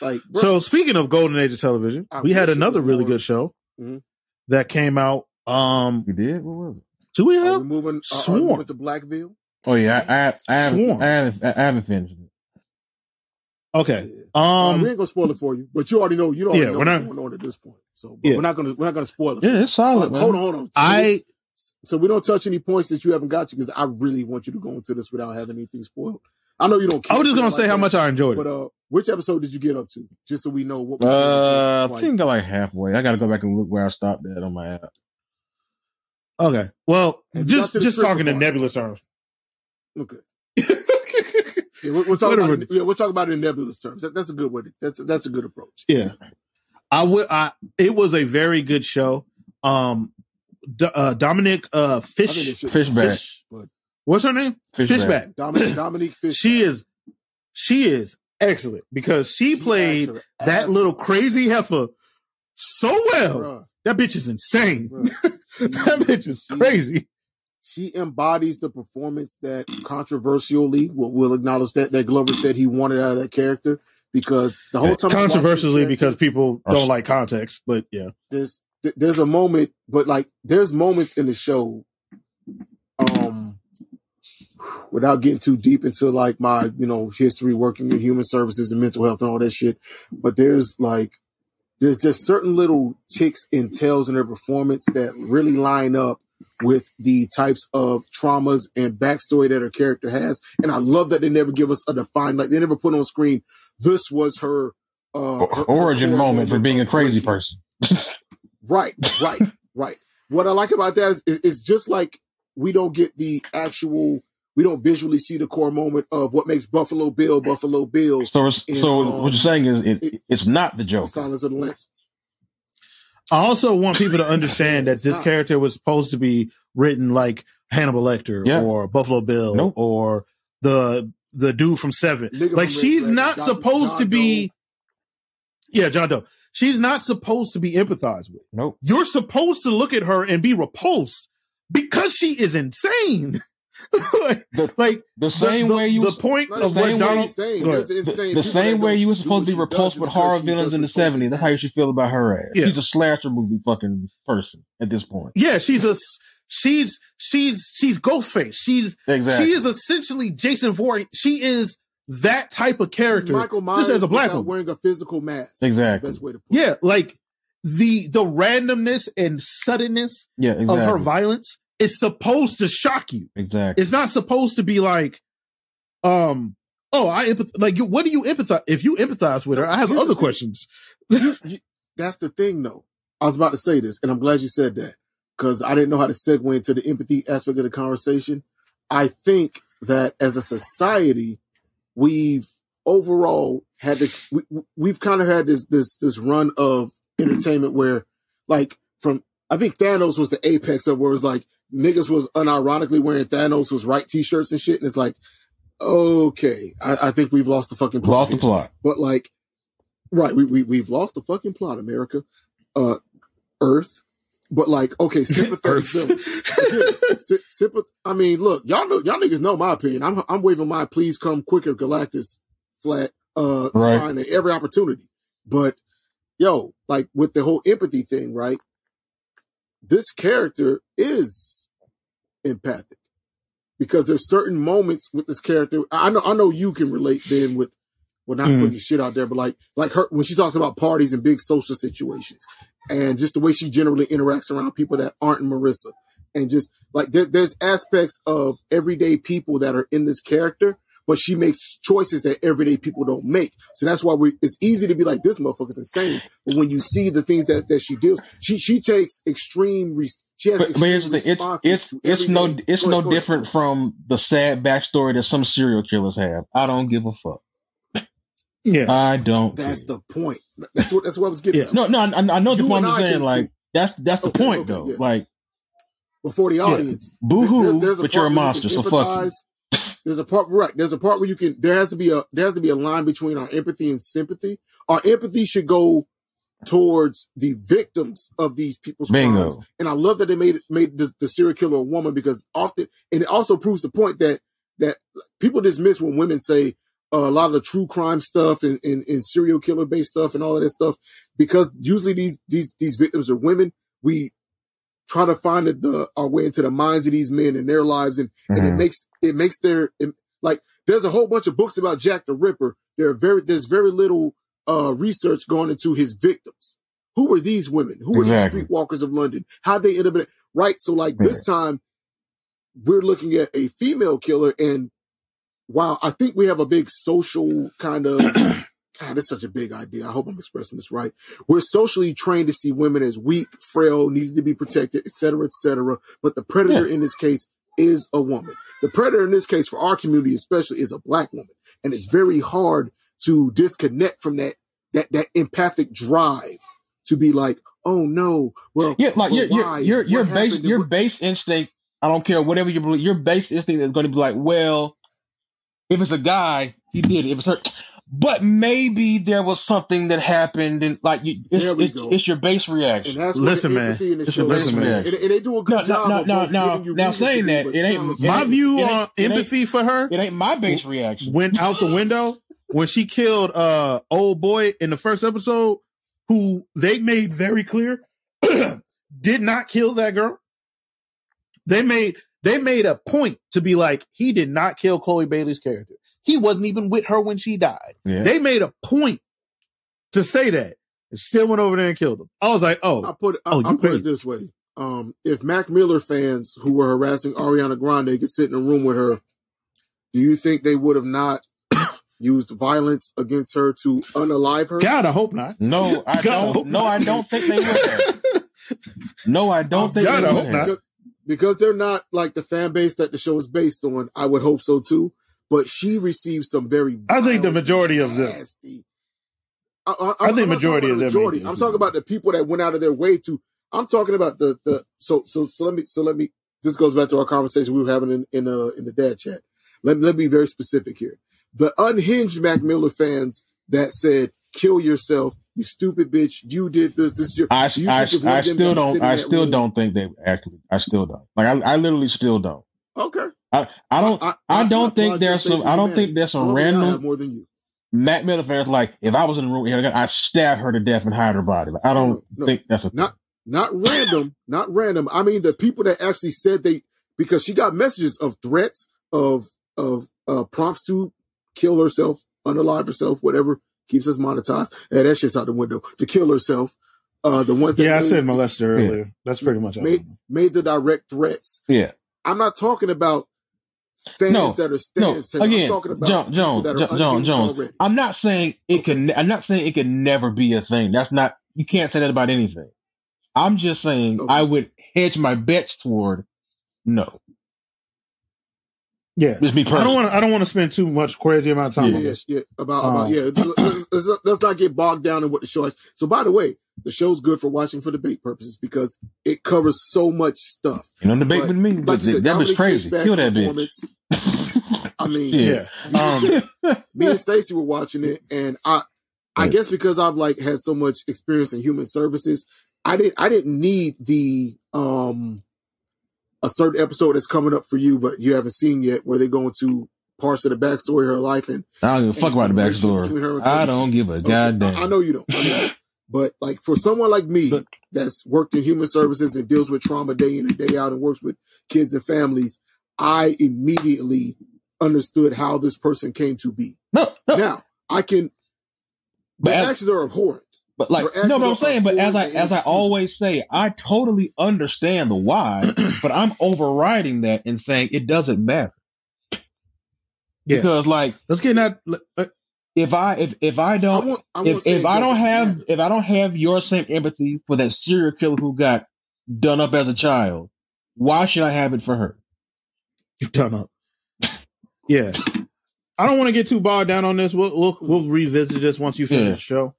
Like bro,
So speaking of golden age of television,
I
we had
wish it
another
was
really
more-
good show
Mhm.
that came out um
You did? What was it?
two weeks
are we
ago.
moving? uh, are- Are,
Swarm.
we moving to Blackville?
Oh yeah. I I, I, haven't,
Swarm.
I, haven't, I haven't finished it.
Okay,
Yeah. Uh, we
um,
ain't gonna spoil it for you, but you already know. You already
Yeah,
know
we're not-
what's going on at this point. So but
Yeah.
we're not gonna we're not gonna spoil it. for
Yeah, it's
you.
solid.
Hold-
man.
hold on, hold on. So we-
I
so we don't touch any points that you haven't got to because I really want you to go into this without having anything spoiled. I know you don't. care
I was just
if
gonna
you don't
say
like
how
that,
much I enjoyed
But
it.
uh, which episode did you get up to? Just so we know what. we're
Uh,
doing.
I
Like,
think I like halfway. I got to go back and look where I stopped at on my app.
Okay, well,
Have you got
just
to the
just
stripper
talking in
part?
nebulous terms. [LAUGHS]
okay. Yeah, we'll, we'll talk
Whatever.
about it, yeah, we'll talk about it in nebulous terms. That, that's a good way. To, that's that's a good approach.
Yeah. I would I it was a very good show. Um D- uh Dominic uh
I think
Fish
it's just
Fishback.
Fish, but
what's her name? Fishback.
Dominic Dominic Fish.
She is she is excellent because she played that little crazy heifer so well.
Bruh,
That bitch is insane.
bruh.
[LAUGHS] That bitch is
She-
crazy.
she embodies the performance that controversially we'll, we'll acknowledge that that Glover said he wanted out of that character because the whole time I watched this
Controversially
character,
because people don't like context, but yeah.
there's th- there's a moment but like there's moments in the show um without getting too deep into like my you know history working in human services and mental health and all that shit but there's like there's just certain little ticks and tails in her performance that really line up with the types of traumas and backstory that her character has. And I love that they never give us a defined, like they never put on screen, this was her, uh, her- her
Origin
core
moment for being a crazy
Right.
person.
Right, right, right. What I like about that is, is it's just like we don't get the actual, we don't visually see the core moment of what makes Buffalo Bill Buffalo Bill.
So, it's,
Yeah,
so
um,
what you're saying is it,
it-
it's not the joke.
Silence of the Lambs.
I also want people to understand that this character was supposed to be written like Hannibal Lecter
Yeah.
or Buffalo Bill
Nope.
or the the dude from Seven.
Nigga
like
from
she's
Red
not
Dragon,
supposed
John
to be. Yeah, John Doe. She's not supposed to be empathized with.
Nope.
You're supposed to look at her and be repulsed because she is insane. [LAUGHS] like
The-
like
The
the,
same
the-
way you
the
was,
point
Not
of
the
what
same way
Donald.
he's saying.
Go
There's
ahead.
insane
the
people
same
that
way
don't
you were
do
supposed to
what
be
she
repulsed
does
with
is 'cause
horror
she
villains
does
in the
repulse you
70s. That's how you should feel about her ass.
Yeah.
She's a slasher movie fucking person at this point.
Yeah, she's a s- she's she's she's Ghostface. She's
Exactly.
She is essentially Jason Voorhees. She is that type of
She's
character.
Michael Myers
Just as a black
without
one.
wearing a physical mask.
Exactly.
That's the best way to put it.
Yeah, like the the randomness and suddenness
yeah, exactly.
of her violence is supposed to shock you.
exactly.
It's not supposed to be like, um, oh, I empath- like you, what do you empathize? If you empathize with her, I have
Here's
other
the thing.
questions.
That's the thing, though. I was about to say this, and I'm glad you said that because I didn't know how to segue into the empathy aspect of the conversation. I think that as a society, we've overall had to we, we- we've kind of had this this this run of entertainment where, like, from I think Thanos was the apex of where it's like niggas was unironically wearing Thanos was right t-shirts and shit, and it's like, okay, I, I think we've lost the fucking plot
Lost the
here.
plot.
But like, right, we, we we've lost the fucking plot, America, uh, Earth. But like,
[LAUGHS]
okay, sympathetic
Earth.
[LAUGHS] villains. Again, sy- sympath- I mean, look, y'all know y'all niggas know my opinion. I'm I'm waving my please come quicker Galactus flat uh
Right.
sign at every opportunity. But yo, like with the whole empathy thing, right? This character is empathic because there's certain moments with this character. I know I know you can relate Ben with well not
Mm.
Hmm.
putting shit out there, but like like her when she talks about parties and big social situations and just the way she generally interacts around people that aren't Marissa and just like there, there's aspects of everyday people that are in this character, but she makes choices that everyday people don't make. So that's why we it's easy to be like this motherfucker's insane. But when you see the things that that she deals, she she takes extreme. Re- she has
But, but here's
extreme
the thing. It's
responses
it's
to
it's
everyday-
no it's
Go ahead,
no
go ahead.
different from the sad backstory that some serial killers have. I don't give a fuck.
Yeah.
I don't.
That's
care.
the point. That's what that's what I was getting.
Yeah.
to.
no no. I, I know the
You
point
and
I'm
I
saying.
can-
Like that's that's the
Okay,
point
okay,
though.
yeah.
Like
Before the audience,
boo
There-
hoo,
there's
but you're a
part where you
monster. So
can
fuck you.
empathize. There's a part right. There's a part where you can. There has to be a. There has to be a line between our empathy and sympathy. Our empathy should go towards the victims of these people's
Bingo.
crimes. And I love that they made made the, the serial killer a woman because often, and it also proves the point that that people dismiss when women say uh, a lot of the true crime stuff and, and, and serial killer based stuff and all of that stuff because usually these these these victims are women. We try to find the, the our way into the minds of these men and their lives, and, and it
Mhm.
makes it makes their it- like. There's a whole bunch of books about Jack the Ripper. There are very there's very little uh, research going into his victims. Who were these women? Who were
Exactly.
these streetwalkers of London? How would they end up in right? So like this time, we're looking at a female killer, and wow, I think we have a big social kind of. God, that's such a big idea. I hope I'm expressing this right. We're socially trained to see women as weak, frail, needed to be protected, et cetera, et cetera. But the predator in this case is a woman. The predator in this case for our community, especially, is a black woman. And it's very hard to disconnect from that, that, that empathic drive to be like, oh no, well,
Yeah, like
well,
your your
why?
your your
What
base
happened?
your
What-
base instinct. I don't care whatever you believe. Your base instinct is going to be like, well, if it's a guy, he did it. If it's her, but maybe there was something that happened, and like you, it's,
There we
it's,
go.
it's your base
and
reaction.
that's
Listen,
listen,
man.
man. In the
Listen,
show
listen,
is.
man.
And, and they do a
No, no,
good job.
no,
of
no,
both
no.
giving you
Now
reasons to
saying
be,
that,
but
it ain't-
challenging
My
it
view
ain't-
on
it ain't-
empathy for her
It ain't my base reaction.
went out the window when she killed uh old boy in the first episode, who they made very clear [CLEARS THROAT] did not kill that girl. They made they made a point to be like he did not kill Chloe Bailey's character. He wasn't even with her when she died.
Yeah.
They made a point to say that. And still went over there and killed him. I was like,
I
oh,
put I,
Oh, you
I put
crazy.
it this way. um, if Mac Miller fans who were harassing Ariana Grande could sit in a room with her, do you think they would have not [COUGHS] used violence against her to unalive her?
God, I hope not.
[LAUGHS]
No, I
God, I hope
don't. No, I
not.
don't think they would. Have. No, I don't think
God,
they
I
would.
hope
have.
not.
Because, because they're not like the fan base that the show is based on. I would hope so too. But she received some very.
I think the
violent,
majority of them.
nasty. I, I,
I
I'm-
think
I'm not
majority
talking
of
about
them
Majority.
ain't
I'm
doing
talking
it.
about the people that went out of their way to. I'm talking about the the. So so so let me so let me. This goes back to our conversation we were having in in uh, in the dad chat. Let let me be very specific here. The unhinged Mac Miller fans that said, "Kill yourself, you stupid bitch. You did this. This is your."
I,
Do you
I,
think if one
I
of them
still
was
don't.
sitting
I
in that
still
room-
don't think they actually. I still don't. Like I, I literally still don't.
Okay.
I, I don't. I, don't
applaud
think
your
there's
faith
some.
in
I don't
humanity.
think there's some
Normally, I
random
have more than you.
Matt Miller fans like if I was in the room, here, I stab her to death and hide her body. Like I don't
No, no.
think that's a thing.
Not not random, not random. I mean the people that actually said they because she got messages of threats of of uh prompts to kill herself, unalive herself, whatever keeps us monetized. Yeah, that shit's out the window. To kill herself. Uh the ones that
Yeah, I
made,
said molester earlier. That's pretty much
made,
it.
made the direct threats.
Yeah.
I'm not talking about fans
No,
that are
No,
stands. Taylor.
again,
I'm talking about
John,
people
Jones,
that are
John, John
unhinged
Jones.
already.
I'm not saying it can. I'm not saying it can never be a thing. That's not. You can't say that about anything. I'm just saying
Okay.
I would hedge my bets toward no.
Yeah.
Just be perfect.
I don't want to. I don't want to spend too much crazy amount of time
yeah,
on
yeah,
this.
yeah, about about
Um,
yeah.
[CLEARS THROAT]
Let's, let's not- let's not get bogged down in what the show is. So, by the way, the show's good for watching for debate purposes because it covers so much stuff.
you know, debate with me.
Like you said,
that was
Dominic
crazy.
Fishback's
Kill that bitch.
performance. I mean,
Yeah.
Yeah.
[LAUGHS] Um,
[LAUGHS] me and Stacy were watching it, and I, I
Yeah.
guess because I've like had so much experience in human services, I didn't, I didn't need the um, a certain episode that's coming up for you, but you haven't seen yet, where they go into parts of the backstory of her life and
I don't give a fuck about the backstory. I don't give a
Okay, I-
goddamn.
I, know you don't. I know. But like for someone like me
But-
that's worked in human services and deals with trauma day in and day out and works with kids and families, I immediately understood how this person came to be.
No, no.
Now I can.
But
Their
as-
actions are abhorrent.
But like,
Your
no,
actions
but I'm
are
saying, but as I
abhorrent and
as I
inexcusable.
always say, I totally understand the why, but I'm overriding that and saying it doesn't
[CLEARS THROAT]
matter.
Yeah.
Because like,
Let's get that. let- uh, let-
if I if if I
I
don't
won't. I won't
Um, if
say
if
it
I don't
doesn't
have
matter.
if I don't have your same empathy for that serial killer who got done up as a child, why should I have it for her?
you done up. Yeah. I don't want to get too bogged down on this. We'll we'll, we'll revisit this once you finish
Yeah.
the show.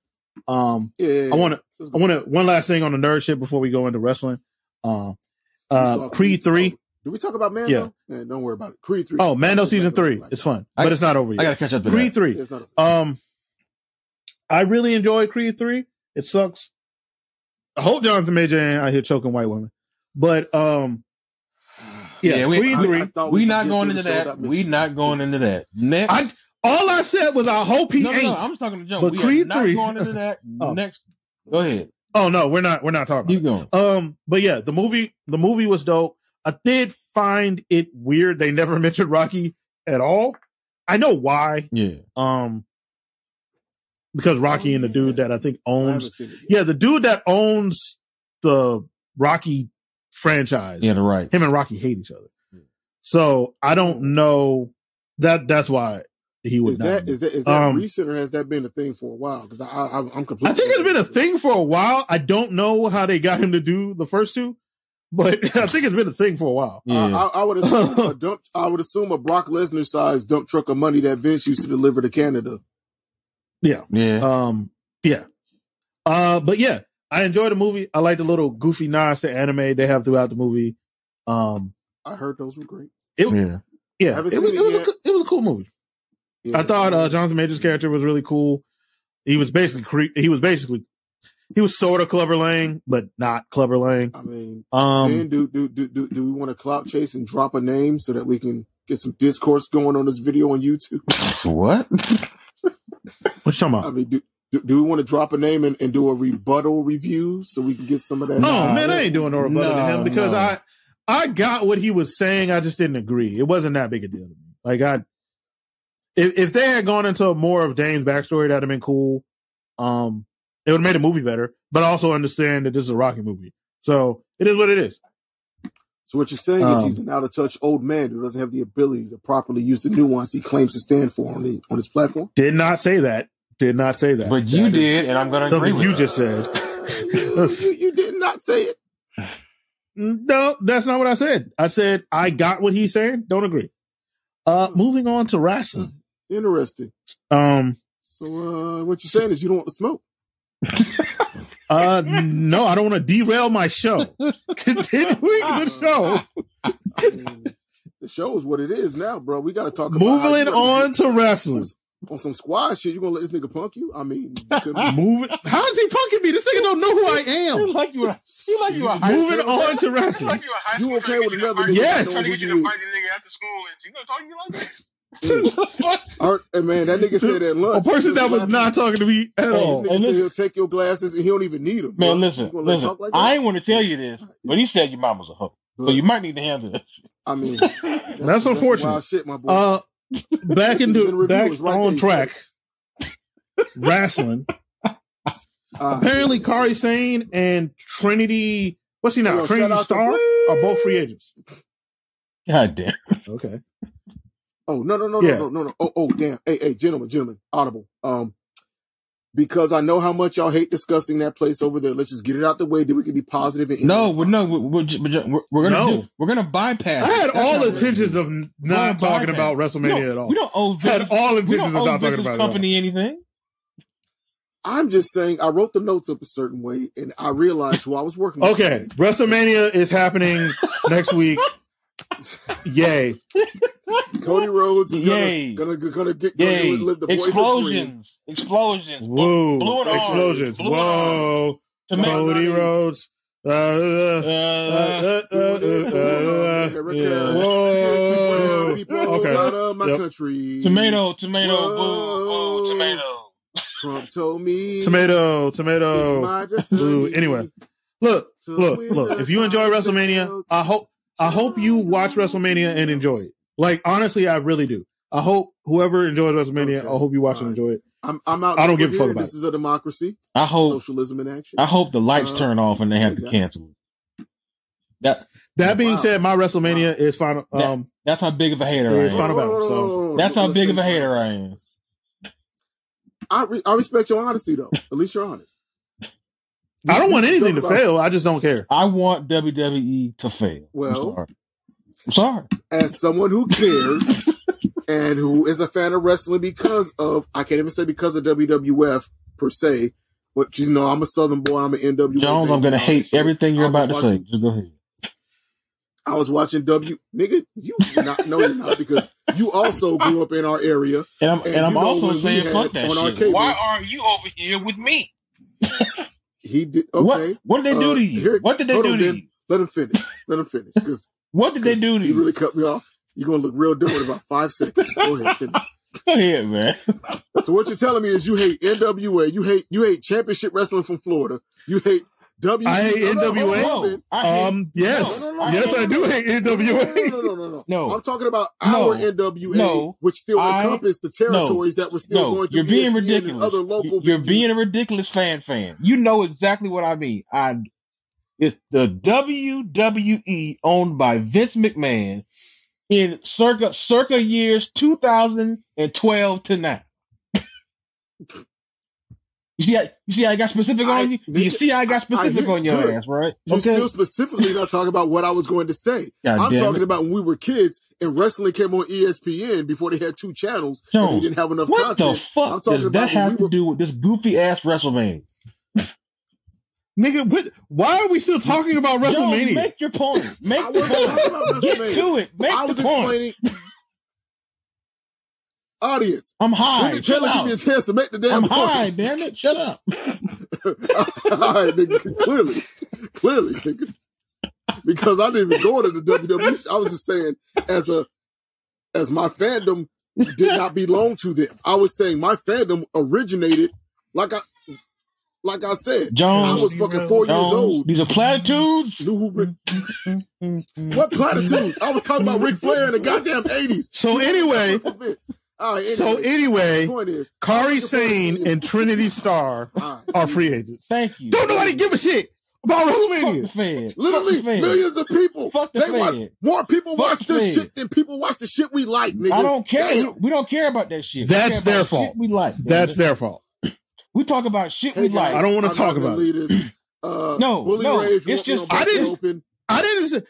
Um,
Yeah, yeah,
I want to.
yeah.
I want to one last thing on the nerd shit before we go into wrestling. Um, uh, Creed three.
Did we talk about Mando?
Yeah.
Man, don't worry about it. Creed three.
Oh, Mando season three. It's fun,
I-
but it's not over
I gotta
yet.
catch up to
Creed
that.
three.
It's not a-
Um, I really enjoy Creed three. It sucks. I hope Jonathan Major ain't out here choking white women, but um, yeah,
Yeah, we-
Creed
I- I
three.
thought
We
could
not
get
going
through
into
the show
that.
without
We
mentioning
not going into that. Next,
I all I said was I hope he
no, no,
ain't.
no, I'm just talking to Joe.
But
We
Creed
are not
three-
going into that.
Oh.
Next, go ahead.
oh no, we're not. We're not talking. About
Keep going.
Um, but yeah, the movie the movie was dope. I did find it weird they never [LAUGHS] mentioned Rocky at all. I know why.
Yeah.
Um, because Rocky
Oh,
and the dude that I think
I haven't
owns
seen it yet.
yeah the dude that owns the Rocky franchise.
Yeah, the right.
Him and Rocky hate each other. So I don't know that that's why he was
Is
not.
that is that is that
Um,
recent or has that been a thing for a while? Because I, I I'm completely.
I think it's been a thing for a while. I don't know how they got him to do the first two, but [LAUGHS] I think it's been a thing for a while.
Yeah.
I, I, I would assume
[LAUGHS]
a dump. I would assume a Brock Lesnar sized dump truck of money that Vince used to deliver to Canada.
yeah.
Um, yeah. Uh, but yeah, I enjoyed the movie. I like the little goofy nods to anime they have throughout the movie. Um,
I heard those were great.
yeah.
yeah, it
Haven't
was, it,
seen
was
it
a
yet.
good- it was a cool movie.
Yeah.
I thought uh, Jonathan Major's character was really cool. He was basically cre- he was basically he was sort of Clubber Lang, but not Clubber Lang.
I mean, man,
Um,
do do do do do we want to clout chase and drop a name so that we can get some discourse going on this video on YouTube?
What? [LAUGHS]
what you talking
I
about?
mean, do do, do we want to drop a name and, and do a rebuttal review so we can get some of that?
oh man, I ain't doing no rebuttal to him
No,
because
no.
I I got what he was saying. I just didn't agree. It wasn't that big a deal to me. Like I, if if they had gone into more of Dame's backstory, that'd have been cool. Um, it would have made the movie better, but I also understand that this is a Rocky movie. So it is what it is.
So what you're saying is
Um,
he's an out of touch old man who doesn't have the ability to properly use the nuance he claims to stand for on the on his platform.
[LAUGHS] Did not say that. Did not say that.
But you
That is
did, and I'm going to agree
something
with
you
you.
just said.
you, you- you did not say it.
No, that's not what I said. I said I got what he's saying. Don't agree. Uh, moving on to wrestling.
Interesting.
Um,
So uh, what you're saying is you don't want to smoke.
uh, no, I don't want to derail my
[LAUGHS]
show. Continuing the show.
I mean, the show is what it is now, bro. We got to talk. about how
Moving
you wanna
on
be-
to wrestling.
on some squad shit. You gonna let this nigga punk you? I mean, you couldn't-
Moving. How is he punking me? This nigga don't know who I
You
am.
[LAUGHS] like you. a- [LAUGHS] You like you. a high-
Moving on
It's
to wrestling.
like you're a high
You
school
okay
trying to
with
get you
another
to fight-
nigga
trying
that
to
knows
get you
who you
to fight this nigga after school, and she gonna talk to you like that?
[LAUGHS]
All right, hey, man, that nigga said at
A
lunch.
person
Just
that was
laughing.
not talking to me at
This
all.
nigga
and
said
listen-
he'll take your glasses and he don't even need them.
Man,
bro.
listen,
You gonna let him
listen.
talk like that?
I ain't want to tell you this, but he said your mama's a hoe, so you might need to handle this.
I mean,
That's
some
unfortunate.
wild shit, my boy.
Uh, back
The
into
review
back
was right there,
on
he
track. Wrestling.
Ah,
Apparently, Kari Sane and Trinity. What's he now?
Yo, shout out
Trinity
to
Star
Bling.
are both free agents.
[LAUGHS] God damn.
Okay.
Oh no no no
Yeah.
no no no no! Oh oh damn! Hey hey gentlemen gentlemen audible um because I know how much y'all hate discussing that place over there. Let's just get it out the way. Then we can be positive and end
No,
it.
we're, no, we're, we're, ju- we're ju- we're- we're gonna
No.
do, we're gonna bypass.
I had
it. That's
all
not what
intentions
we're
of n- not
We're
talking
bypassing.
about
gonna do.
WrestleMania
We
at all.
don't- We don't owe
Had
Vince,
all
we
intentions
don't
of
owe
not talking
Vince's
about it. at all.
company anything.
I'm just saying I wrote the notes up a certain way and I realized who I was working. with.
Okay, WrestleMania is happening next week. Yay!
Cody Rhodes is
Yay.
gonna, gonna gonna get gonna
Yay!
live the boyhood dream.
Explosions! Explosions!
Whoa!
Blew an arm.
Explosions!
Blew an
Whoa!
Tomato-
Cody
Tomato-
Rhodes. Uh, uh, uh,
Uh,
uh, uh, uh, uh,
yeah.
Whoa!
People out
Okay.
of my
Yep.
country.
tomato, tomato, boo,
Whoa.
boo, tomato.
Trump told me.
Tomato.
It's
Tomato.
my destiny
Ooh, anyway. Look.
to
look,
win
look.
the
If you enjoy
title.
WrestleMania, I hope I hope you watch WrestleMania and enjoy it. Like honestly, I really do. I hope whoever enjoys Wrestlemania,
Okay,
I hope you watch
fine.
and enjoy it.
I'm, I'm out.
I don't give a fuck
here.
about
This is a democracy,
I hope,
socialism in action.
I hope the lights
Uh,
turn off and they have to
yes.
cancel. it. That
That being
Wow.
said, my WrestleMania is final.
That-
Um,
that's how big of a hater
It's
I
fine
am.
about it, so-
That's how
Let's
big of
say-
a hater I am.
I, re- I respect your honesty, though. At least you're honest.
I don't want
You can
anything to
joke about-
fail. I just don't care.
I want WWE to fail.
Well-
I'm sorry.
As someone who
[LAUGHS]
cares and who is a fan of wrestling because of, I can't even say because of WWF per se, but you know, I'm a Southern boy. I'm
I'm
an
sorry.
NWA.
Jones, I'm
baby,
gonna
and all that
hate
shit.
everything you're
I was
about to say.
watching-
Just go ahead.
I was watching W. Nigga, you not no, you're not because you also grew up in our area.
And I'm
And
and, I'm
you know
also
when we
saying
had
fuck that
on our
shit.
cable-
Why are you over here with me?
He did okay.
What what did they do
Uh,
to you?
here-
what did they
hold
do
on,
to
Ben.
you?
Let him finish. Let him finish because
What did they do to
he
you?
really cut me off. You're gonna look real dumb in about five seconds. Go ahead, finish.
Go ahead,
[LAUGHS]
man.
So what you're telling me is you hate NWA, you hate you hate championship wrestling from Florida, you hate W.
I hate
No, no, hold
NWA.
on, Ben.
I hate-
Um, yes,
No, no, no,
yes,
no,
I
no,
do
no.
hate
No, no, no,
NWA.
no, no, no, no.
No.
I'm talking about
No.
our NWA,
No.
which still
I-
encompassed the territories that were still
No,
going through E
you're being
ESPN
ridiculous.
and other local.
you're
venues.
being a ridiculous fan fan. You know exactly what I mean. I it's the WWE owned by Vince McMahon in circa circa years 2012 to now. You see, how, you see, how I got specific
I-
on you. You see, how I got specific
hear-
on your
good.
ass, right?
You still specifically not talking about what I was going to say.
God
I'm
damn
talking
it.
about when we were kids and wrestling came on E ESPN before they had two channels and they
Jones,
didn't have enough
What the
content. I'm
fuck
talking
does
about
that
when
have
we
to
were-
do with this goofy ass WrestleMania?
[LAUGHS] Nigga, what, why are we still talking about
Jones,
WrestleMania?
make your point.
[LAUGHS] I
Make the
wasn't talking
point.
about
Get
WrestleMania.
to it. Make
I
the
was
point. [LAUGHS]
explaining audience.
I'm
When
high.
did
Chill
Taylor give
out.
me a chance to make the damn
I'm
point?
high, damn it. Shut up.
All right, nigga, clearly, clearly, nigga. because I didn't even go into the WWE. I was just saying, as a, as my fandom did not belong to them. I was saying my fandom originated, like I, like I said, I
Jones,
was fucking [LAUGHS] four years
Jones,
old.
Um, these are platitudes.
Knew who Rick, what platitudes? I was talking about Ric Flair in the goddamn eighties.
So anyway,
All right, anyway,
so
the
anyway,
point is,
Kari Sane and Trinity Star
all right,
are free agents.
Thank you.
Don't nobody give a shit.
about
Fuck
WrestleMania.
the fans. Fuck
Literally
the fans.
millions of people.
Fuck the
They watch
fans.
more people
Fuck
watch
the
this
fans.
shit than people watch the shit we like, nigga.
I don't care.
Damn.
We- We don't care about that shit. We
That's
care about
their
shit
fault.
We like.
That's
nigga.
their fault.
We talk about shit
Hey,
we like.
guys,
I don't wanna
I'm
talk
gonna
about
leave
[CLEARS THROAT]
this. Uh,
No,
Willie
no,
Ray, if you
it's
want
just-
me on
I
Bust
didn't-
Open,
I didn't say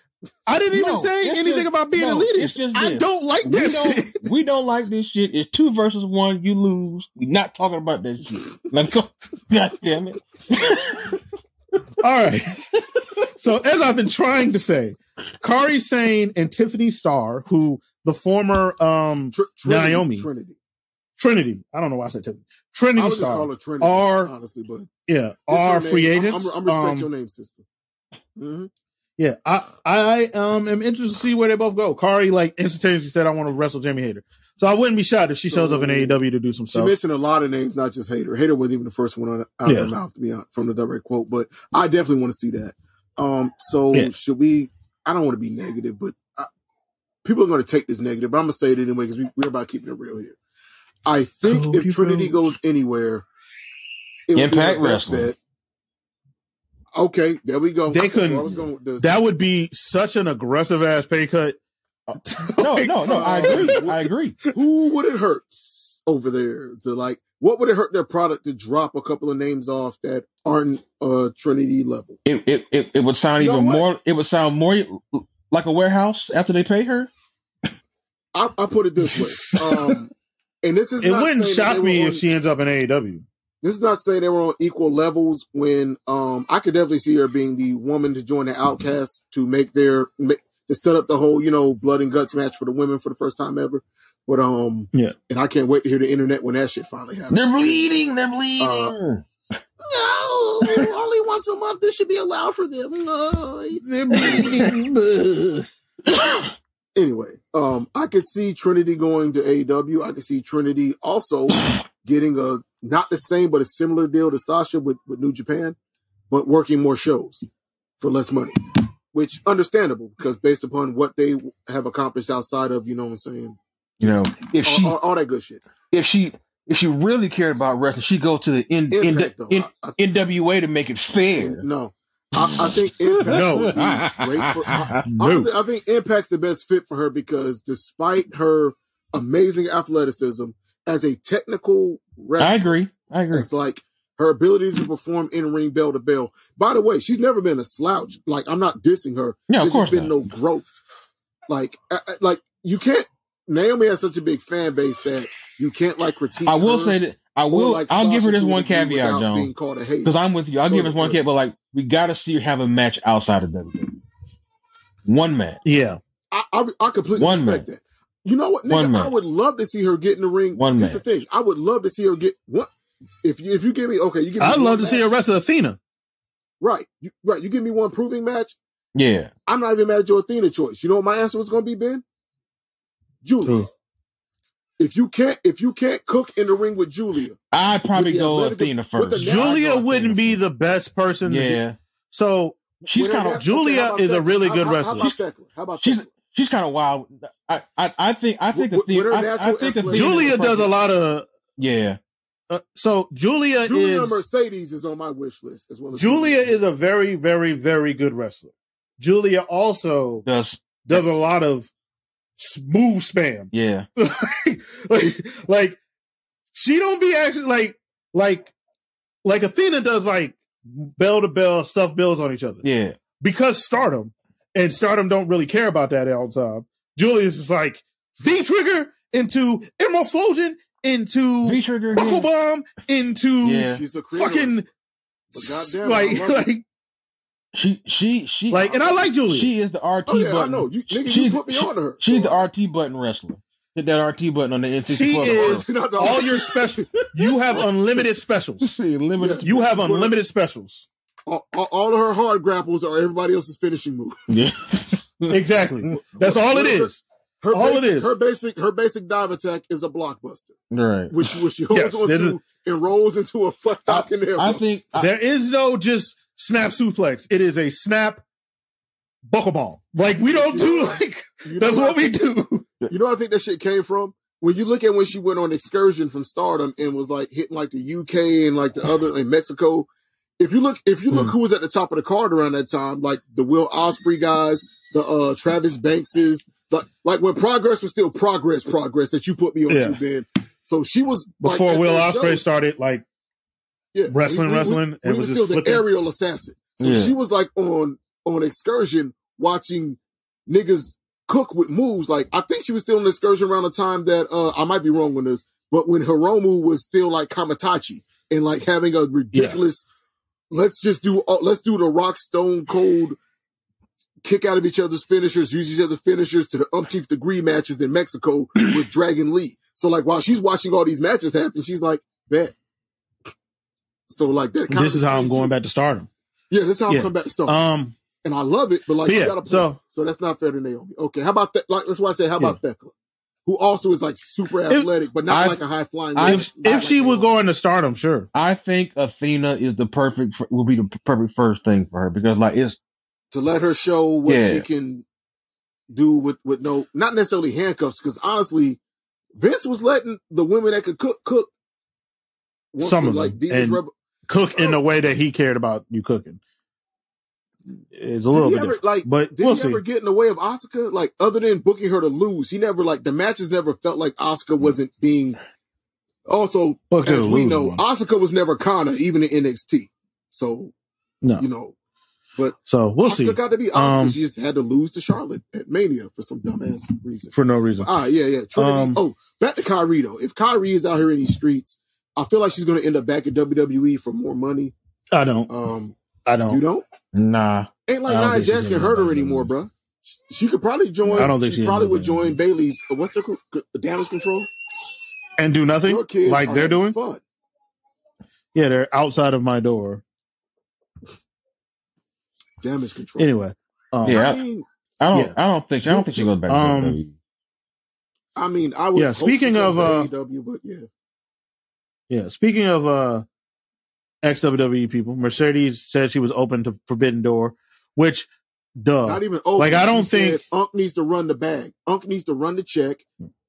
I didn't even
No,
say
it's
anything
just-
about being
no, it's
elitist.
just
I
this.
don't like
we
that
don't.
shit.
[LAUGHS]
[LAUGHS]
We don't like this shit. It's two versus one. You lose. We not talking about that shit. Like, go- [LAUGHS] God damn
[LAUGHS]
it.
All right. so as I've been trying to say, Kari Sane and Tiffany Starr, who the former um
Tr- Trinity,
Naomi.
Trinity.
Trinity, I don't know why I said Tiffany,
I
Trinity
would just call
Starr,
her Trinity,
Are-
honestly, but
yeah,
It's her
are
name.
free
I'm-
agents.
I'm, I'm, respect
Um,
your name, sister. hmm
Yeah, I I um am interested to see where they both go. Kari like instantaneously said I want to wrestle Jamie Hayter, so I wouldn't be shocked if she shows up in
So-
AEW to do some
She
stuff.
mentioned a lot of names, not just Hater. Hater wasn't even the first one on, out
Yeah.
of her mouth, to be honest, from the direct quote. But I definitely want to see that. Um, so
Yeah.
should we? I don't want to be negative, but I, people are going to take this negative. But I'm going to say it anyway because we, we're about keeping it real here. I think
Cody
if Trinity
Rhodes.
goes anywhere, it would be
Impact
her best
Wrestling.
bet. Okay, there we go.
They
That's where I
couldn't-
was going with this.
That would be such an aggressive ass pay cut.
Uh,
[LAUGHS]
Oh
No, no, no. I agree. I agree.
who would it hurt over there to like what would it hurt their product to drop a couple of names off that aren't uh trinity level
It it it, it would sound
You know
even
what?
more. It would sound more like a warehouse after they pay her.
i, I put it
[LAUGHS]
this way um and this is
It
not
wouldn't
saying that
shock
they were
me
on-
if she ends up in E AEW.
this is not saying they were on equal levels when um i could definitely see her being the woman to join the outcast to make their make, to set up the whole you know blood and guts match for the women for the first time ever but um
Yeah.
and i can't wait to hear the internet when that shit finally happens
They're bleeding.
Uh,
They're bleeding.
No, only once a month. This should be allowed for them. No. [LAUGHS] Anyway, um, I could see Trinity going to AEW. I could see Trinity also getting a not the same but a similar deal to Sasha with, with New Japan, but working more shows for less money, which understandable because based upon what they have accomplished outside of you know what I'm saying,
you know, if
all,
she
all, all that good shit.
if she if she really cared about wrestling, she go to the N, N,
Impact though,
N,
I- I-
NWA to make it fair.
no, I, I think Impact
No.
[LAUGHS]
would be great for. uh, I- Honestly, I think Impact's the best fit for her because despite her amazing athleticism as a technical
I
wrestler,
agree. I agree.
it's like her ability to perform in ring bell to bell. By the way, she's never been a slouch. Like I'm not dissing her.
Yeah, of
There's
course.
just been
not.
no growth. Like, I- I- like you can't. Naomi has such a big fan base that you can't like critique.
I will
her
say that I
or,
will.
like,
I'll give her
Sasha
this
to a
one
degree
caveat,
without
John,
Being called a hater.
because I'm with you. I'll
Go
give her
ahead,
this one
go ahead.
caveat. But like, we gotta see her have a match outside of WWE. One match.
Yeah,
I, I, I completely
One
respect that. You know what,
One
nigga?
man.
I would love to see her get in the ring.
One
Here's
man.
the thing. I would love to see her get what if you if you give me okay, you give me
I'd
one
love to see her
match.
wrestle Athena.
Right. You, right. You give me one proving match.
Yeah.
I'm not even mad at your Athena choice. You know what my answer was gonna be, Ben? Julia.
Who?
If you can't if you can't cook in the ring with Julia,
I'd probably
With the
go
athletic-
Athena
with
first.
the- Yeah,
Julia
I'd go
wouldn't be the
Athena
best person.
first.
To do.
Yeah,
So
she's
Whatever
kind
that-
of
okay,
Julia
how about
is a
Thekla?
really
How-
good
how-
wrestler.
How about Thekla? How about
she's
Thekla?
she's kind of wild. I, I I think I think
With- with
Athena.
her
I, I
natural
think
athleticism.
Athena
Julia does a lot of.
Yeah,
Uh, so Julia,
Julia
is
Mercedes is on my wish list as well as
Julia is a very, very, very good wrestler. Julia also
does
does a lot of smooth spam.
yeah.
[LAUGHS] like, like she don't be actually like like like Athena does like bell to bell stuff bills on each other
Yeah.
because Stardom and Stardom don't really care about that all the time. Julius is like the trigger into Emerald Flosion into
V-trigger
Buckle
again.
Bomb into
Yeah.
She's a creator.
fucking
But goddamn,
like
I love it.
like
She she she
like and I like Julia.
she is the RT
Oh yeah,
button.
I know. You nigga, you
She's-
put me on to her.
She's
So,
the RT button wrestler. Hit that RT button on the N64.
She
button.
[LAUGHS]
is-
Not the-
all your special you have unlimited specials.
See, limited.
You have unlimited specials.
all, all- all of her hard grapples are everybody else's finishing move.
Yeah.
[LAUGHS]
Exactly. That's all it is.
Her
All it
basic,
is.
Her basic, her basic dive attack is a blockbuster,
[LAUGHS] right.
which which
[LAUGHS]
she holds
Yes,
on
this
to and rolls into a [LAUGHS] fuck falcon arrow.
I think
Ah.
I,
there is no just snap suplex. It is a snap buckle bomb. Like we don't do like
You
[LAUGHS]
know
that's
where
what
I
we
think-
do.
You know, where I think that shit came from when you look at when she went on excursion from Stardom and was like hitting like the UK and like the other in Mexico. If you look, if you look,
Hmm.
who was at the top of the card around that time? Like the Will Osprey guys, the uh Travis Bankses, like like when progress was still progress, progress that you put me on
Yeah.
to Ben. So she was like,
Before
at
Will
those
Osprey
shows-
started like
yeah,
wrestling, wrestling, and was
we were
just
still
flipping.
the aerial assassin. So
Yeah.
she was like on on excursion watching niggas cook with moves. Like I think she was still on excursion around the time that uh I might be wrong on this, but when Hiromu was still like Kamatachi and like having a ridiculous let's just do all, let's do the rock stone cold kick out of each other's finishers, use each other's finishers to the umpteenth degree matches
[CLEARS THROAT]
in Mexico with Dragon Lee. So like while she's watching all these matches happen, she's like, bet. So like that.
this is how I'm going back to stardom.
Yeah, this is how
Yeah.
I'm coming back to stuff
Um,
and I love it, but like
But
you
yeah,
gotta play.
so-
So, that's not fair to Naomi. Okay, how about that? Like that's why I say how about Thekla, who also is like super athletic, but not
I-
like a high flying.
I-
if if she would go into stardom, sure.
I think Athena is the perfect will be the perfect first thing for her because like it's
to let her show what
Yeah.
she can do with with no, not necessarily handcuffs, because honestly, Vince was letting the women that could cook cook. Once
Some
with,
of them,
Divas
and
Rev-
Cook in the
Oh.
way that he cared about you cooking. It's a
Did
little
he
bit,
ever,
different,
like,
but
Did
we'll
he
see.
ever get in the way of Asuka? Like, other than booking her to lose, he never like the matches never felt like Asuka wasn't being. Also,
Booked her
as
to
we
lose
know,
one.
Asuka was never Kana, even in NXT. So
No.
you know,
So we'll
Asuka
see.
got to be Asuka.
Um,
she just had to lose to Charlotte at Mania for some dumbass reason.
For no reason.
Ah, yeah, yeah. Trinity.
Um,
oh, back to Kyrie though. If Kyrie is out here in these streets, I feel like she's going to end up back at WWE E for more money.
I don't.
Um,
I don't.
you don't.
nah.
Ain't like
I don't
Nia
think she's
Jax can
gonna
hurt
go
her
back
anymore,
anywhere.
bruh. She, she could probably join.
E. I don't think she's
probably
gonna
would
go back
join Bailey's. Uh, what's the cr- c- damage control?
and do nothing
Your kids
like
are
they're
having
doing.
fun.
Yeah, they're outside of my door.
Damage control.
Anyway, um,
Yeah.
I mean,
I don't
Yeah.
I don't think I don't think she goes back to
Um,
WWE.
I mean, I would.
Yeah,
hope she
speaking
goes
of,
to
uh,
AEW, but yeah,
yeah. Speaking of uh, ex WWE E people, Mercedes said she was open to Forbidden Door, which, duh.
not even open.
like, I
She
don't
said
think-
Unk needs to run the bag. Unk needs to run the check.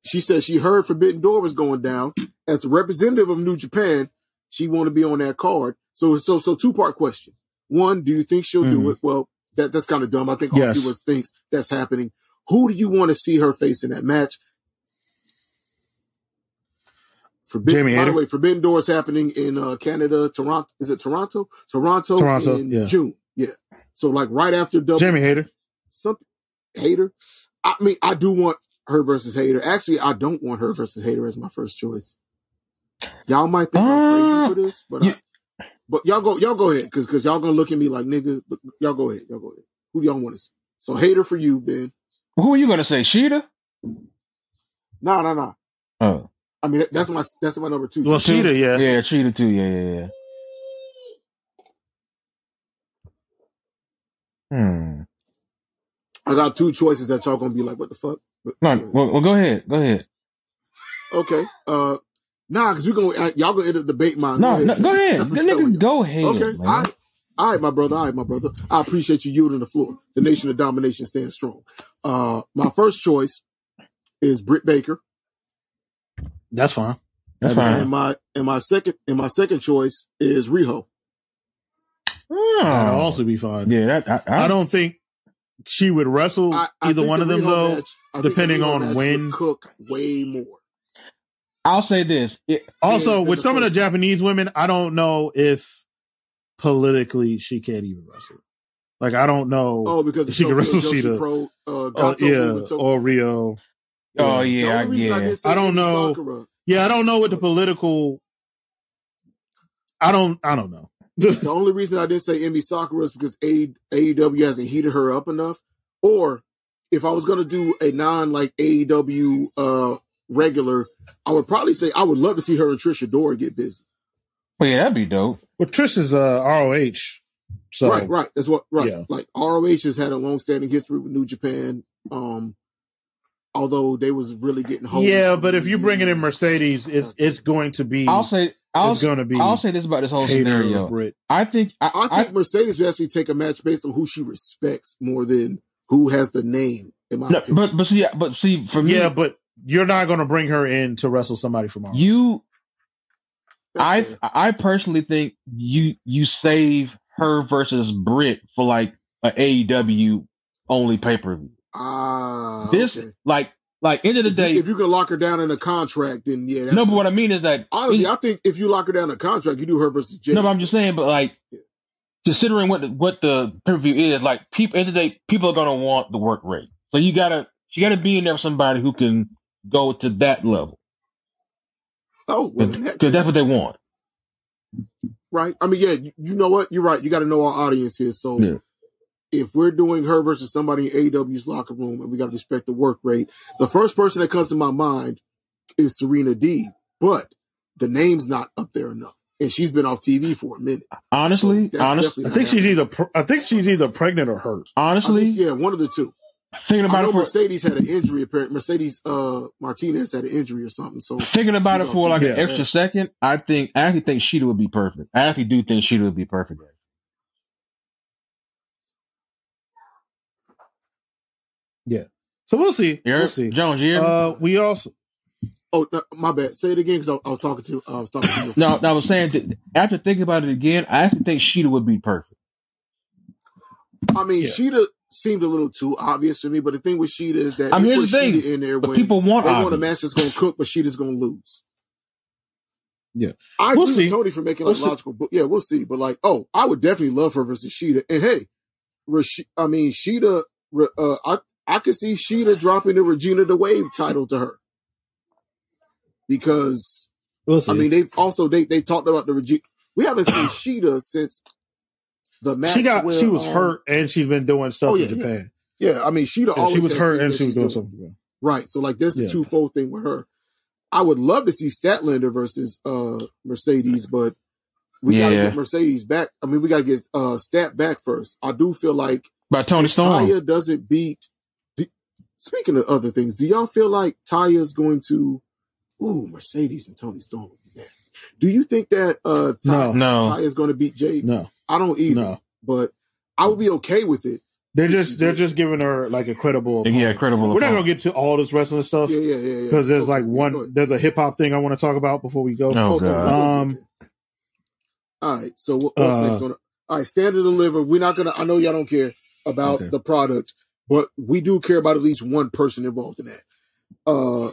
She said she heard Forbidden Door was going down. As the representative of New Japan, she want to be on that card. So, so, so two part question. One, do you think she'll do
Mhm.
it? Well, that that's kind of dumb. I think
Yes.
all viewers thinks that's happening. Who do you want to see her face in that match? Forbidden,
Jamie
by the
Hayter?
way, Forbidden Door is happening in uh, Canada, Toronto. Is it Toronto? Toronto,
Toronto,
in
yeah.
June. Yeah. So like right after double
Jamie Hater.
something hater. I mean, I do want her versus hater. Actually, I don't want her versus hater as my first choice. Y'all might think I'm
Uh,
crazy for this, but
you-
I, but y'all go y'all go ahead because because y'all gonna look at me like nigga. But y'all go ahead, y'all go ahead. Who y'all want to see? So hater for you, Ben.
Who are you gonna say? Sheeta?
Nah, nah, nah.
Oh.
I mean, that's my that's my number two.
Well, Sheeta, yeah.
Yeah, Sheeta too, yeah, yeah, yeah. Hmm.
I got two choices that y'all gonna be like, what the fuck? But-
No, well, well go ahead. Go ahead.
okay, uh, nah, because we gonna uh, y'all gonna end up debating mine.
No, no go ahead.
[LAUGHS] I'm
The
telling y'all.
nigga, go ahead.
Okay.
man.
All right. All right, my brother. All right, my brother. I appreciate you yielding the floor. The nation of domination stands strong. Uh, my first choice is Britt Baker,
That's fine.
That's
That'd be
fine.
and my and my second and my second choice is Riho.
Oh.
That'll also be fine.
yeah, that, I, I,
I don't think she would wrestle
I, I
either
think
one
the
of them
Riho
though.
match- I think the
depending
Riho
on
match
when-
would cook way more.
I'll say this. It,
Also,
than
with
the
some of the
first.
Japanese women, I don't know if politically she can't even wrestle. Like I don't know.
Oh, because
She can wrestle Shida.
Shida. Pro, uh,
Oh,
Gato
yeah,
moving to-
or Rio.
oh
the
yeah,
only reason
yeah.
I, didn't say
I don't
Emi
know.
Sakura,
Yeah, I don't know what the political. I don't. I don't know.
the only reason I didn't say Emmy Sakura is because A- AEW hasn't heated her up enough. Or if I was gonna do a non like AEW uh regular, I would probably say I would love to see her and Trisha Dora get busy.
Well, yeah, that'd be dope.
well, Trish is uh, ROH, so
right, right. That's what right.
yeah.
Like ROH has had a long standing history with New Japan. Um although they was really getting hold
yeah. But if you're bringing in Mercedes, it's it's going to be
I'll say. I'll,
it's going to be
I'll say this about this whole
Hater
scenario.
Brit.
I think. I,
I think Mercedes would actually take a match based on who she respects more than who has the name in my
I- no,
opinion.
but but see, but see, for me,
Yeah, but you're not going to bring her in to wrestle somebody from ROH.
you I
fair.
I personally think you you save her versus Britt for like a AEW only pay per view.
ah
This
okay.
like like end of the
if,
day.
you, if you can lock her down in a contract, then yeah. That's
no, but what I mean is that
honestly, I think if you lock her down in a contract, you do her versus Jay.
no, but I'm just saying. But like considering what the, what the pay per view is, like people end of the day, people are gonna want the work rate. So you gotta she gotta be in there with somebody who can go to that level
oh, well, in that
because that's what
case,
they want.
right. I mean, yeah, you, you know what? You're right. You got to know our audience here. So
Yeah.
if we're doing her versus somebody in AW's locker room, and we got to respect the work rate, the first person that comes to my mind is Serena D. But the name's not up there enough, and she's been off TV for a minute. So
Honestly,
that's
honest,
definitely
I
not
think she's
happening.
either pr- I think she's either pregnant or hurt.
honestly,
I think- yeah, one of the two.
thinking
I
about
know
it for
Mercedes had an injury. Apparently, Mercedes uh, Martinez had an injury or something. So
Thinking about it
She's on
for
TV.
like an
Yeah.
extra second, I think I actually think Sheeta would be perfect. I actually do think Sheeta would be perfect.
So we'll see.
You hear
We'll
it?
see.
Jones, you hear me?
Uh, we also
oh, no, my bad. Say it again because I, I was talking to I was talking to you.
no, no, I was saying that after thinking about it again, I actually think Sheeta would be perfect.
I mean
Yeah.
Sheeta seemed a little too obvious to me. But the thing with Sheeta is that
I
they
mean,
put
here's the thing,
Sheeta in there
But
when
people want
they want a
obvious.
match that's going to cook, but Sheeta's going to lose.
Yeah.
I
We'll
agree
see.
with Tony for making
We'll
like
see.
logical. But yeah, we'll see. But like, oh, I would definitely love her versus Sheeta. And hey, Rash- I mean Sheeta. Re- Uh, I I could see Sheeta dropping the Regina the Wave title to her because
we'll see.
I mean, they've also they they talked about the Regina. We haven't
[CLEARS THROAT]
seen Sheeta since the match.
she got
where,
she was
um,
hurt and she's been doing stuff
Oh, yeah,
in Japan.
Yeah, I mean, Sheeta
Yeah,
always
she was
has
hurt
things
and
that
she was
she's
doing something. in Japan.
right. So like, there's the
Yeah.
twofold thing with her. I would love to see Statlander versus uh Mercedes, but we gotta
Yeah.
get Mercedes back. I mean, we gotta get uh Stat back first. I do feel like
By Tony Storm.
Taya doesn't beat. do- speaking of other things, do y'all feel like Taya's going to? Ooh, Mercedes and Tony Storm would be nasty. Do you think that uh
No.
Ty,
no.
Taya's going to beat Jade?
No,
I don't either,
no,
but I would be okay with it.
they're just they're just giving her like a credible.
Yeah,
opponent.
credible.
We're not gonna
opponent.
get to all this wrestling stuff
Yeah, yeah, yeah.
because there's
Okay,
like
go
one
ahead.
there's a hip hop thing I want to talk about before we go.
Oh, God.
Okay, okay, okay.
Um,
all right. So what, what's
uh,
next on? All right, standard to deliver. We're not gonna. I know y'all don't care about
Okay.
the product, but we do care about at least one person involved in that. Uh,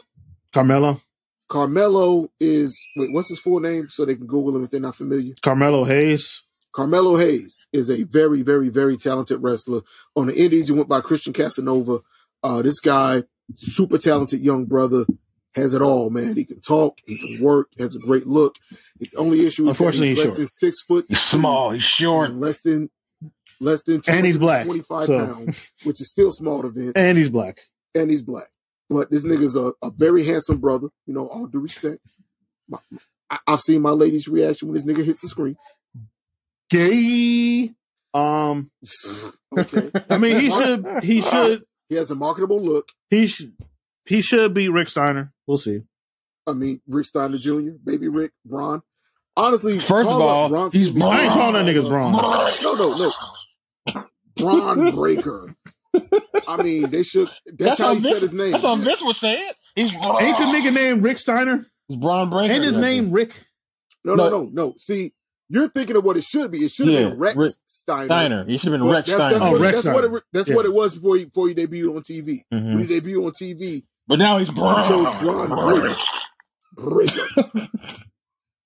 Carmelo,
Carmelo is wait. What's his full name? So they can Google him if they're not familiar.
Carmelo Hayes.
Carmelo Hayes is a very, very, very talented wrestler. On the Indies, he went by Christian Casanova. Uh, this guy, super talented young brother, has it all, man. He can talk, he can work, has a great look. The only issue is that
Unfortunately,
he's
he's
less
short.
than six foot,
He's small, he's short.
and less than less than
And he's black,
25
so.
pounds, which is still small to Vince,
And he's black.
and he's black. But this nigga's a, a very handsome brother, you know, all due respect. My, I, I've seen my lady's reaction when this nigga hits the screen. [LAUGHS]
Gay. Um,
okay.
I mean, he
[LAUGHS]
should [LAUGHS] he should
He has a marketable look.
he should he should be Rick Steiner. We'll see.
I mean, Rick Steiner Jr., Baby Rick, Braun. Honestly,
First of
call up
all,
Braun
he's
Strowman.
Braun.
I ain't calling that niggas Braun.
No, no, no. Braun Breaker. I mean, they should. That's,
That's
how
how
he
Vince-
said his name.
That's what Vince was saying. He's Braun.
Ain't the nigga named Rick Steiner?
He's Braun Breaker.
Ain't his name Rick?
no, no, no, no. See, you're thinking of what it should be. It should have
Yeah,
been Rex
Rick
Steiner.
Steiner. He should have
But
been Rex
that's,
Steiner.
That's,
Oh,
what,
Rex
that's, what,
Steiner.
it, that's
Yeah.
what it was before you, before you debuted on TV.
Mhm.
When you debuted on TV,
But now he's Braun.
you chose Braun Breaker. Breaker.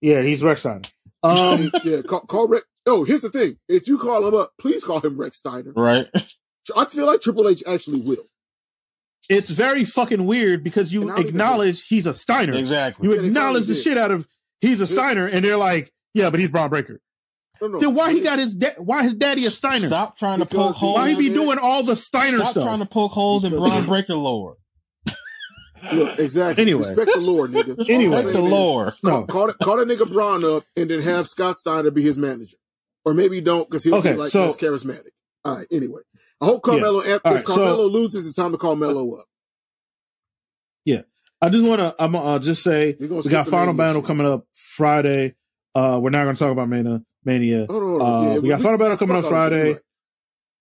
Yeah, he's Rex Steiner. Um, [LAUGHS]
[LAUGHS] yeah, call, call Rex. Oh, here's the thing. If you call him up, please call him Rex Steiner.
Right?
I feel like Triple H actually will.
it's very fucking weird because you
And I don't even-
acknowledge he's a Steiner.
Exactly.
You
Yeah, they
acknowledge the
finally did.
shit out of he's a
This-
Steiner, and they're like, yeah, but he's Braun Breaker.
No, no.
Then why he got his da- why his daddy a Steiner?
Stop trying to
Because
poke
the-
holes.
Why he be
Yeah.
doing all the Steiner
Stop
stuff?
trying to poke holes in
Because-
Braun Breaker lore.
Look, exactly.
Anyway.
Respect the Lord, nigga.
[LAUGHS] Anyway.
All I'm
Breaker
saying is,
lore.
no,
Call, the- call that nigga Braun up and then have Scott Steiner be his manager. Or maybe don't because he'll
Okay,
be like
so-
less charismatic. All right, anyway. I hope Carmelo, if
All right, so-
Carmelo loses, it's time to call Melo up.
I just want to. I'm uh, just say
We're gonna
we
skip
got
the
final
Mania
battle
shit.
coming up Friday. Uh, we're not going to talk about Mania. Mania.
Hold on, hold on.
Uh,
Yeah,
we got final battle coming up
fuck all this shit,
Friday.
you're right.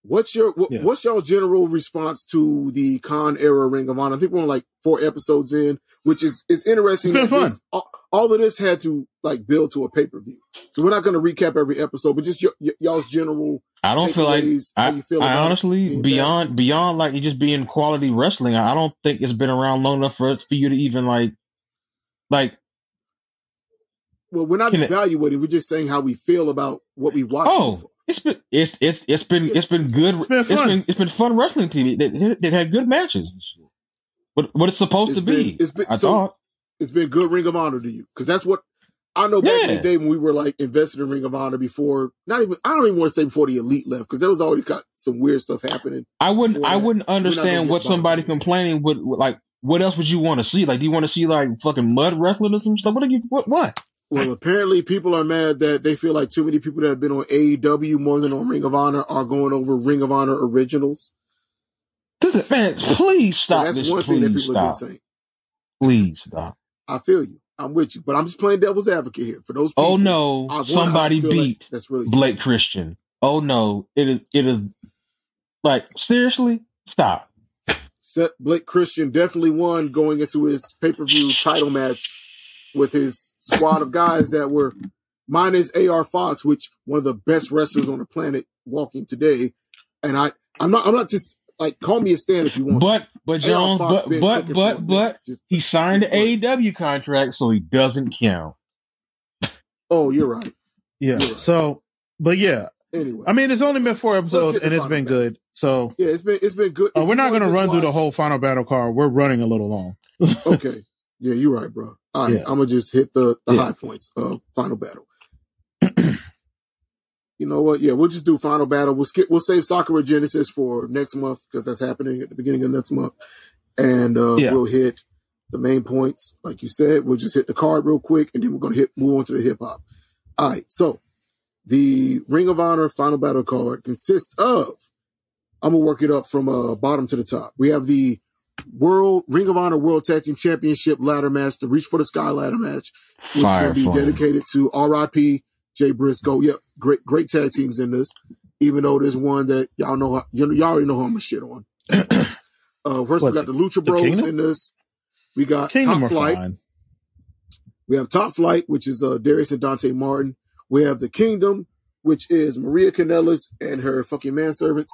What's your wh-
Yeah.
what's your general response to the Con era Ring of Honor? I think we're on like four episodes in, which is it's interesting.
It's been
that this-
fun.
all, all of this had to like build to a pay per view, so we're not going to recap every episode, but just y- y- y'all's general.
I don't feel like
takeaways, how
I,
you feel
I
about it
honestly
being
beyond beyond like you just being quality wrestling. I I don't think it's been around long enough for for you to even like like
Well, we're not
Can it-
evaluating; we're just saying how we feel about what we watched. so
oh
far.
it's been it's it's it's been it's been good it's
been
been
fun.
it's been fun wrestling TV that that had good matches. But what it's supposed
It's
to be,
been- it's been-
I
so-
thought.
it's been good Ring of Honor to you because that's what I know. Back in
Yeah.
the day when we were like invested in Ring of Honor before, not even I don't even want to say before the Elite left because there was already got some weird stuff happening.
I wouldn't.
before
I
that,
wouldn't
gonna
understand
get
what
by.
somebody complaining would would- like. What else would you want to see? Like, do you want to see like fucking mud wrestling or some stuff? What are you? What? What?
Well, apparently people are mad that they feel like too many people that have been on AEW more than on Ring of Honor are going over Ring of Honor originals.
This is, man, please stop
so that's
this.
one thing
please
that
stop.
people have been saying.
Please stop.
I feel you. I'm with you, but I'm just playing devil's advocate here for those. People,
Oh
I
no!
want- I
Somebody
feel like
beat
that's really
Blake Christian. Oh no! It is. It is. Like seriously, stop.
Seth Blake Christian definitely won going into his pay per view title match with his squad of guys that were minus AR Fox, which one of the best wrestlers on the planet walking today. And I, I'm not, I'm not just like call me a stand if you want.
But but
to. A.R.
Jones.
Fox
But
been
but
cooking for a
but
minute.
but
Just-
he signed the
But-
AEW contract, so he doesn't count.
oh, you're right.
Yeah.
You're right.
So, but yeah,
Anyway,
I mean, it's only been four episodes
get the
and it's
final
been
back.
good. So
yeah, it's been, it's been good.
uh,
If
we're
you
not
want
going to
just
run through the
watch-
whole final battle card. We're running a little long.
okay. Yeah, you're right, bro. All right,
Yeah.
I'm gonna just hit the, the
Yeah.
high points of Final Battle. [CLEARS THROAT] you know what? Yeah, we'll just do Final Battle. We'll skip. We'll save Sakura Genesis for next month because that's happening at the beginning of next month, and uh,
Yeah.
we'll hit the main points, like you said. We'll just hit the card real quick, and then we're gonna hit move on to the hip hop. All right, so the Ring of Honor Final Battle card consists of. I'm gonna work it up from uh, bottom to the top. We have the World Ring of Honor World Tag Team Championship ladder match, the Reach for the Sky ladder match, which is
Fire
gonna be
for him.
dedicated to R.I.P. Jay Briscoe. Yep, great great tag teams in this. Even though there's one that y'all know, you know, y'all already know who I'm gonna
[CLEARS THROAT]
shit on. Uh, first
What,
we got the Lucha Bros
Kingdom?
in this. We got
Kingdom
Top
are
Flight.
fine.
We have Top Flight, which is uh, Darius and Dante Martin. We have The Kingdom, which is Maria Canellas and her fucking manservants.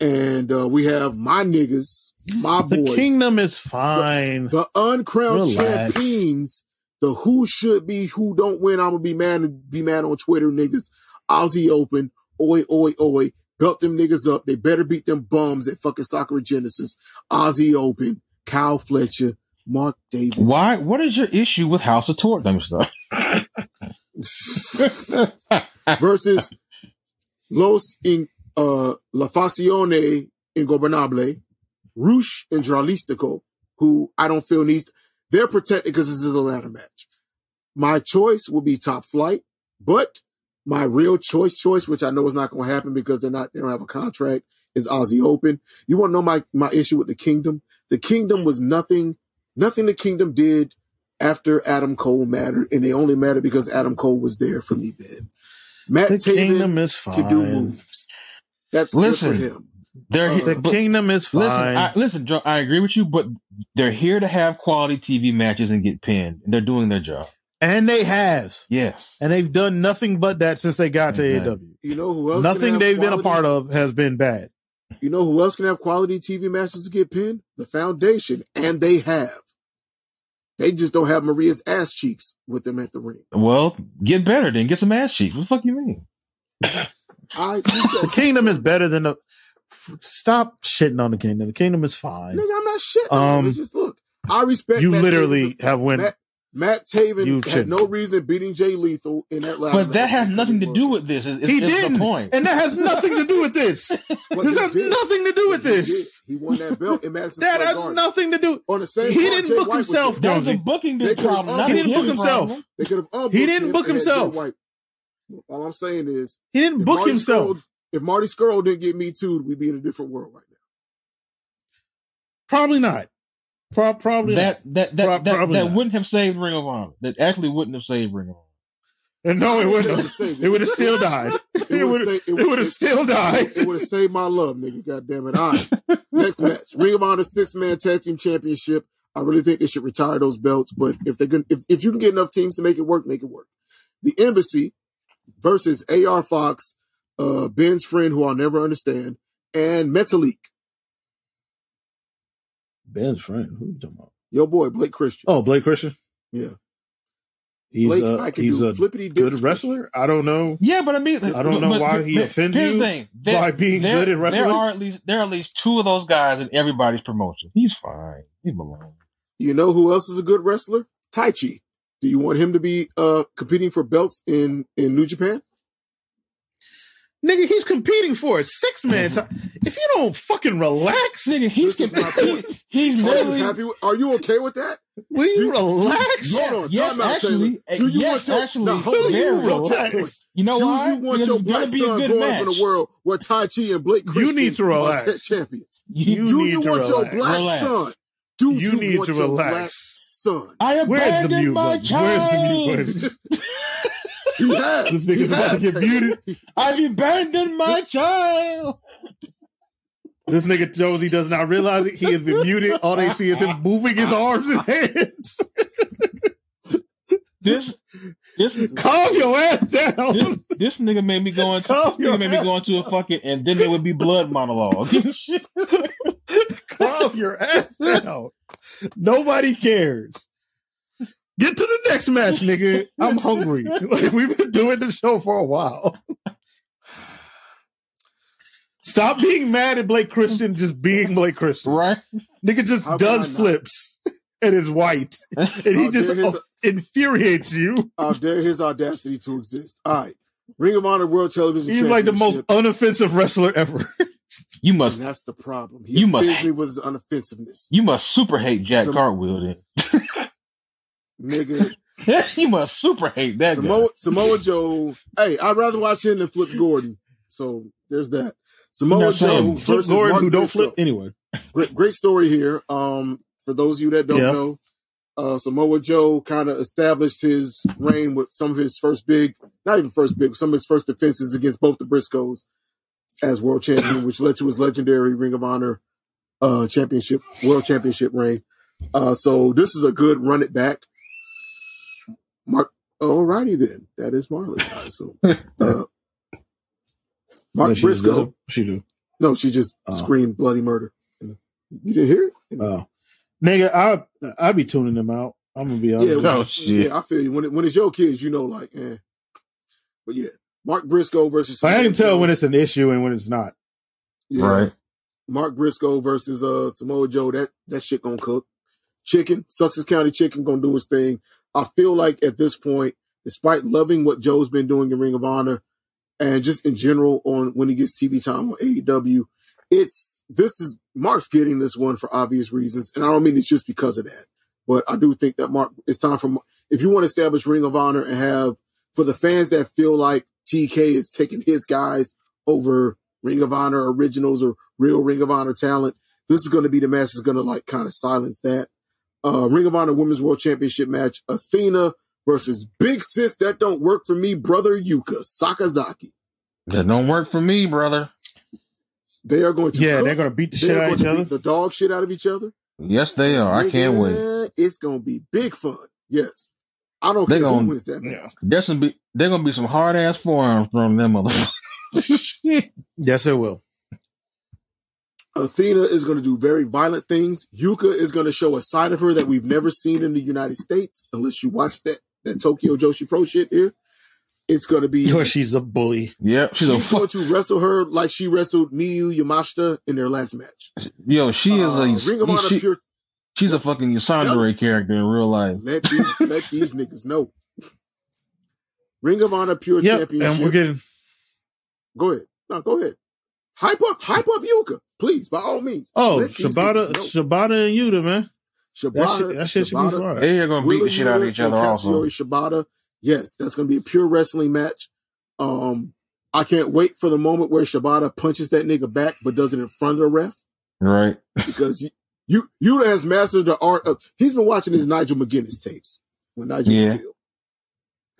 And uh, we have my niggas, my
The
boys,
Kingdom is fine.
the uncrowned
Relax.
champions, the who should be, who don't win. I'm gonna be mad and be mad on Twitter, niggas. Aussie Open, oi, oi, oi. Belt them niggas up. They better beat them bums at fucking Soccer Genesis. Aussie Open, Kyle Fletcher, Mark Davis.
Why? What is your issue with House of Torture? Let me stop.
[LAUGHS] [LAUGHS] versus Los in uh, La Facione Ingobernable, Rush and Dralistico, who I don't feel needs. They're protected because this is a ladder match. My choice will be top flight, but my real choice choice, which I know is not going to happen because they're not, they don't have a contract, is Aussie Open. You want to know my, my issue with the kingdom? The kingdom was nothing, nothing the kingdom did after Adam Cole mattered, and they only mattered because Adam Cole was there for me then. Matt
The
Taven
Kingdom is
can do
fine.
moves. That's
Listen.
Listen, good for him.
They're
Uh,
The
but-
Kingdom is
Listen,
fine.
I, listen, Joe, I agree with you, but they're here to have quality TV matches and get pinned. They're doing their job.
and they have.
Yes.
And they've done nothing but that since they got to
Exactly.
AEW.
You know who else? can
Nothing
have
they've been a
quality-
part of has been bad.
You know who else can have quality TV matches to get pinned? The Foundation, and they have. They just don't have Maria's ass cheeks with them at the ring.
Well, get better then. Get some ass cheeks. What the fuck you mean?
I
[LAUGHS] The Kingdom is better than the. f- Stop shitting on the Kingdom. The Kingdom is fine.
[LAUGHS] nigga, I'm not shit.
Um,
Um, just look. I respect.
You
Matt
literally
Taven.
have win.
Matt, Matt Taven
You
had
shouldn't.
no reason beating Jay Lethal in that. ladder
But that
match.
has
It
nothing to
was-
do with this. It's, it's,
He
it's the
didn't.
point.
And that has nothing to do with this.
[LAUGHS] What
This
he
has
did-
nothing to do with
what he
this.
did, He won that belt in Madison
That
Square
has
Garden.
nothing to do.
On the same.
He
card
didn't
Jay
book
White was
himself,
there.
That was a
Jonesy.
booking
They
this
could've
problem.
all-
not
He
a
didn't book
booking
himself.
problem.
They could have. all
He
booked
didn't
him
book
and had Jay
himself.
White. All I'm saying is,
He didn't
if
book
Marty
himself.
Scurll- if Marty Skrull didn't get me too, we'd be in a different world right now.
Probably not. Pro- probably not.
That that that,
Pro-
that,
probably
that
not.
wouldn't have saved Ring of Honor. That actually wouldn't have saved Ring of Honor.
And no, Oh, it wouldn't.
would've
have.
saved
It would have still died. It would.
saved-
It would have still died.
[LAUGHS] It would have saved my love, nigga. God damn it. All right. Next match. Ring of Honor six man tag team championship. I really think they should retire those belts, but if they can if, if you can get enough teams to make it work, make it work. The embassy versus AR Fox, uh Ben's friend who I'll never understand, and Metalik.
[LAUGHS] Ben's friend. Who you talking about?
Your boy, Blake Christian.
Oh, Blake Christian.
Yeah.
He's
Blake,
a
I can
he's
do
a
flippity
good wrestler. I don't know.
Yeah, but I mean,
I don't know why he offends
here's
you
the thing. There-
by being
there-
good at wrestling.
There are at least there are at least two of those guys in everybody's promotion. He's fine. He belongs.
You know who else is a good wrestler? Tai Chi. Do you want him to be uh competing for belts in in New Japan?
Nigga, he's competing for a six man time. If you don't fucking relax,
Mm-hmm. Nigga, he's
This is my point.
he's, he's
Are you
literally.
happy? With, are you okay with that?
will you relax?
Hold on,
yes,
time out,
actually,
Taylor. Do you
yes,
want your
actually,
now, hold on,
very
you want your
relaxed.
point.
You know
Do
why?
you want
Because
your
it's gonna
black
be a
son
good
growing
match.
up in a world where Tai Chi and Blake
You
Christian
need to
are
relax.
tech champions?
You
Do
need
you
to
want your
relax.
black
Relax.
son? Do
You
you,
need
want
to
your
relax.
black son?
I
Where's the
abandoned
mute
my
button? Where's the
child.
mute button? [LAUGHS]
He has.
This
he
nigga's about to
has,
get
Taylor.
muted.
[LAUGHS] I've abandoned my child.
This nigga Jonesy does not realize it. He has been muted. All they see is him moving his arms and hands. [LAUGHS]
This,
[LAUGHS]
this,
Calm your ass down.
this, this nigga made me go into
Calm your
nigga made me
ass.
go into a fucking, and then there would be blood
[LAUGHS]
monologue. Shit.
Calm your ass down. Nobody cares. Get to the next match, nigga. I'm hungry. Like, we've been doing this show for a while. Stop being mad at Blake Christian, just being Blake Christian.
right?
Nigga just
How can I
does
not? Oh,
flips and is white. And he
How
just
dare his-
uh, infuriates you.
How dare his audacity to exist? All right, Ring of Honor World Television.
He's like the most
Championship,
unoffensive wrestler ever.
You
and
must,
that's the problem. He
You must-
offends me with his unoffensiveness,
you must super hate Jack
Some-
Cartwheel
[LAUGHS]
nigga.
then. [LAUGHS] you must super hate that
Samoa, Samoa Joe. Hey, I'd rather watch him than Flip Gordon. So there's that. Samoa
No,
Joe
same.
Flip
versus
Gordon,
Mark
who don't
Briscoe.
flip anyway.
Great, great story here. Um, for those of you that don't
Yeah.
know, uh, Samoa Joe kind of established his reign with some of his first big, not even first big, some of his first defenses against both the Briscoes as world champion, which led to his legendary Ring of Honor uh, championship, world championship reign. Uh, so this is a good run it back. Mark, alrighty then. That is Marley. I
[LAUGHS]
assume. Uh, Mark
Unless she was
Briscoe.
good. She do.
No, she just
Oh.
screamed bloody murder. You didn't hear it?
Oh. Nigga, I I be tuning them out. I'm gonna be honest.
Yeah,
with
guy.
you.
Oh shit!
Yeah, I feel you. When it, when it's your kids, you know, like, eh. But yeah, Mark Briscoe versus.
I can tell when it's an issue and when it's not.
Yeah, Mark Briscoe versus uh Samoa Joe. That that shit gonna cook. Chicken, Sussex County Chicken gonna do his thing. I feel like at this point, despite loving what Joe's been doing in Ring of Honor, and just in general on when he gets TV time on AEW, it's this is Mark's getting this one for obvious reasons, and I don't mean it's just because of that, but I do think that Mark it's time for if you want to establish Ring of Honor and have for the fans that feel like TK is taking his guys over Ring of Honor originals or real Ring of Honor talent. This is going to be the match that's going to like kind of silence that. Uh, Ring of Honor Women's World Championship match: Athena versus Big Sis. That don't work for me, brother Yuka Sakazaki.
That don't work for me, brother.
They are going to
Yeah,
cook.
they're gonna beat the
They
shit
are
out of
going
each
to beat
other.
The dog shit out of each other.
Yes, they are. I can't wait.
Nigga, It's gonna be big fun. Yes, I don't
They
care
gonna-
who wins that match.
Yeah.
There's some be they're gonna be some hard ass forearms from them motherfuckers.
Yes, it will.
Athena is going to do very violent things. Yuka is going to show a side of her that we've never seen in the United States, unless you watch that that Tokyo Joshi Pro shit here. It's going
[LAUGHS]
to be
Yo, she's a bully.
[LAUGHS] yep, she's
she's
a fuck.
going to wrestle her like she wrestled Miyu Yamashita in their last match.
Yo, she is
Uh,
a
Ring of Honor
she,
pure.
she's a fucking Yasandere character in real life.
[LAUGHS]
Let these let these niggas know. Ring of Honor pure
Yep,
championship.
and we're getting
Go ahead. No, go ahead. Hype up, hype up Yuka, please, by all means.
oh
Let these
Shibata,
niggas know.
Shibata and Yuta, man. That
Shibata,
shit, that shit should be
Shibata,
fun.
They are gonna beat
Wheeler
the shit out of
Yuta
each other.
and
Also,
Katsuyori Shibata. Yes, that's going to be a pure wrestling match. Um, I can't wait for the moment where Shibata punches that nigga back, but does it in front of the ref
right?
because you, you, Yuta has mastered the art of. He's been watching his Nigel McGuinness tapes when Nigel
Yeah.
was ill.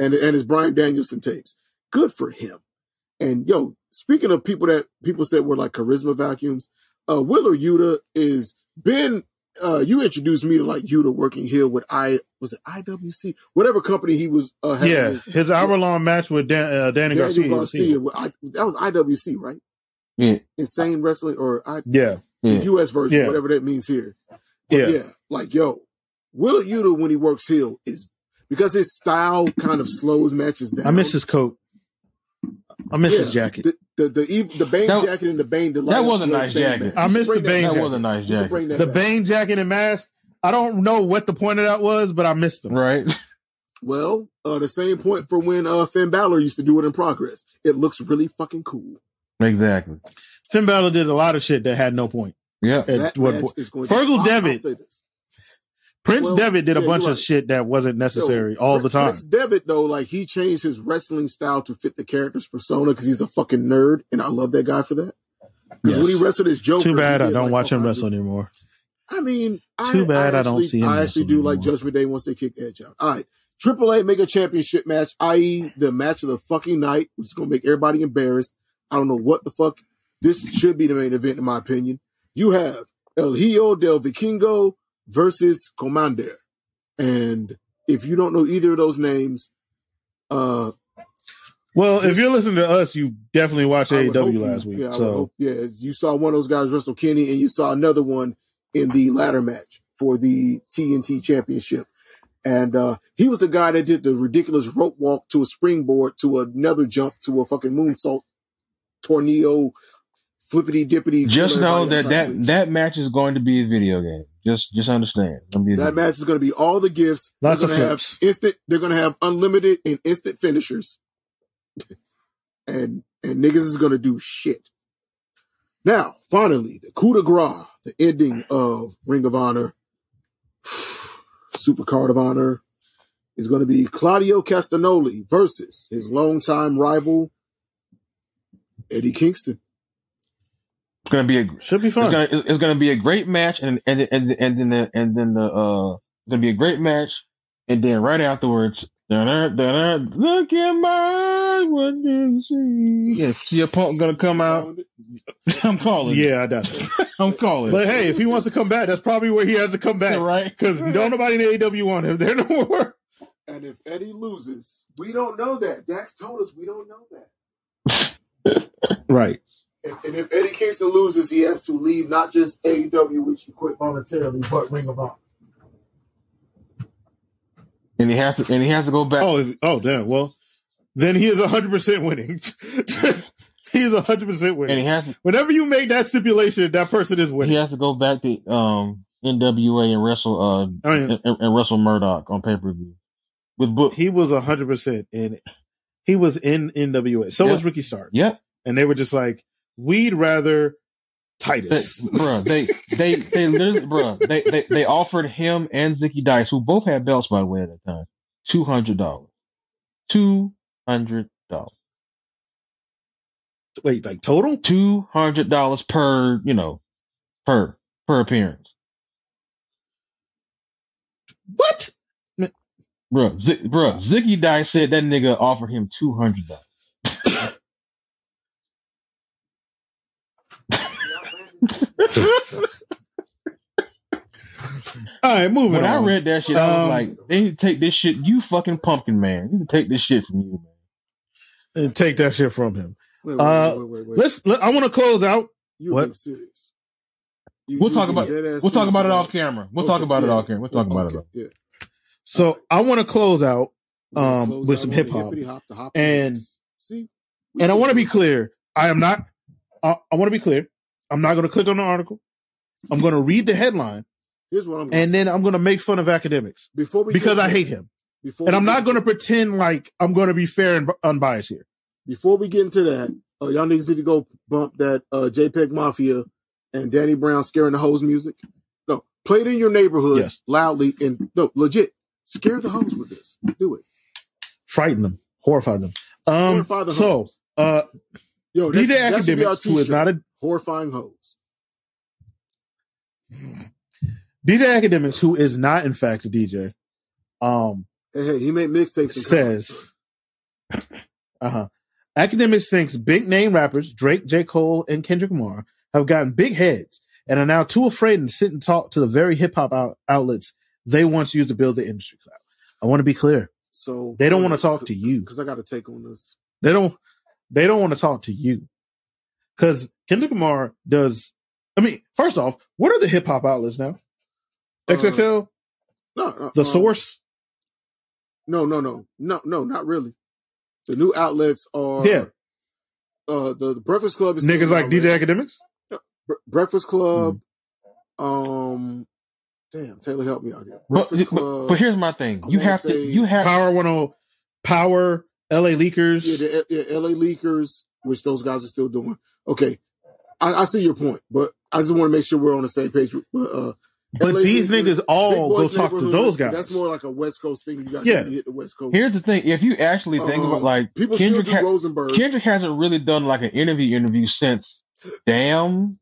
and and his Brian Danielson tapes. Good for him. And yo, speaking of people that people said were like charisma vacuums, uh, Willer Yuta is Ben. Uh, you introduced me to like Yuta working here with I was it IWC whatever company he was. Uh, having
Yeah,
his-
his hour long match with Dan, uh, Danny
Daniel
Garcia.
Garcia.
was here.
with I, that was IWC, right?
Yeah.
Insane Wrestling or I,
Yeah,
Yeah.
the US version,
Yeah.
whatever that means here. But
yeah,
yeah. like yo, Will Yuta when he works heel is because his style kind of slows matches down.
I miss his coat. I miss his
Yeah.
jacket.
The the the, ev- the Bane
That-
jacket and the Bane delight.
that was a nice
Bane
jacket.
match.
I
You should
miss the
bring that
Bane
back.
jacket.
That was a nice
You should
jacket,
bring that
The
back.
Bane jacket and mask. I don't know what the point of that was, but I missed them.
right? [LAUGHS]
Well, uh, the same point for when uh, Finn Balor used to do it in progress. It looks really fucking cool.
Exactly.
Finn Balor did a lot of shit that had no point.
Yeah.
At
That
one
match
point.
is going
Fergal
I'll- I'll
Devitt.
say this.
Prince
Well,
Devitt did a
yeah,
bunch
you're
of
right.
shit that wasn't necessary all the time.
Prince Devitt, though, like he changed his wrestling style to fit the character's persona because he's a fucking nerd, and I love that guy for that. Because when
Yes.
he wrestled his Joker,
Too bad
he
I
did,
don't
like,
watch
all
him
kinds
wrestle
of-
anymore.
I mean, I,
Too bad I don't
actually-
see him
I actually
wrestle
do like
anymore.
Judgment Day once they kick Edge out. All right, Triple A make a championship match, i.e., the match of the fucking night, which is gonna make everybody embarrassed. I don't know what the fuck. This should be the main event, in my opinion. You have El Hijo del Vikingo versus Commander, and if you don't know either of those names, uh,
Well, if you're listening to us, you definitely watched
I would
AEW
hope
last
you-
week.
Yeah, I would
so
hope- yeah, you saw one of those guys wrestle Kenny, and you saw another one in the ladder match for the TNT Championship. And uh, he was the guy that did the ridiculous rope walk to a springboard to another jump to a fucking moonsault tornado, flippity dippity.
Just know that that, that match is going to be a video game. Just just understand. It's gonna be a
that
video
match is going to be all the gifts.
Lots
they're
of
gonna
flips.
have instant. They're going to have unlimited and instant finishers, and and niggas is going to do shit. Now, finally, the coup de grace, the ending of Ring of Honor, [SIGHS] Super Card of Honor, is going to be Claudio Castagnoli versus his longtime rival Eddie Kingston.
It's gonna be a
should be
it's
fun.
gonna, it's gonna be a great match, and and and and then the, and then the uh, it's gonna be a great match, and then right afterwards, da-da, da-da, look at my what do you see? Yeah, see a punk gonna come out. [LAUGHS] I'm calling. it.
yeah, I doubt it.
I'm calling.
But
it.
[LAUGHS] hey, if he wants to come back, that's probably where he has to come back.
right?
Because don't nobody in AEW want him. [LAUGHS] They're no more.
And if Eddie loses, we don't know that. Dax told us we don't know that.
Right.
And, and if Eddie Kingston loses, he has to leave not just AEW, which he quit voluntarily, but Ring of Honor.
[LAUGHS] And he has to. And he has to go back.
Oh, if- oh, damn. Well, then he is 100% winning. [LAUGHS] he is 100%
and he
winning.
has to.
Whenever you make that stipulation, that person is
He
winning.
has to go back to um NWA and wrestle uh
I mean,
and, and wrestle Murdoch on pay per view with book.
he was 100% in it. He was in NWA. So
Yeah.
was Ricky Stark.
Yep,
And they were just like, we'd rather Titus.
bro. They they they literally, bro. They, they they offered him and Zicky Dice, who both had belts by the way at that time, two hundred dollars, two hundred dollars,
[LAUGHS] Wait, like total?
two hundred dollars per you know per per appearance,
What? [LAUGHS]
bro. Z, bro, Zicky Dice said that nigga offered him two hundred dollars.
All right, moving
When I
on.
read that shit, I was
Um,
like, they need to take this shit. You fucking pumpkin man. You can take this shit from you, man.
and take that shit from him.
Wait,
Uh, Let's. Let, I want to close out.
You
what?
being serious. You-
We'll
you
talk
being
about-
dead ass
We'll talk
serious
about it off camera. We'll talk
Okay,
about it
yeah.
off camera. We'll talk about it.
Okay,
Off.
yeah.
So I want to close out, Um,
Close
with
out
some
on the
hip-hop.
hippity-hop, the hop
And-
hips. see, we
and I
can
want to
do
be
it.
clear. I am not. I, I want to be clear. I'm not going to click on the article. I'm going to read the headline,
Here's what I'm gonna
and
say.
then I'm going to make fun of academics
before we
because
get
I
there-
hate him,
before
and
we
I'm
get
not going to
there-
pretend like I'm going to be fair and unbiased here.
before we get into that, uh, y'all niggas need to go bump that uh, JPEG Mafia and Danny Brown scaring the hoes music. No, play it in your neighborhood
Yes.
loudly and no, legit. Scare the hoes with this. Do it.
Frighten them, horrify them. Um.
Horrify the
So,
hoes.
uh,
Yo, that,
DJ
that should be our
Academics, who is
t-shirt.
not a
horrifying hoes.
DJ Academics, who is not in fact a DJ, um,
Hey, hey, he made mixtapes. and
says, uh huh. Academics thinks big name rappers Drake, J. Cole, and Kendrick Lamar have gotten big heads and are now too afraid to sit and talk to the very hip hop out- outlets they once used to build the industry. clout. I want to be clear.
So
They don't wanna talk to you.
because I got to take on this.
They don't. They don't want to talk to you because Kendrick Lamar does. I mean, first off, what are the hip hop outlets now?
Uh,
XXL,
No, no
The
um,
Source.
No, no, no, no, no, not really. The new outlets are
Yeah.
Uh, the, the Breakfast Club is
Niggas like DJ Academics.
Bre- Breakfast Club.
Mm.
Um, damn, Taylor, help me out here.
But,
Breakfast
but,
Club.
but here's my thing.
I
You
wanna
have to.
say-
You have.
Power 10, Power, LA Leakers.
yeah, the, yeah, LA Leakers, which those guys are still doing. Okay, I, I see your point, but I just want to make sure we're on the same page. with- But, uh,
But
LA
these
Leakers,
niggas all
Big
go
Boys
talk to
Neighborhood,
those guys.
That's more like a West Coast thing. You got
Yeah.
to hit the West Coast.
Here's the thing. If you actually think
Um,
about like
People
Kendrick
still do
ha-
Rosenberg.
Kendrick hasn't really done like an interview interview since. Damn.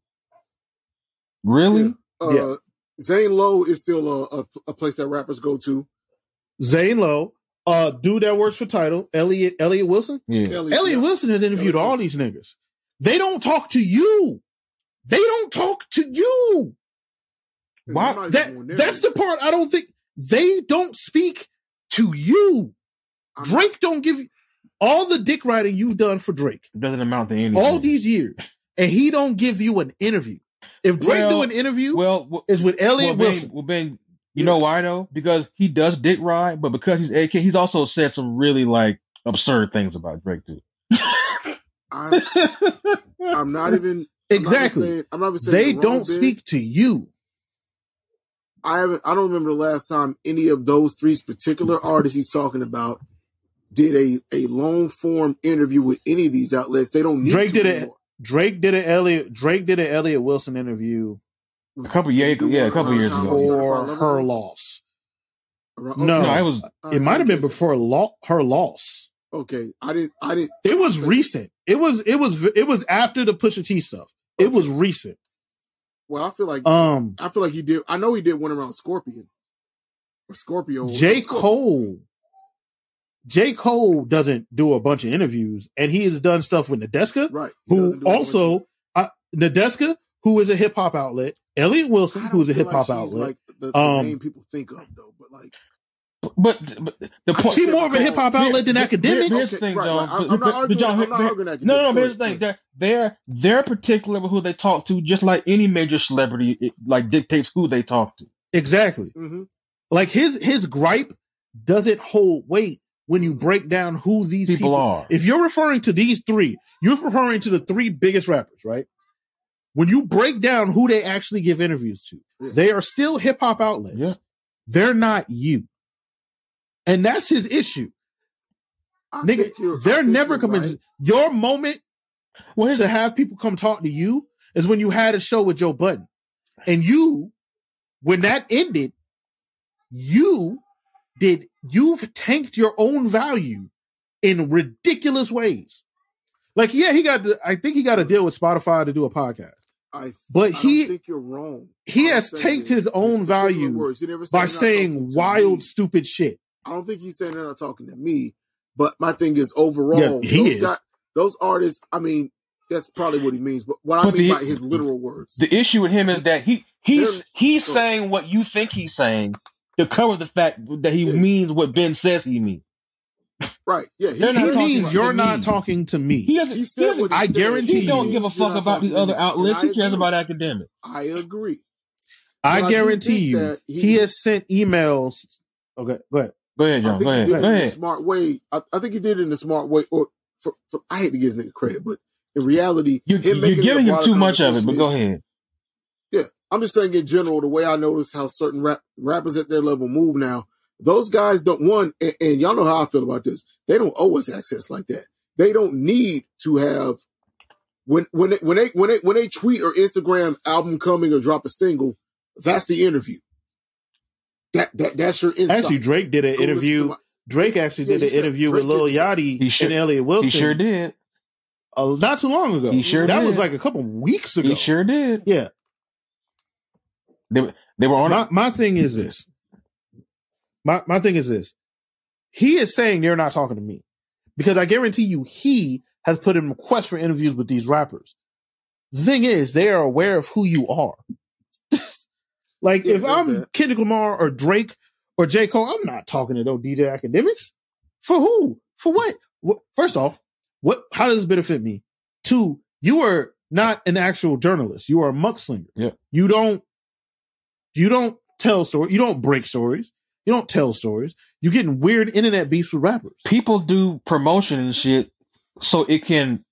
Really?
uh,
yeah.
Zane Lowe is still a, a, a place that rappers go to.
Zane Lowe, uh, dude that works for Title, Elliot Elliot Wilson.
Yeah.
Elliot,
Elliot Wilson has interviewed
Elliot
all these niggas. They don't talk to you. They don't talk to you.
Why-
That that's the part I don't think they don't speak to you. Drake don't give you all the dick riding you've done for Drake
It doesn't amount to anything.
all these years, and he don't give you an interview. If Drake
Well-
do an interview,
Well, well,
it's with Elliot
well, Ben,
Wilson.
well, Ben, you know why though? Because he does dick ride, but because he's AK, he's also said some really like absurd things about Drake too. [LAUGHS]
I'm, I'm not even
exactly. they
I'm not even saying, I'm not even saying you're wrong,
don't
Ben.
speak to you.
I haven't. I don't remember the last time any of those three particular artists he's talking about did a, a long form interview with any of these outlets. They don't need
Drake
to
did it.
anymore.
Drake did an Elliot Drake did an Elliot Wilson interview
A couple years, yeah, a couple years ago.
for her loss.
Around-
No.
No, it was
It might have been
okay.
before lo- her loss.
Okay, I didn't. I didn't.
It was recent. It was it was it was after the Pusha T stuff. It was recent.
Well, I feel like
Um,
I feel like he did. I know he did one around Scorpion or Scorpio.
J
Scorp-
Cole. J Cole doesn't do a bunch of interviews, and he has done stuff with Nadeska,
right?
who
he doesn't do it with
also I, Nadeska, who is a hip hop outlet. Elliot
you.
Wilson,
I don't
who's a
feel
hip hop
like she's,
outlet.
Like the, the
Um,
name people think of though, but like
but, but the point.
She more of a hip hop outlet than
Here-
academics.
Here's the thing,
Right,
though.
right. I'm-
But- but-
I'm not
but
arguing-
y'all-
I'm not
here-
arguing academics.
No, no, no.
Go
But here's the
ahead,
thing. They're, they're, they're particular with who they talk to, just like any major celebrity, it, like dictates who they talk to.
Exactly.
mhm.
like his his gripe doesn't hold weight when you break down who these
People,
people,
are.
If you're referring to these three, you're referring to the three biggest rappers, right? When you break down who they actually give interviews to,
Yeah.
they are still hip hop outlets.
Yeah.
They're not you. And that's his issue.
I
Nigga,
think you're- I
They're
think
never
you're
coming.
right.
Your moment
Well, here's
to have people come talk to you is when you had a show with Joe Budden. And you, when that ended, you did, you've tanked your own value in ridiculous ways. Like, yeah, he got, the, I think he got a deal with Spotify to do a podcast,
I
but
I
he,
don't think you're wrong.
he
All I'm
has
saying
tanked
is
his own
particular
value
words. He never said
by
they're not talking
saying
to
wild,
me.
stupid shit.
I don't think he's saying they're not talking to me, but my thing is overall,
Yeah, he
those,
is.
guy- those artists. I mean, that's probably what he means. But what I
But
mean
the-
by his literal words,
The issue with him is that he he's
They're-
he's saying what you think he's saying to cover the fact that he
Yeah.
means what Ben says he means.
right? Yeah, he's
They're not
He
talking
means
to
you're not
me.
talking to me.
He doesn't.
He
He,
said
doesn't-
what he
I
said.
guarantee
he don't
you.
give a
You're
fuck
not
about
talking
these
to
other
me.
outlets.
And I
He cares
agree.
about academics.
I agree. But
I
I do
guarantee
think
you,
that
he,
he-
has sent emails. Okay, go ahead.
Go ahead,
I
John.
think
Go
he
ahead.
did
Go
it in a
ahead.
smart way. I, I think he did it in a smart way. Or for, for, I hate to give this nigga credit, but in reality,
You're, you're
him making it a
giving him
broader
too much of it, but
conversation
go
is-
ahead.
Yeah, I'm just saying in general, the way I notice how certain rap, rappers at their level move now, those guys don't one, and, and y'all know how I feel about this. They don't owe us access like that. They don't need to have when when they, when they when they when they tweet or Instagram album coming or drop a single. That's the interview. That that that's your insight.
Actually, Drake did an
Go listen to
interview.
my-
Drake actually
Yeah,
did
he
an
said
interview
Drake
with Lil
did-
Yachty
He sure-
and Elliot Wilson
He sure did.
uh, not too long ago.
He sure
that
did.
was like a couple weeks ago.
He sure did.
Yeah.
They, were- they were on.
My my thing is this. My my thing is this. He is saying they're not talking to me because I guarantee you he has put in requests for interviews with these rappers. The thing is, they are aware of who you are. [LAUGHS] like
Yeah,
if
there's
I'm
that.
Kendrick Lamar or Drake or J. Cole, I'm not talking to no DJ academics. For who? For what? Wh- First off, what, how does this benefit me? Two, you are not an actual journalist. You are a muckslinger.
Yeah.
You don't, you don't tell stories. You don't break stories. You don't tell stories. You're getting weird internet beefs with rappers.
people do promotion and shit so it can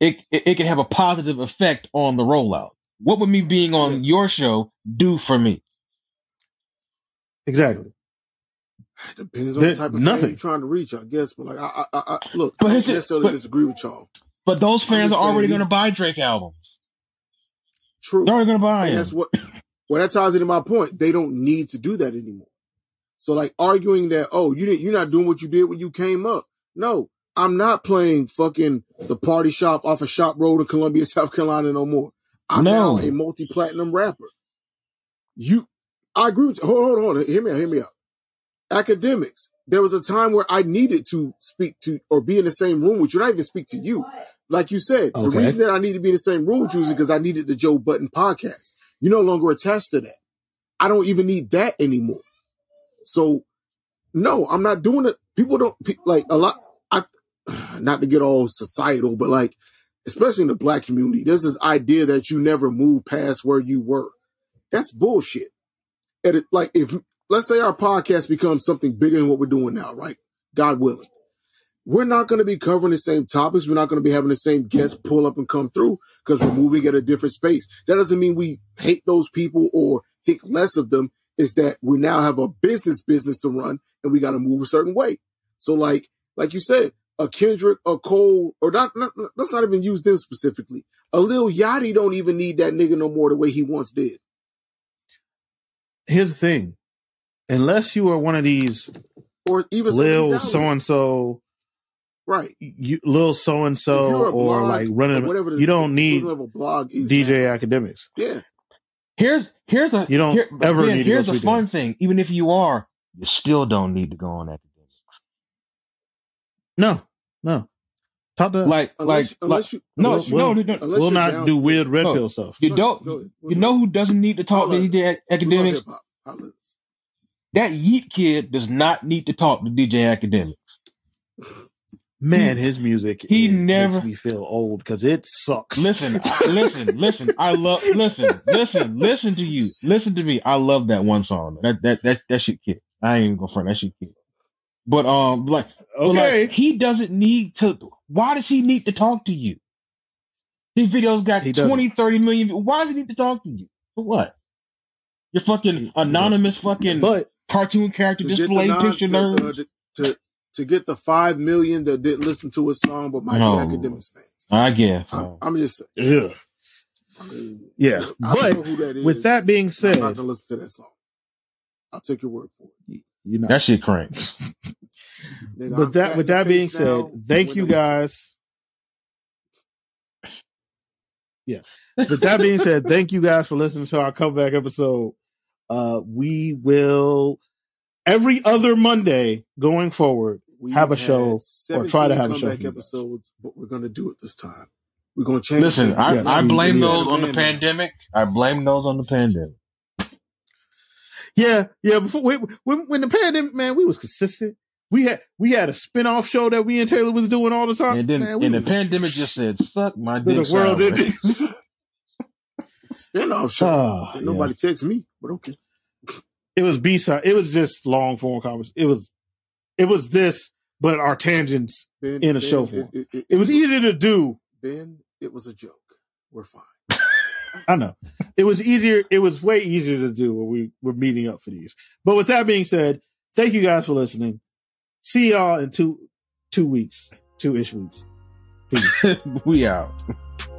it, it it can have a positive effect on the rollout. What would me being on your show do for me?
Exactly.
It depends on
There-
the type of
nothing.
fan you're trying to reach, I guess. But like, I, I, I, I look,
But
I
it's
don't
just-
necessarily
but-
disagree with y'all.
But those fans
just
are
saying,
already
these-
going to buy Drake albums.
True.
They're already going to buy
And
them.
that's what. Well, that ties into my point. They don't need to do that anymore. So, like arguing that, oh, you didn't, you're not doing what you did when you came up. No, I'm not playing fucking the party shop off of Shop Road in Columbia, [LAUGHS] South Carolina, no more. I'm
No.
now a multi-platinum rapper. You, I agree. With you. Hold, hold, hold. Hear me out. Hear me out. Academics. There was a time where I needed to speak to or be in the same room with you, not even speak to you. Like you said, the
Okay.
reason that I need to be in the same room with you is because I needed the Joe Button podcast. You're no longer attached to that. I don't even need that anymore. So no, I'm not doing it. People don't pe- like a lot. I [SIGHS] not to get all societal, but like especially in the black community, there's this idea that you never move past where you were. That's bullshit. And it, like if let's say our podcast becomes something bigger than what we're doing now, right? God willing. We're not going to be covering the same topics. We're not going to be having the same guests pull up and come through because we're moving at a different space. That doesn't mean we hate those people or think less of them. Is that we now have a business business to run and we got to move a certain way. So like, like you said, a Kendrick, a Cole, or not, not, let's not even use them specifically. A Lil Yachty don't even need that nigga no more the way he once did.
Here's the thing. Unless you are one of these
Or even some of
Lil
these
so
albums.
and so,
Right.
you Lil so and
If
so,
you're a
or
blog
like running,
or whatever the-
you don't need
equivalent of a blog is
DJ academics.
Yeah.
Here's here's the
You don't
here- but
ever
then
need to
here's
go
the
sweet
fun thing. Even if you are, you still don't need to go on
Uh,
academics.
No, no. Talk to
Like
Unless,
like like
unless you,
no
unless you,
no
we'll-
no, no
unless
we'll
you're
not
down-
do weird red
No.
pill stuff.
you don't
Go ahead.
you know who doesn't need to talk to
Holla.
DJ
We love
academics?
hip-hop. Holla.
That Yeet kid does not need to talk to DJ academics.
Man, his music
He
is- makes
never-
me feel old because it sucks.
Listen, I- listen, listen. I love listen, listen, listen to you. Listen to me. I love that one song. That that that that shit kick. I ain't even gonna front that shit kick. But um like, but, like,
okay,
he doesn't need to why does he need to talk to you? His videos got
He doesn't.
20, 30 million views. Why does he need to talk to you? For what? Your fucking anonymous fucking
but
cartoon character
To get the
display
non-
picture
the- uh,
nerds.
the- to, to get the five million that didn't listen to his song but might
No.
be academics fans.
I guess.
I'm,
uh,
I'm just,
yeah,
I mean,
yeah.
I don't know
But
who that is.
with that being
I'm not
said,
gonna listen to that song. I'll take your word for it.
you know.
that shit cranks.
Nigga, I'm
But
fat
that, with
in the
that being
face now.
said, thank
When
you
I was-
guys. Yeah. But that being said, thank you guys for listening to our comeback episode. Uh, we will every other Monday going forward.
We've
have a
had
show or try to
17
have a show
comeback
for you guys.
episodes, but we're gonna do it this time. We're gonna change.
Listen,
it.
I,
Yes,
I
we-
blame
we-
those on the
Man,
pandemic. I blame those on the pandemic.
Yeah, yeah. Before when when, when the pandemic, man, we was consistent. We had we had a spin-off show that we and Taylor was doing all the time.
And then
Uh, man, we
and the
was-
pandemic just said, "Suck my
The
dick."
world
sideways."
Spinoff show.
Ah,
Didn't
yeah.
Nobody texts me, but okay.
it was B side. It was just long form conversation. It was it was this, but our tangents.
Ben,
In a
Ben,
show form.
It, it,
It was easier to do.
Ben, it was a joke. We're fine.
I know it was easier. It was way easier to do when we were meeting up for these. But with that being said, thank you guys for listening. See y'all in two two weeks, two ish weeks. Peace.
[LAUGHS] we out.